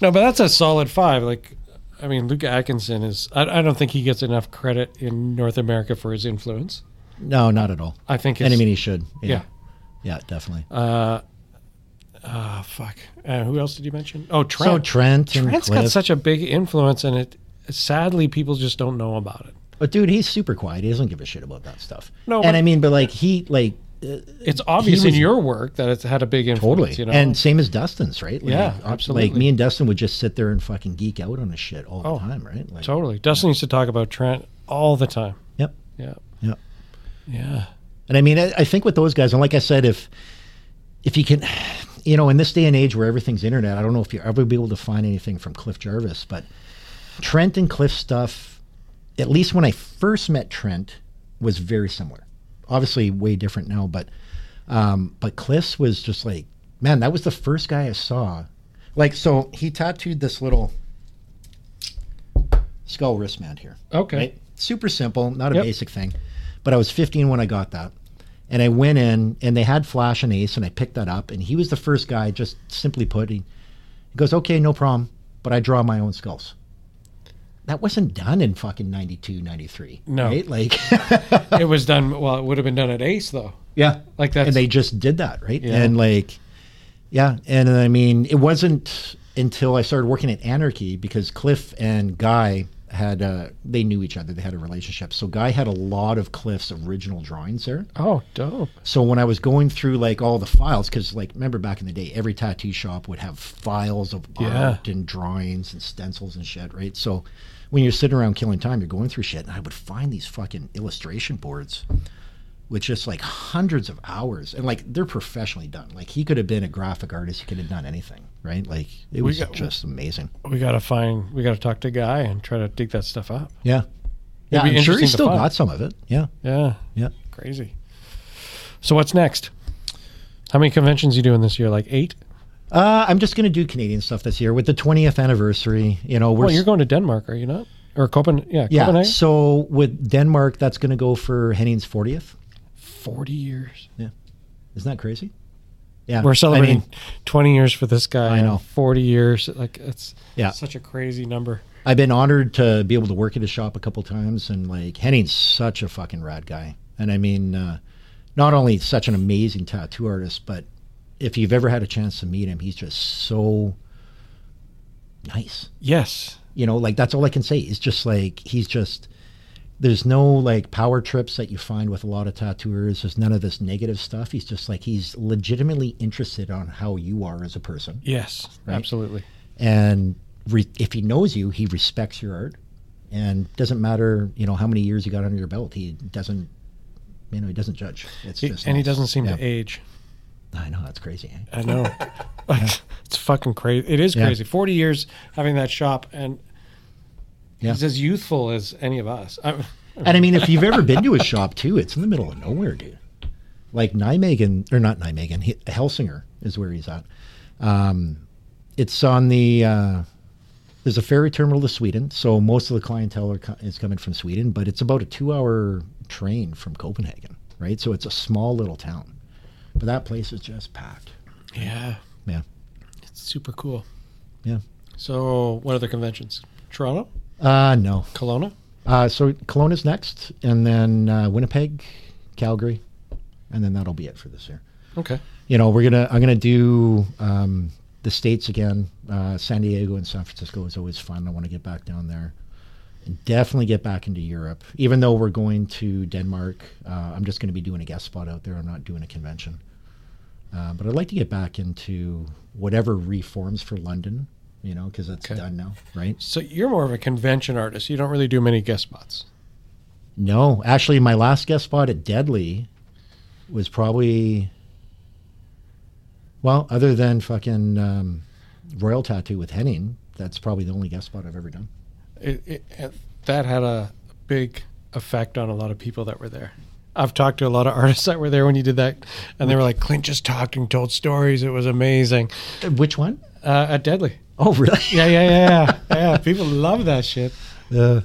Speaker 1: No, but that's a solid five. Like, I mean, Luke Atkinson is. I, I don't think he gets enough credit in North America for his influence.
Speaker 5: No, not at all.
Speaker 1: I think.
Speaker 5: And I
Speaker 1: it's-
Speaker 5: mean, he should.
Speaker 1: Yeah.
Speaker 5: Yeah. Yeah, definitely.
Speaker 1: Uh, uh, fuck. Uh, who else did you mention? Oh, Trent.
Speaker 5: So Trent and
Speaker 1: Trent's got
Speaker 5: Cliff.
Speaker 1: such a big influence, and it sadly people just don't know about it.
Speaker 5: But dude, he's super quiet. He doesn't give a shit about that stuff.
Speaker 1: No,
Speaker 5: and
Speaker 1: but-
Speaker 5: I mean, but like he like uh,
Speaker 1: It's obvious
Speaker 5: he
Speaker 1: in
Speaker 5: was-
Speaker 1: your work that it's had a big influence.
Speaker 5: Totally.
Speaker 1: You know?
Speaker 5: And same as Dustin's, right? Like,
Speaker 1: Yeah,
Speaker 5: uh,
Speaker 1: absolutely.
Speaker 5: Like me and Dustin would just sit there and fucking geek out on his shit all
Speaker 1: Oh.
Speaker 5: the time, right? Like,
Speaker 1: totally. Dustin used to talk about Trent all the time.
Speaker 5: Yep.
Speaker 1: Yeah.
Speaker 5: Yep.
Speaker 1: Yeah.
Speaker 5: And I mean, I, I think with those guys, and like I said, if if you can, you know, in this day and age where everything's internet, I don't know if you'll ever be able to find anything from Cliff Jarvis, but Trent and Cliff stuff, at least when I first met Trent, was very similar. Obviously, way different now, but um, but Cliff's was just like, man, that was the first guy I saw. Like, so he tattooed this little skull wristband here.
Speaker 1: Okay.
Speaker 5: Super simple, not a
Speaker 1: Yep.
Speaker 5: basic thing. But I was 15 when I got that. And I went in and they had Flash and Ace and I picked that up and he was the first guy just simply put he, he goes, "Okay, no problem, but I draw my own skulls." That wasn't done in fucking 92, 93.
Speaker 1: No.
Speaker 5: Right? Like
Speaker 1: it was done. Well, it would have been done at Ace though.
Speaker 5: yeah,
Speaker 1: Like that's-
Speaker 5: And they just did that, right?
Speaker 1: Yeah.
Speaker 5: And like, yeah, and I mean, it wasn't until I started working at Anarchy because Cliff and Guy had uh, they knew each other, they had a relationship. So Guy had a lot of Cliff's original drawings there.
Speaker 1: Oh, dope.
Speaker 5: So when I was going through like all the files, because like remember back in the day, every tattoo shop would have files of
Speaker 1: Yeah.
Speaker 5: art and drawings and stencils and shit, right? So when you're sitting around killing time, you're going through shit, and I would find these fucking illustration boards with just like hundreds of hours, and like they're professionally done. Like he could have been a graphic artist, he could have done anything, right? Like
Speaker 1: We
Speaker 5: it was
Speaker 1: got-
Speaker 5: just amazing.
Speaker 1: We gotta find. We gotta talk to Guy and try to dig that stuff up.
Speaker 5: Yeah, yeah,
Speaker 1: It'd be
Speaker 5: I'm sure
Speaker 1: interesting
Speaker 5: he
Speaker 1: to
Speaker 5: still
Speaker 1: find.
Speaker 5: got some of it. Yeah,
Speaker 1: Yeah.
Speaker 5: yeah.
Speaker 1: Crazy. So what's next? How many conventions you doing this year? Like eight?
Speaker 5: Uh, I'm just gonna do Canadian stuff this year with the 20th anniversary. You know, we're
Speaker 1: well, you're going to Denmark, are you not? Or Copenhagen? Yeah,
Speaker 5: Yeah.
Speaker 1: Copenhagen.
Speaker 5: So with Denmark, that's going to go for Henning's 40th.
Speaker 1: Forty years.
Speaker 5: Yeah. Isn't that crazy? Yeah. I
Speaker 1: We're celebrating
Speaker 5: mean,
Speaker 1: twenty years for this guy.
Speaker 5: I know.
Speaker 1: and Forty years. Like it's
Speaker 5: Yeah.
Speaker 1: such a crazy number.
Speaker 5: I've been honored to be able to work at his shop a couple times, and like Henning's such a fucking rad guy. And I mean, uh, not only such an amazing tattoo artist, but if you've ever had a chance to meet him, he's just so nice.
Speaker 1: Yes.
Speaker 5: You know, like that's all I can say. It's just like he's just there's no like power trips that you find with a lot of tattooers. There's none of this negative stuff. He's just like he's legitimately interested on how you are as a person.
Speaker 1: Yes.
Speaker 5: Right.
Speaker 1: Absolutely.
Speaker 5: And re- if he knows you, he respects your art. And doesn't matter, you know, how many years you got under your belt. He doesn't, you know, he doesn't judge. It's
Speaker 1: He-
Speaker 5: just
Speaker 1: and he
Speaker 5: nuts.
Speaker 1: doesn't seem
Speaker 5: Yeah.
Speaker 1: to age.
Speaker 5: I know that's crazy. eh?
Speaker 1: I know. it's fucking crazy. It is
Speaker 5: Yeah.
Speaker 1: crazy. Forty years having that shop, and
Speaker 5: Yeah.
Speaker 1: he's as youthful as any of us. I,
Speaker 5: And I mean, if you've ever been to his shop too, it's in the middle of nowhere, dude. like Nijmegen or not Nijmegen, he, Helsinger is where he's at. Um, it's on the uh, there's a ferry terminal to Sweden, so most of the clientele are, co- is coming from Sweden, but it's about a two-hour train from Copenhagen, right? So it's a small little town, but that place is just packed.
Speaker 1: Yeah.
Speaker 5: Yeah.
Speaker 1: It's super cool.
Speaker 5: Yeah.
Speaker 1: So, what other conventions? Toronto?
Speaker 5: Uh, no.
Speaker 1: Kelowna?
Speaker 5: Uh, so Kelowna is next, and then uh, Winnipeg, Calgary, and then that'll be it for this year.
Speaker 1: Okay.
Speaker 5: You know, we're gonna I'm gonna do um, the states again. Uh, San Diego and San Francisco is always fun. I want to get back down there, and definitely get back into Europe. Even though we're going to Denmark, uh, I'm just gonna be doing a guest spot out there. I'm not doing a convention. Uh, but I'd like to get back into whatever reforms for London, you know, because that's done now, right?
Speaker 1: So, you're more of a convention artist. You don't really do many guest spots.
Speaker 5: No, actually, my last guest spot at Deadly was probably, well, other than fucking um, Royal Tattoo with Henning, that's probably the only guest spot I've ever done.
Speaker 1: It, it, it, that had a big effect on a lot of people that were there. I've talked to a lot of artists that were there when you did that, and they were like, Clint just talked and told stories. It was amazing.
Speaker 5: Which one?
Speaker 1: Uh, at Deadly.
Speaker 5: Oh, really?
Speaker 1: Yeah, yeah, yeah. yeah, people love that shit.
Speaker 5: Uh,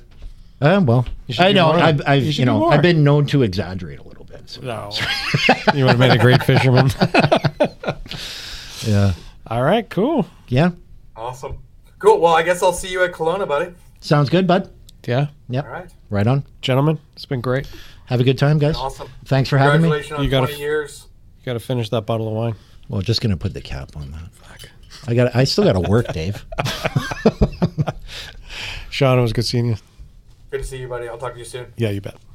Speaker 5: uh, well,
Speaker 1: You should
Speaker 5: I
Speaker 1: do
Speaker 5: know
Speaker 1: more.
Speaker 5: I've, I've
Speaker 1: You
Speaker 5: you,
Speaker 1: should do
Speaker 5: know
Speaker 1: more.
Speaker 5: I've been known to exaggerate a little bit. So.
Speaker 1: No, you would have made a great fisherman.
Speaker 5: yeah.
Speaker 1: All right. Cool.
Speaker 5: Yeah.
Speaker 7: Awesome. Cool. Well, I guess I'll see you at Kelowna, buddy.
Speaker 5: Sounds good, bud.
Speaker 1: Yeah.
Speaker 5: Yep.
Speaker 7: All right.
Speaker 5: Right on,
Speaker 1: gentlemen. It's been great.
Speaker 5: Have a good time, guys.
Speaker 7: Awesome.
Speaker 5: Thanks for having me.
Speaker 7: Congratulations on 20 years.
Speaker 1: You gotta finish that bottle of wine.
Speaker 5: Well, just gonna put the cap on that. Fuck. I got. I still got to work, Dave.
Speaker 1: Sean, it was good seeing you.
Speaker 7: Good to see you, buddy. I'll talk to you soon.
Speaker 1: Yeah, you bet.